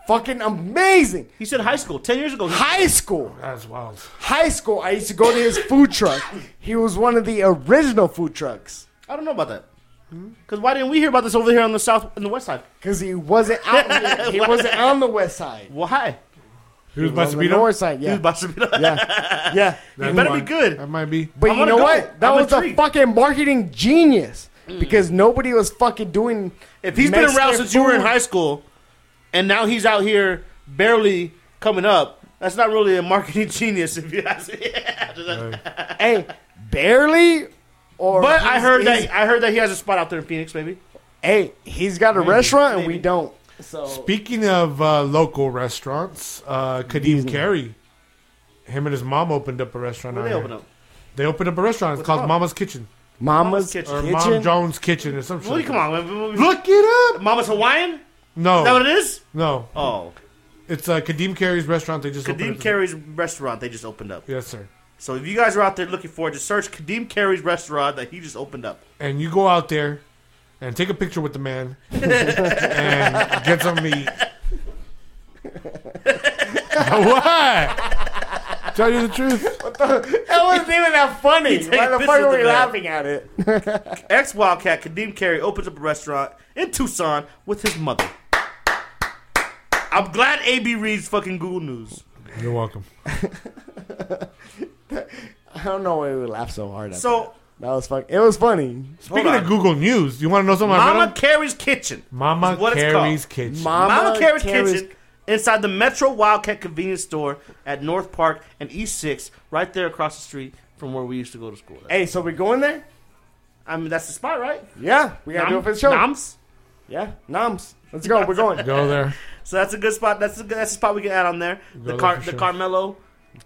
fucking amazing. He said high school, ten years ago. He- High school, That's wild. high school. I used to go to his food truck. He was one of the original food trucks I don't know about that. Because why didn't we hear about this over here on the south and the west side? because he wasn't out. here. He wasn't on the west side. Why? He was He was about on to the be north side. He was Yeah, about to be like, yeah, yeah. It better be good. That might be. But I you wanna know go. what? That I'm was a intrigued. fucking marketing genius because nobody was fucking doing. If he's been around since you were in high school, and now he's out here barely coming up, that's not really a marketing genius, if you ask me. Uh, school, hey, barely. Or but I he's- heard he's- that I heard that he has a spot out there in Phoenix, maybe. Hey, he's got a restaurant and we maybe. don't. So Speaking of uh, local restaurants, uh, Kadeem Carey, him and his mom opened up a restaurant. When out they here. open up. They opened up a restaurant. It's What's it called called? Mama's Kitchen Mama's Mama's kitchen. Kitchen. or Mom Jones Kitchen or some shit. Well, like come that. on, man. look it up. Mama's Hawaiian. Is that what No, it is? no, Oh, it's uh, Kadeem Carey's restaurant. They just opened Kadeem up. Carey's restaurant they just opened up. Yes, sir. So if you guys are out there looking for it, just search Kadeem Carey's restaurant that he just opened up. And you go out there, and take a picture with the man and get some meat. what? Tell you the truth. That wasn't even that funny. He take Why the piss fuck with were the we bat. laughing at it? Ex Wildcat Kadeem Carey opens up a restaurant in Tucson with his mother. I'm glad AB reads fucking Google News. You're welcome. I don't know why we laughed so hard. At So- that. that was fuck. It was funny. Speaking Hold of on. Google News, you want to know something? I read Mama on- Carey's Kitchen. Mama is what it's called. Carey's kitchen. Mama Carey's Carey's- Kitchen inside the Metro Wildcat convenience store at North Park and East 6, right there across the street from where we used to go to school. Hey, so we going there? I mean, that's the spot, right? Yeah, we gotta do it Nom- for the show. Noms? Yeah, noms. Let's go. We're going. Go there. So that's a good spot. That's a good, that's a spot we can add on there. The there Car- for the sure. Carmelo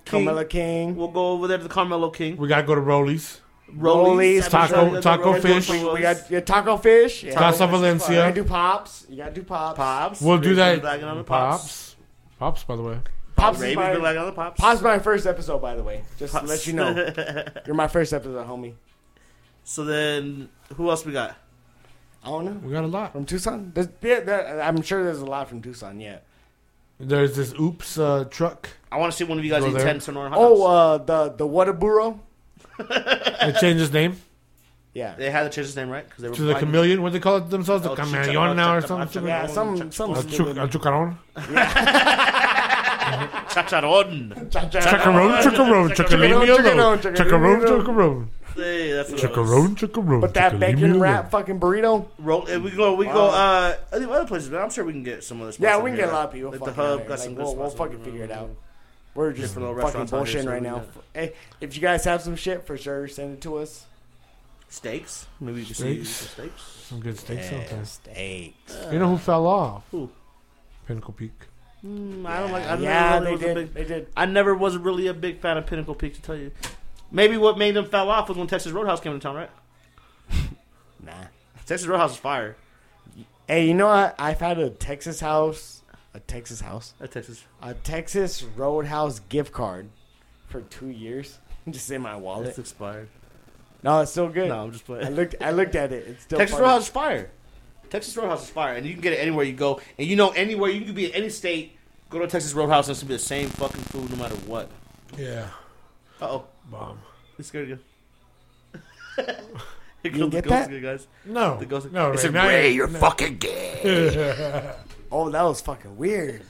King. Carmelo King. We'll go over there to the Carmelo King. We gotta go to Rollies. Rollies, Rollies, Taco- Rollies, Taco Rollies, Fish. Rollies. We got your taco fish. Yeah. Casa Rollies You is gotta Valencia. do pops. You gotta do pops. Pops. We'll do Raised that. Black and Other Pops. Pops. Pops, by the way. Pops. Is Raised my, Black and Other Pops. pops is my first episode, by the way. Just to Pops. let you know, you're my first episode, homie. so then, who else we got? I don't know. We got a lot. From Tucson? There's, yeah, there, I'm sure there's a lot from Tucson, yeah. There's this oops uh, truck. I want to see one of you guys Go eat there. 10 Sonora hot dogs. Oh, uh, the the Whataburro? It changed its name Yeah. they had to change his name, right? Because they were Oh, to the fighting. chameleon. What do they call it themselves? The El chameleon now or Chicharron, something? Yeah, some, some A chu- a stupid- chucaron? Chacharon. Chucaron, chucaron, chucaron, Chucaron, chucaron, chucaron, chucaron. chucaron, Hey, that's what it was. chucaron, chucaron. But that bacon wrap fucking burrito? Roll, and we go, we go. Uh, I think other places, but I'm sure we can get some of this. Yeah, we can get a lot of people. Like the fucking out hub here. got some Like, good we'll, we'll spots over fucking there. figure it out. We're just Different little fucking restaurants out here, bullshitting so right we now. can- Hey, if you guys have some shit, for sure, send it to us. Steaks, maybe you can see Steaks. some steaks. Some good steaks sometimes. Steaks. You know Uh, who fell off? Who? Pinnacle Peak. Mm, I don't like. I Yeah, never they really was a did. big. They did. I never was really a big fan of Pinnacle Peak, to tell you. Maybe what made them fell off was when Texas Roadhouse came into town, right? Nah. Texas Roadhouse is fire Hey, you know what? I've had a Texas house, a Texas house, at Texas. a Texas Roadhouse gift card for two years, just in my wallet. It's expired. No, it's still good. No, I'm just I playing. looked. I looked at it. It's still Texas funny. Roadhouse is fire. Texas Roadhouse is fire, and you can get it anywhere you go. And you know, anywhere you can be in any state, go to Texas Roadhouse, and it's gonna be the same fucking food no matter what. Yeah. Uh oh, Bomb. it's scared again. Here didn't comes the get ghost that? again, guys. No. The ghost. No, it's right a now- Ray, you're fucking gay. Oh, that was fucking weird.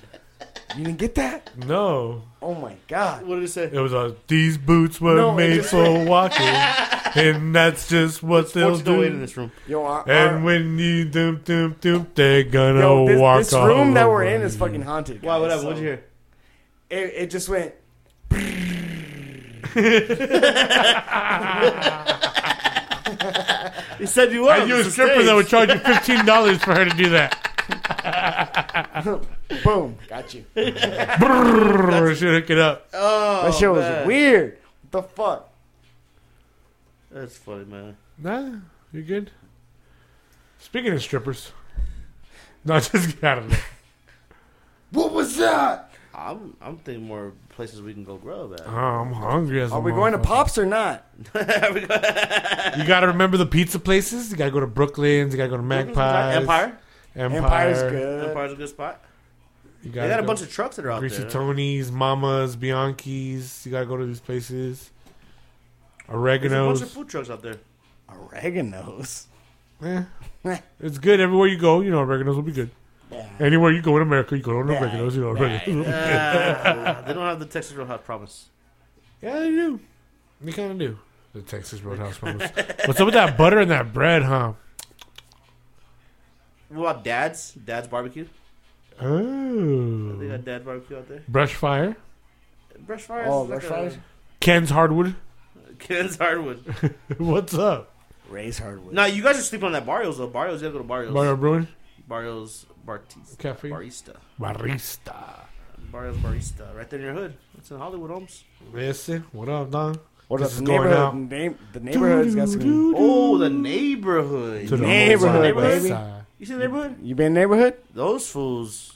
You didn't get that? No. Oh my god. What did it say? It was a these boots were No, it made just- for walking, and that's just what they'll What's the do. weight in this room? Yo, our, and our, when you doom doom doom, they're gonna yo this, walk this all room that over we're in is you. fucking haunted. Why? What guys, happened? What'd so- you hear? It, it just went. He said you were. I knew a stripper that would charge you fifteen dollars for her to do that. Boom. Got you. That Brrrr, should hook it up. Oh, shit was man. weird. What the fuck? That's funny, man. Nah, you good. Speaking of strippers, no, just get out of there. What was that? I'm I'm thinking more places we can go grow that. Oh, I'm hungry. As a Are we going to motherfucker. Pops or not? You gotta remember the pizza places. You gotta go to Brooklyn's. You gotta go to Magpies. Mm-hmm. Empire. Empire. Empire's good. Empire's a good spot. You They got a go- bunch of trucks that are out Greasy there. Tony's, Mama's, Bianchi's. You gotta go to these places. There's a bunch Oregano's. of food trucks out there. Oregano's. Eh, yeah. it's good everywhere you go. You know, Oregano's will be good. Anywhere you go in America, you go to an Right, Oregano's. You know, Oregano's. will be- Uh, they don't have the Texas Roadhouse promise. Yeah, they do. They kind of do. The Texas Roadhouse Mamas. What's up with that butter and that bread, huh? What about Dad's? Dad's barbecue. They Oh. got Dad barbecue out there. Brush fire. Brush fires. Oh, is like brush fires? Ken's hardwood. a- Ken's hardwood. What's up? Raise hardwood. now you guys are sleeping on that Barrios though. Barrios, you gotta go to Barrios. Mario Bruin. Barrios Bartista. Cafe. Barista. Barista. Barrios Barista. Right there in your hood. It's in Hollywood, Holmes. Listen, what up, Don? What This is is the going neighborhood? out. Name, the neighborhood's got some. Doo-doo-doo-doo. Oh, the neighborhood. To the Neighborhood, neighborhood baby. side. You see the neighborhood? You been neighborhood? Those fools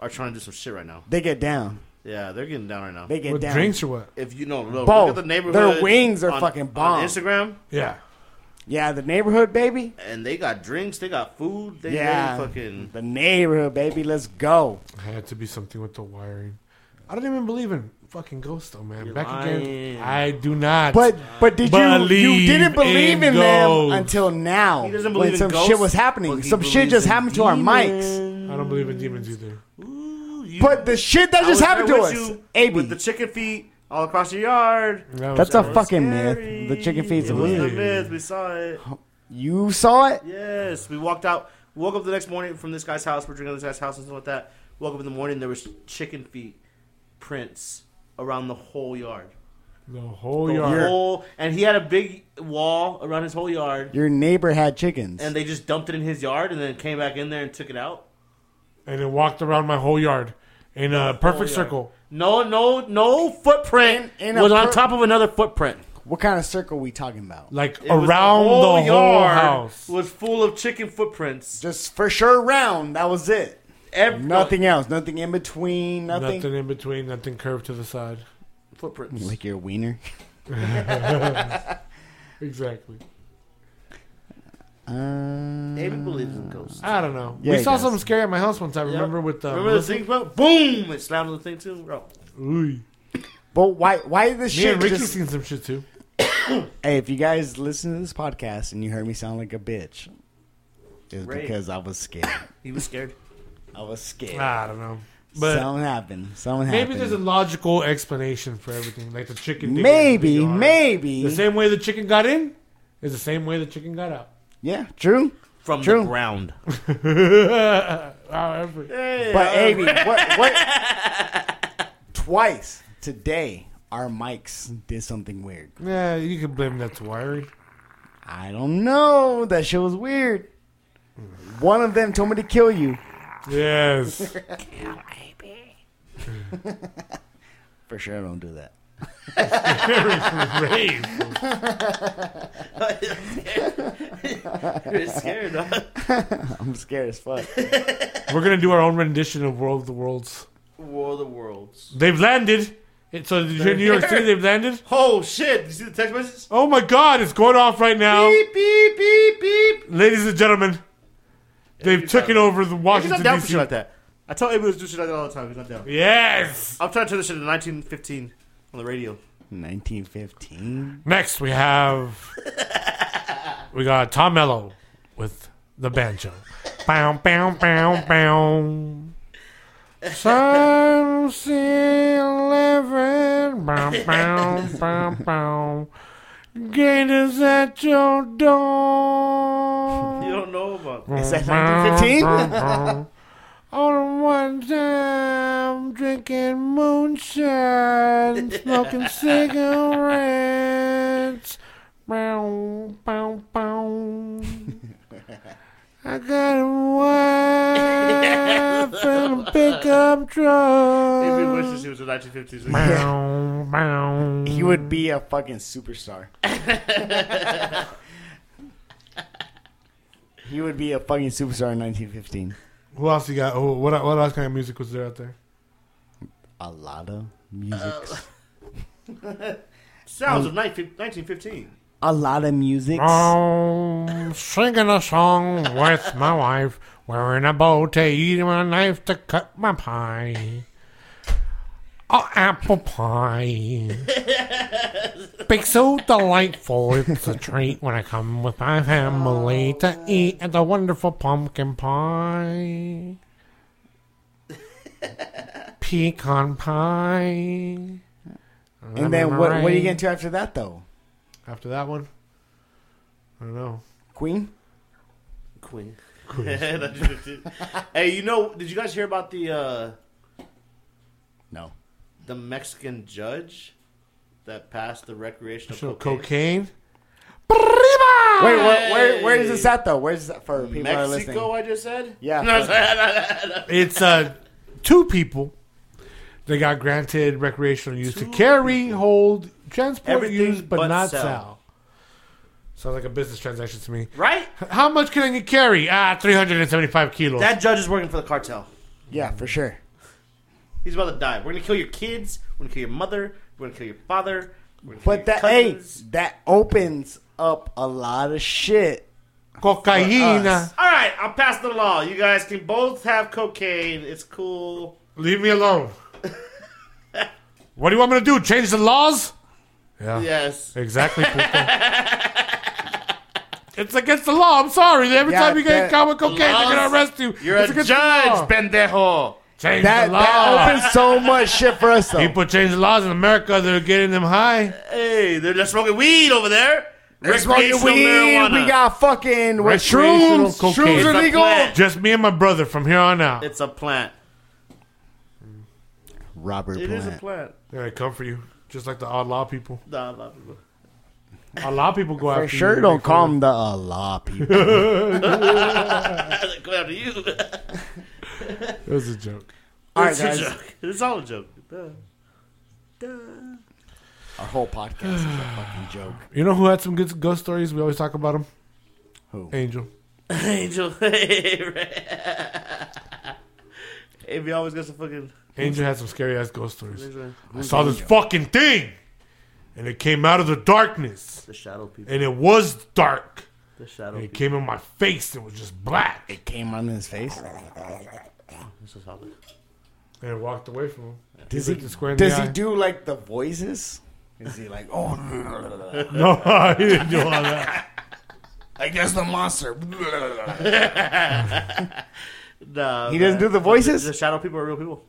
are trying to do some shit right now. They get down. Yeah, they're getting down right now. They get With down. drinks or what? If you know, look, look Both. at the neighborhood. Their wings are on- fucking on bomb. Instagram, Yeah. Yeah, the neighborhood, baby. and they got drinks, they got food, they, they yeah, fucking the neighborhood, baby. Let's go. It had to be something with the wiring. I don't even believe in fucking ghosts, though, man. You're Back lying. again, I do not. But but did you you Believe didn't believe in in, them ghosts. until now? He doesn't when believe in some ghosts, shit was but happening. he Some shit believes just in happened to our mics. I don't believe in demons either. Ooh, you- But the shit that I just was happened there to with us, you AB. with the chicken feet all across the yard. That was- That's a that was- fucking Scary. myth. The chicken feet's It a was weird. myth. a myth. We saw it. You saw it? Yes, we walked out. Woke up the next morning from this guy's house. We're drinking at this guy's house and stuff like that. Woke up in the morning. There was chicken feet prints around the whole yard. The whole The yard. whole, and he had a big wall around his whole yard. Your neighbor had chickens. And they just dumped it in his yard, and then came back in there and took it out. and it walked around my whole yard in a perfect yard. circle. No, no, no footprint In- in a was on per- top of another footprint. what kind of circle we talking about? Like It was around the whole, house. was full of chicken footprints. Just for sure round. That was it. Every, Nothing else. Nothing in between. Nothing. Nothing. in between, nothing curved to the side. footprints. Like your wiener. Exactly. Uh, David believes in ghosts. I don't know. Yeah, we he saw does. something scary at my house once. I Yeah. remember with uh, the. remember the thing, bro? Boom! It slammed on the thing too, Oh, bro. Ooh. but why? Why did this Me shit? and Ricky Just, seen some shit too. hey, if you guys listen to this podcast and you heard me sound like a bitch, it's Right. because I was scared. He was scared. I was scared. I don't know. Ah, But something happened. Something happened. maybe there's a logical explanation for everything. Like the chicken. digging maybe, into the yard. maybe. The same way the chicken got in is the same way the chicken got out. Yeah, true. From True. the ground. However. But Amy, what? what twice today, our mics did something weird. Yeah, you can blame that to wiring. I don't know. That shit was weird. One of them told me to kill you Yes. for sure. I don't do that. Rave. You're scared, huh? I'm scared as fuck. We're gonna do our own rendition of World of the Worlds. War of the Worlds. They've landed. It- So did you hear New York City? They've landed. Oh shit! You see the text messages? Oh my God! It's going off right now, Beep beep beep beep. ladies and gentlemen. They've he's taken not- over the He's not Washington down for shit D.C. like that. I tell Abel to do shit like that all the time. He's not down. Yes. I'm trying to turn this shit to 1915 on the radio. 1915. Next we have we got Tom Mello with the banjo. Bow bow bow bow. Psalms eleven. Bow bow bow bow. Gators at your door. You don't know about Is that 1915? On one time, drinking moonshine, smoking cigarettes. Bow, bow, bow. I got a wife and a pickup Abel wishes truck. he was in 1950s. Bow, bow. he would be a fucking superstar. he would be a fucking superstar in 1915. Who else you got? Who- What, what else kind of music was there out there? A lot of music. Sounds of 19, 1915. a lot of music. Um, singing a song with my wife, wearing a bow tie, eating my knife to cut my pie. Oh, apple pie. Be so delightful, it's a treat when I come with my family to eat at the wonderful pumpkin pie. Pecan pie. and then what, what are you going to do after that, though? After that one? I don't know. Queen? Queen. hey, you know, did you guys hear about the uh, No. the Mexican judge that passed the recreational So cocaine. cocaine? Wait, Wait, where, where, where is this at, though? Where's that for people that are listening? Mexico, I just said. Yeah. it's uh, two people. They got granted recreational use to Two carry, hold, transport, Everything use, but, but not sell. sell. Sounds like a business transaction to me. right. How much can you carry? Ah, three hundred and seventy-five kilos. That judge is working for the cartel. Yeah, for sure. He's about to die. We're gonna kill your kids. We're gonna kill your mother. We're gonna kill your father. But that hey, that opens up a lot of shit. Cocaína. All right, I'll pass the law. You guys can both have cocaine. It's cool. Leave me alone. what do you want me to do? Change the laws? Yeah. Yes. Exactly. Puka. it's against the law. I'm sorry. Every Yeah, time you get that- caught with cocaine, they're gonna Laws. arrest you. You're it's a against the law. judge, pendejo. Change That the law. that opens so much shit for us though. People change the laws in America. They're getting them high. Hey, they're just smoking weed over there. Let's roll your Recreational weed. marijuana. We got fucking what, Recreational shrooms. cocaine. Shrooms It's are a legal. plant. Just me and my brother from here on out. It's a plant. Robert It is a Plant. plant. They're gonna come for you, just like the odd law people. Nah, a lot of people. A lot of people go after For sure, you. don't call them the Allah people. Go after you. It was a joke. All right, it's guys. a joke. It's all a joke. Duh. Our whole podcast is a fucking joke. You know who had some good ghost stories? We always talk about him. Who? Angel. Angel. hey, we always got some fucking. Angel had some scary ass ghost stories. The I saw this fucking thing, and it came out of the darkness, shadow people. and it was dark. The shadow And it people. came in my face. and It was just black, It came on his face. This is how they- and I walked away from him. Does He he, looked square in does the he eye. do like the voices? Is he like, oh, No, I didn't do all that. like that's the monster? Nah, He doesn't do man. the voices? The shadow people are real people.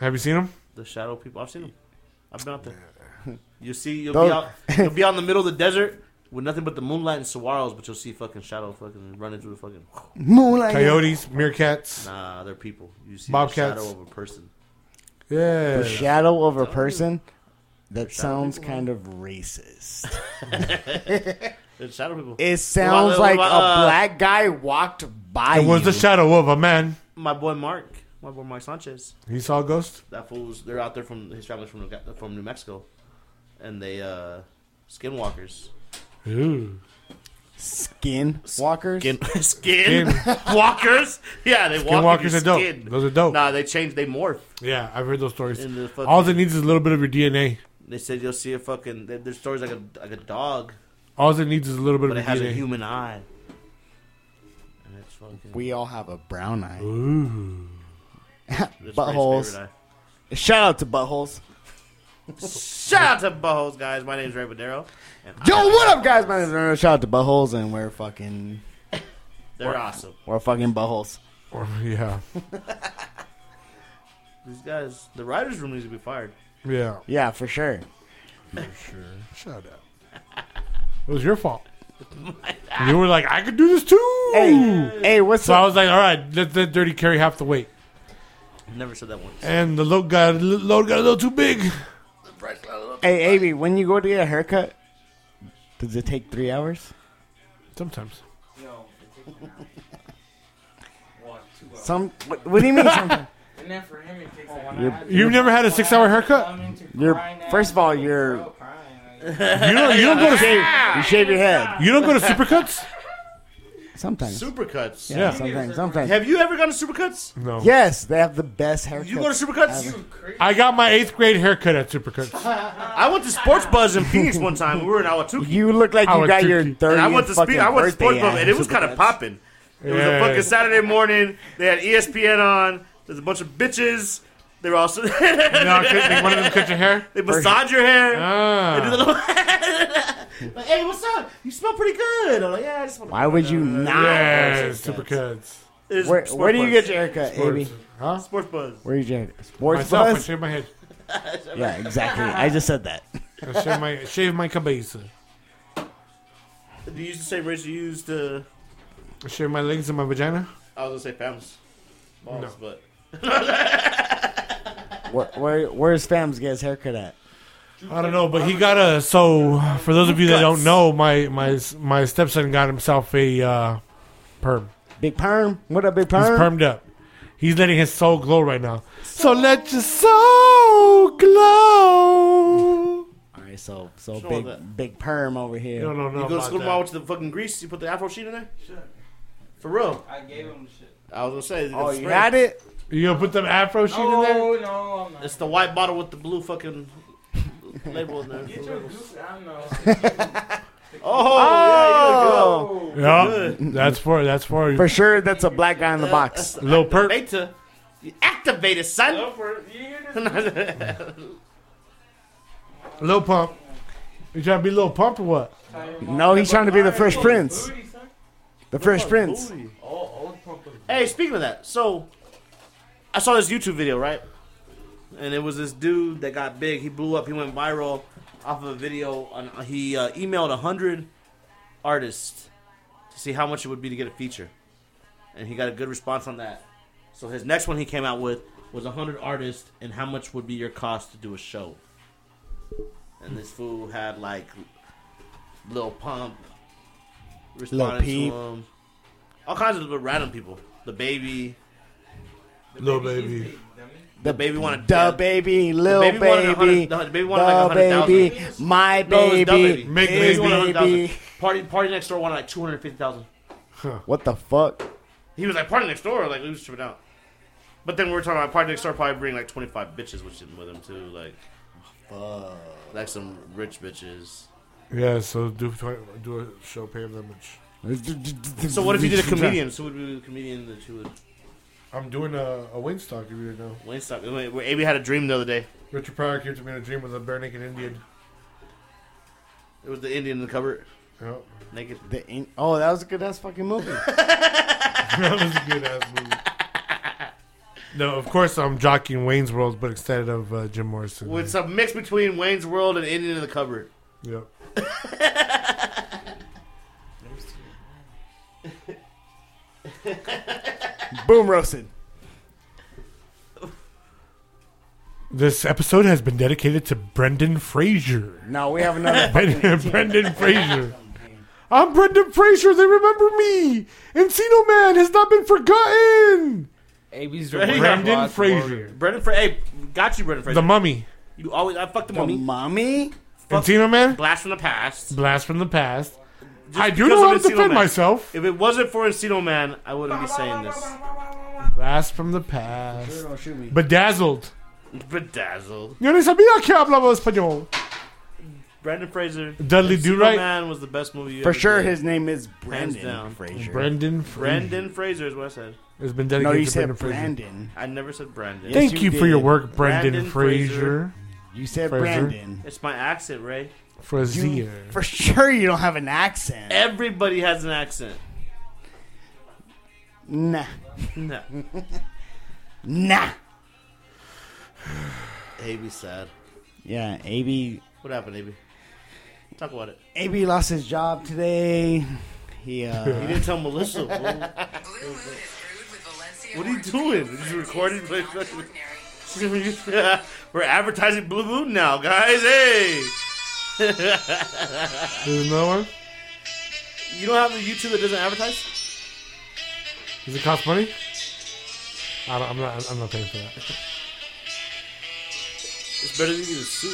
Have you seen him? The shadow people. I've seen them. I've been out there. You see, you'll Those- be out. You'll be out in the middle of the desert with nothing but the moonlight and saguaros, but you'll see fucking shadow fucking running through the fucking. Moonlight. Coyotes, meerkats. Nah, they're people. You see Bobcats. the shadow of a person. Yeah. The shadow of a person. That sounds kind of racist. It's shadow people. It sounds like a uh, black guy walked by. It was the you. shadow of a man. my boy Mark, my boy Mark Sanchez. He saw a ghost. That fool's. They're out there from his family's from New- from New Mexico, and they uh skinwalkers. Ooh. skin walkers. Skin, skin, walkers. Yeah, they walk in Skinwalkers your are dope. skin. Those are dope. Nah, they change. They morph. Yeah, I've heard those stories. In the fucking- All it needs is a little bit of your DNA. They said you'll see a fucking. there- There's stories like a like a dog, All it needs is a little bit but it of has your a DNA. human eye. And it's fucking. We all have a brown eye. Ooh. it's buttholes. Ray's favorite eye. Shout out to buttholes. Shout out to buttholes, guys. My name's Ray Badero, and Yo, what up, guys? My name is Ernesto. Shout out to buttholes, and we're fucking, they're awesome. we're fucking buttholes. Or, yeah. These guys, the writers' room needs to be fired. Yeah. Yeah, for sure. Shut up. It was your fault. you were like, I could do this too. Hey, hey, what's So I up? was like, all right, let that dirty carry half the weight. Never said that once. And the load got, load got a little too big. Hey, Amy, when you go to get a haircut, does it take three hours? Sometimes. No, it takes an hour. One, two hours. Some. What, what do you mean? Some, and then for him, it Oh, takes like You're- one hour. You've never had a six-hour haircut? You're- first of all, you're- You don't, you don't go to you shave your head. you don't go to supercuts. Sometimes. Supercuts. Yeah. Sometimes. Sometimes. Have you ever gone to Supercuts? No. Yes, they have the best haircut. You go to Supercuts? I got my eighth grade haircut at supercuts. I went to Sports Buzz in Phoenix one time. We were in Awatuki. You look like I you would got do- your and I thirty. And I went to fucking speak. I went to birthday Sports Buzz, at and it was kind of Supercuts. popping. It was a Yeah. fucking Saturday morning. They had E ESPN on. There's a bunch of bitches. They were also You know, I cut- like, one of them cut your hair. they massage your hair. They do the Ah. little- like, hey, what's up? You smell pretty good. I'm like, yeah, I just want. Why would you not? Yeah, supercuts. Where, where do you get your haircut, Amy? Huh? Sports Buzz? Where do you get it? Sports Myself, I buzz? shave my head. Yeah, exactly. I just said that. I shave my shave my cabeza. Do you use the same razor you used to? I shave my legs and my vagina. I was gonna say Pam's balls, No. but Where, where where's Fam's get his haircut at? I don't know, but he got a. So for those of you that don't know, my my my stepson got himself a uh, perm. Big perm. What up, big He's perm? permed up. He's letting his soul glow right now. So let your soul glow. All right, so so Show big that. big perm over here. No, no, no. you go to school tomorrow with the fucking grease. You put the afro sheet in there for real. I gave him the shit. I was gonna say. Oh, it's you spray. had it. You gonna put them afro sheet in there? No, no, I'm not. It's the white bottle with the blue fucking label in there. Get your goose. I know. Oh, Oh, Yeah, that's for that's for, For sure, that's a black guy in the box. little perk. Beta. You activated, son. Lover, you hear this? Little Pump. You trying to be Little Pump or what? No, he's trying to be the Fresh Prince. Booty, son. The Fresh Prince. Oh, old pump was Hey, speaking of that, so I saw this YouTube video, right? And it was this dude that got big. He blew up. He went viral off of a video. On, he uh, emailed hundred artists to see how much it would be to get a feature, and he got a good response on that. So his next one he came out with was hundred artists and how much would be your cost to do a show. And this fool had like Lil Pump responded Peep. to him, all kinds of little random people. The baby, Little baby. the baby wanted The death. baby, little baby wanted a baby, hundred- no, the baby wanted like a hundred the thousand. baby, my No, it was dumb baby, baby. Make his baby. wanted a baby. hundred thousand. Party, party next door wanted like two hundred fifty thousand. What the fuck? He was like party next door, like we was tripping out. But then we were talking about party next door probably bring like twenty five bitches with him with him too, like, like some rich bitches. Yeah, so do tw- do a show, pay them that much. So what if you did a comedian? So would be the comedian that you would I'm doing a, a Wingstop if you didn't know. Wayne stop. Amy had a dream the other day. Richard Pryor came to me in a dream with a bare naked Indian. It was the Indian in the cupboard, Yep. naked. The in- oh, that was a good ass fucking movie. that was a good ass movie. No, of course I'm jockeying Wayne's World, but instead of uh, Jim Morrison. It's a mix between Wayne's World and Indian in the cupboard. Yep. Boom roasted. This episode has been dedicated to Brendan Fraser. No, we have another. Brendan, Brendan Fraser. I'm Brendan Fraser. They remember me. Encino Man has not been forgotten. AB's the Ready? worst Brendan boss Fraser. warrior. Brendan Fra- hey, got you, Brendan Fraser. The Mummy. you always, I fucked the the mummy. mommy. Fuck- Encino Man. Blast from the past. Blast from the past. I do because know of how to Encino defend Man. myself. If it wasn't for Encino Man, I wouldn't be saying this. Blast from the past. Don't shoot me. Bedazzled. Bedazzled. Yo no sabía que hablaba español. Brandon Fraser. Dudley Encino Do-Right. Man was the best movie you For ever sure, did. his name is down. Brandon Fraser. Brendan Fraser. Brandon Fraser is what I said. has been no, dedicated you to said Brendan Fraser. Brandon. I never said Brandon. Yeah. Thank Yes, you, you for your did. work, Brendan, Brandon Fraser. You said Fraser. Brandon. It's my accent, Ray. Frazier. You, for sure, you don't have an accent. Eh. Everybody has an accent. Nah, No. nah. AB sad. Yeah, AB What happened, AB? Talk about it. AB lost his job today. He You uh, didn't tell Melissa. bro. Blue Moon is brewed with Valencia What are you orange doing? juice. Is it recorded? It is not ordinary. We're advertising Blue Moon now, guys. Hey, There's another one. you don't have a YouTube that doesn't advertise? Does it cost money? I don't, I'm not. I'm not paying for that. It's better than you to sue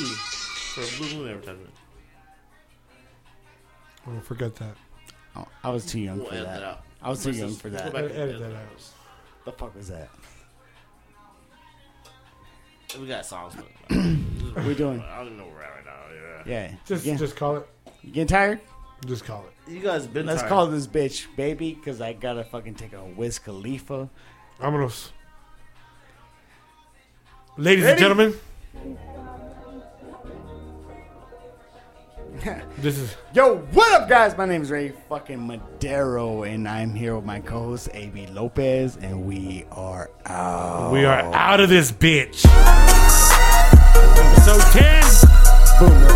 for a Blue Moon advertisement. Oh, forget that. oh, I was too young We'll for edit that that. out. I was too Let's young just- for let's go that. back and Edit edit that The fuck was that? that. We got songs. But What we doing? I don't even know where we're at right now. Yeah. Yeah. Just, yeah. just call it. you getting tired? Just call it. You guys been Let's tired. call this bitch baby because I gotta fucking take a Wiz Khalifa. Vámonos. Ladies and gentlemen. this is Yo, what up, guys? My name is Ray fucking Madero, and I'm here with my co-host AB Lopez, and we are out. we are out of this bitch. Episode 10. Boom.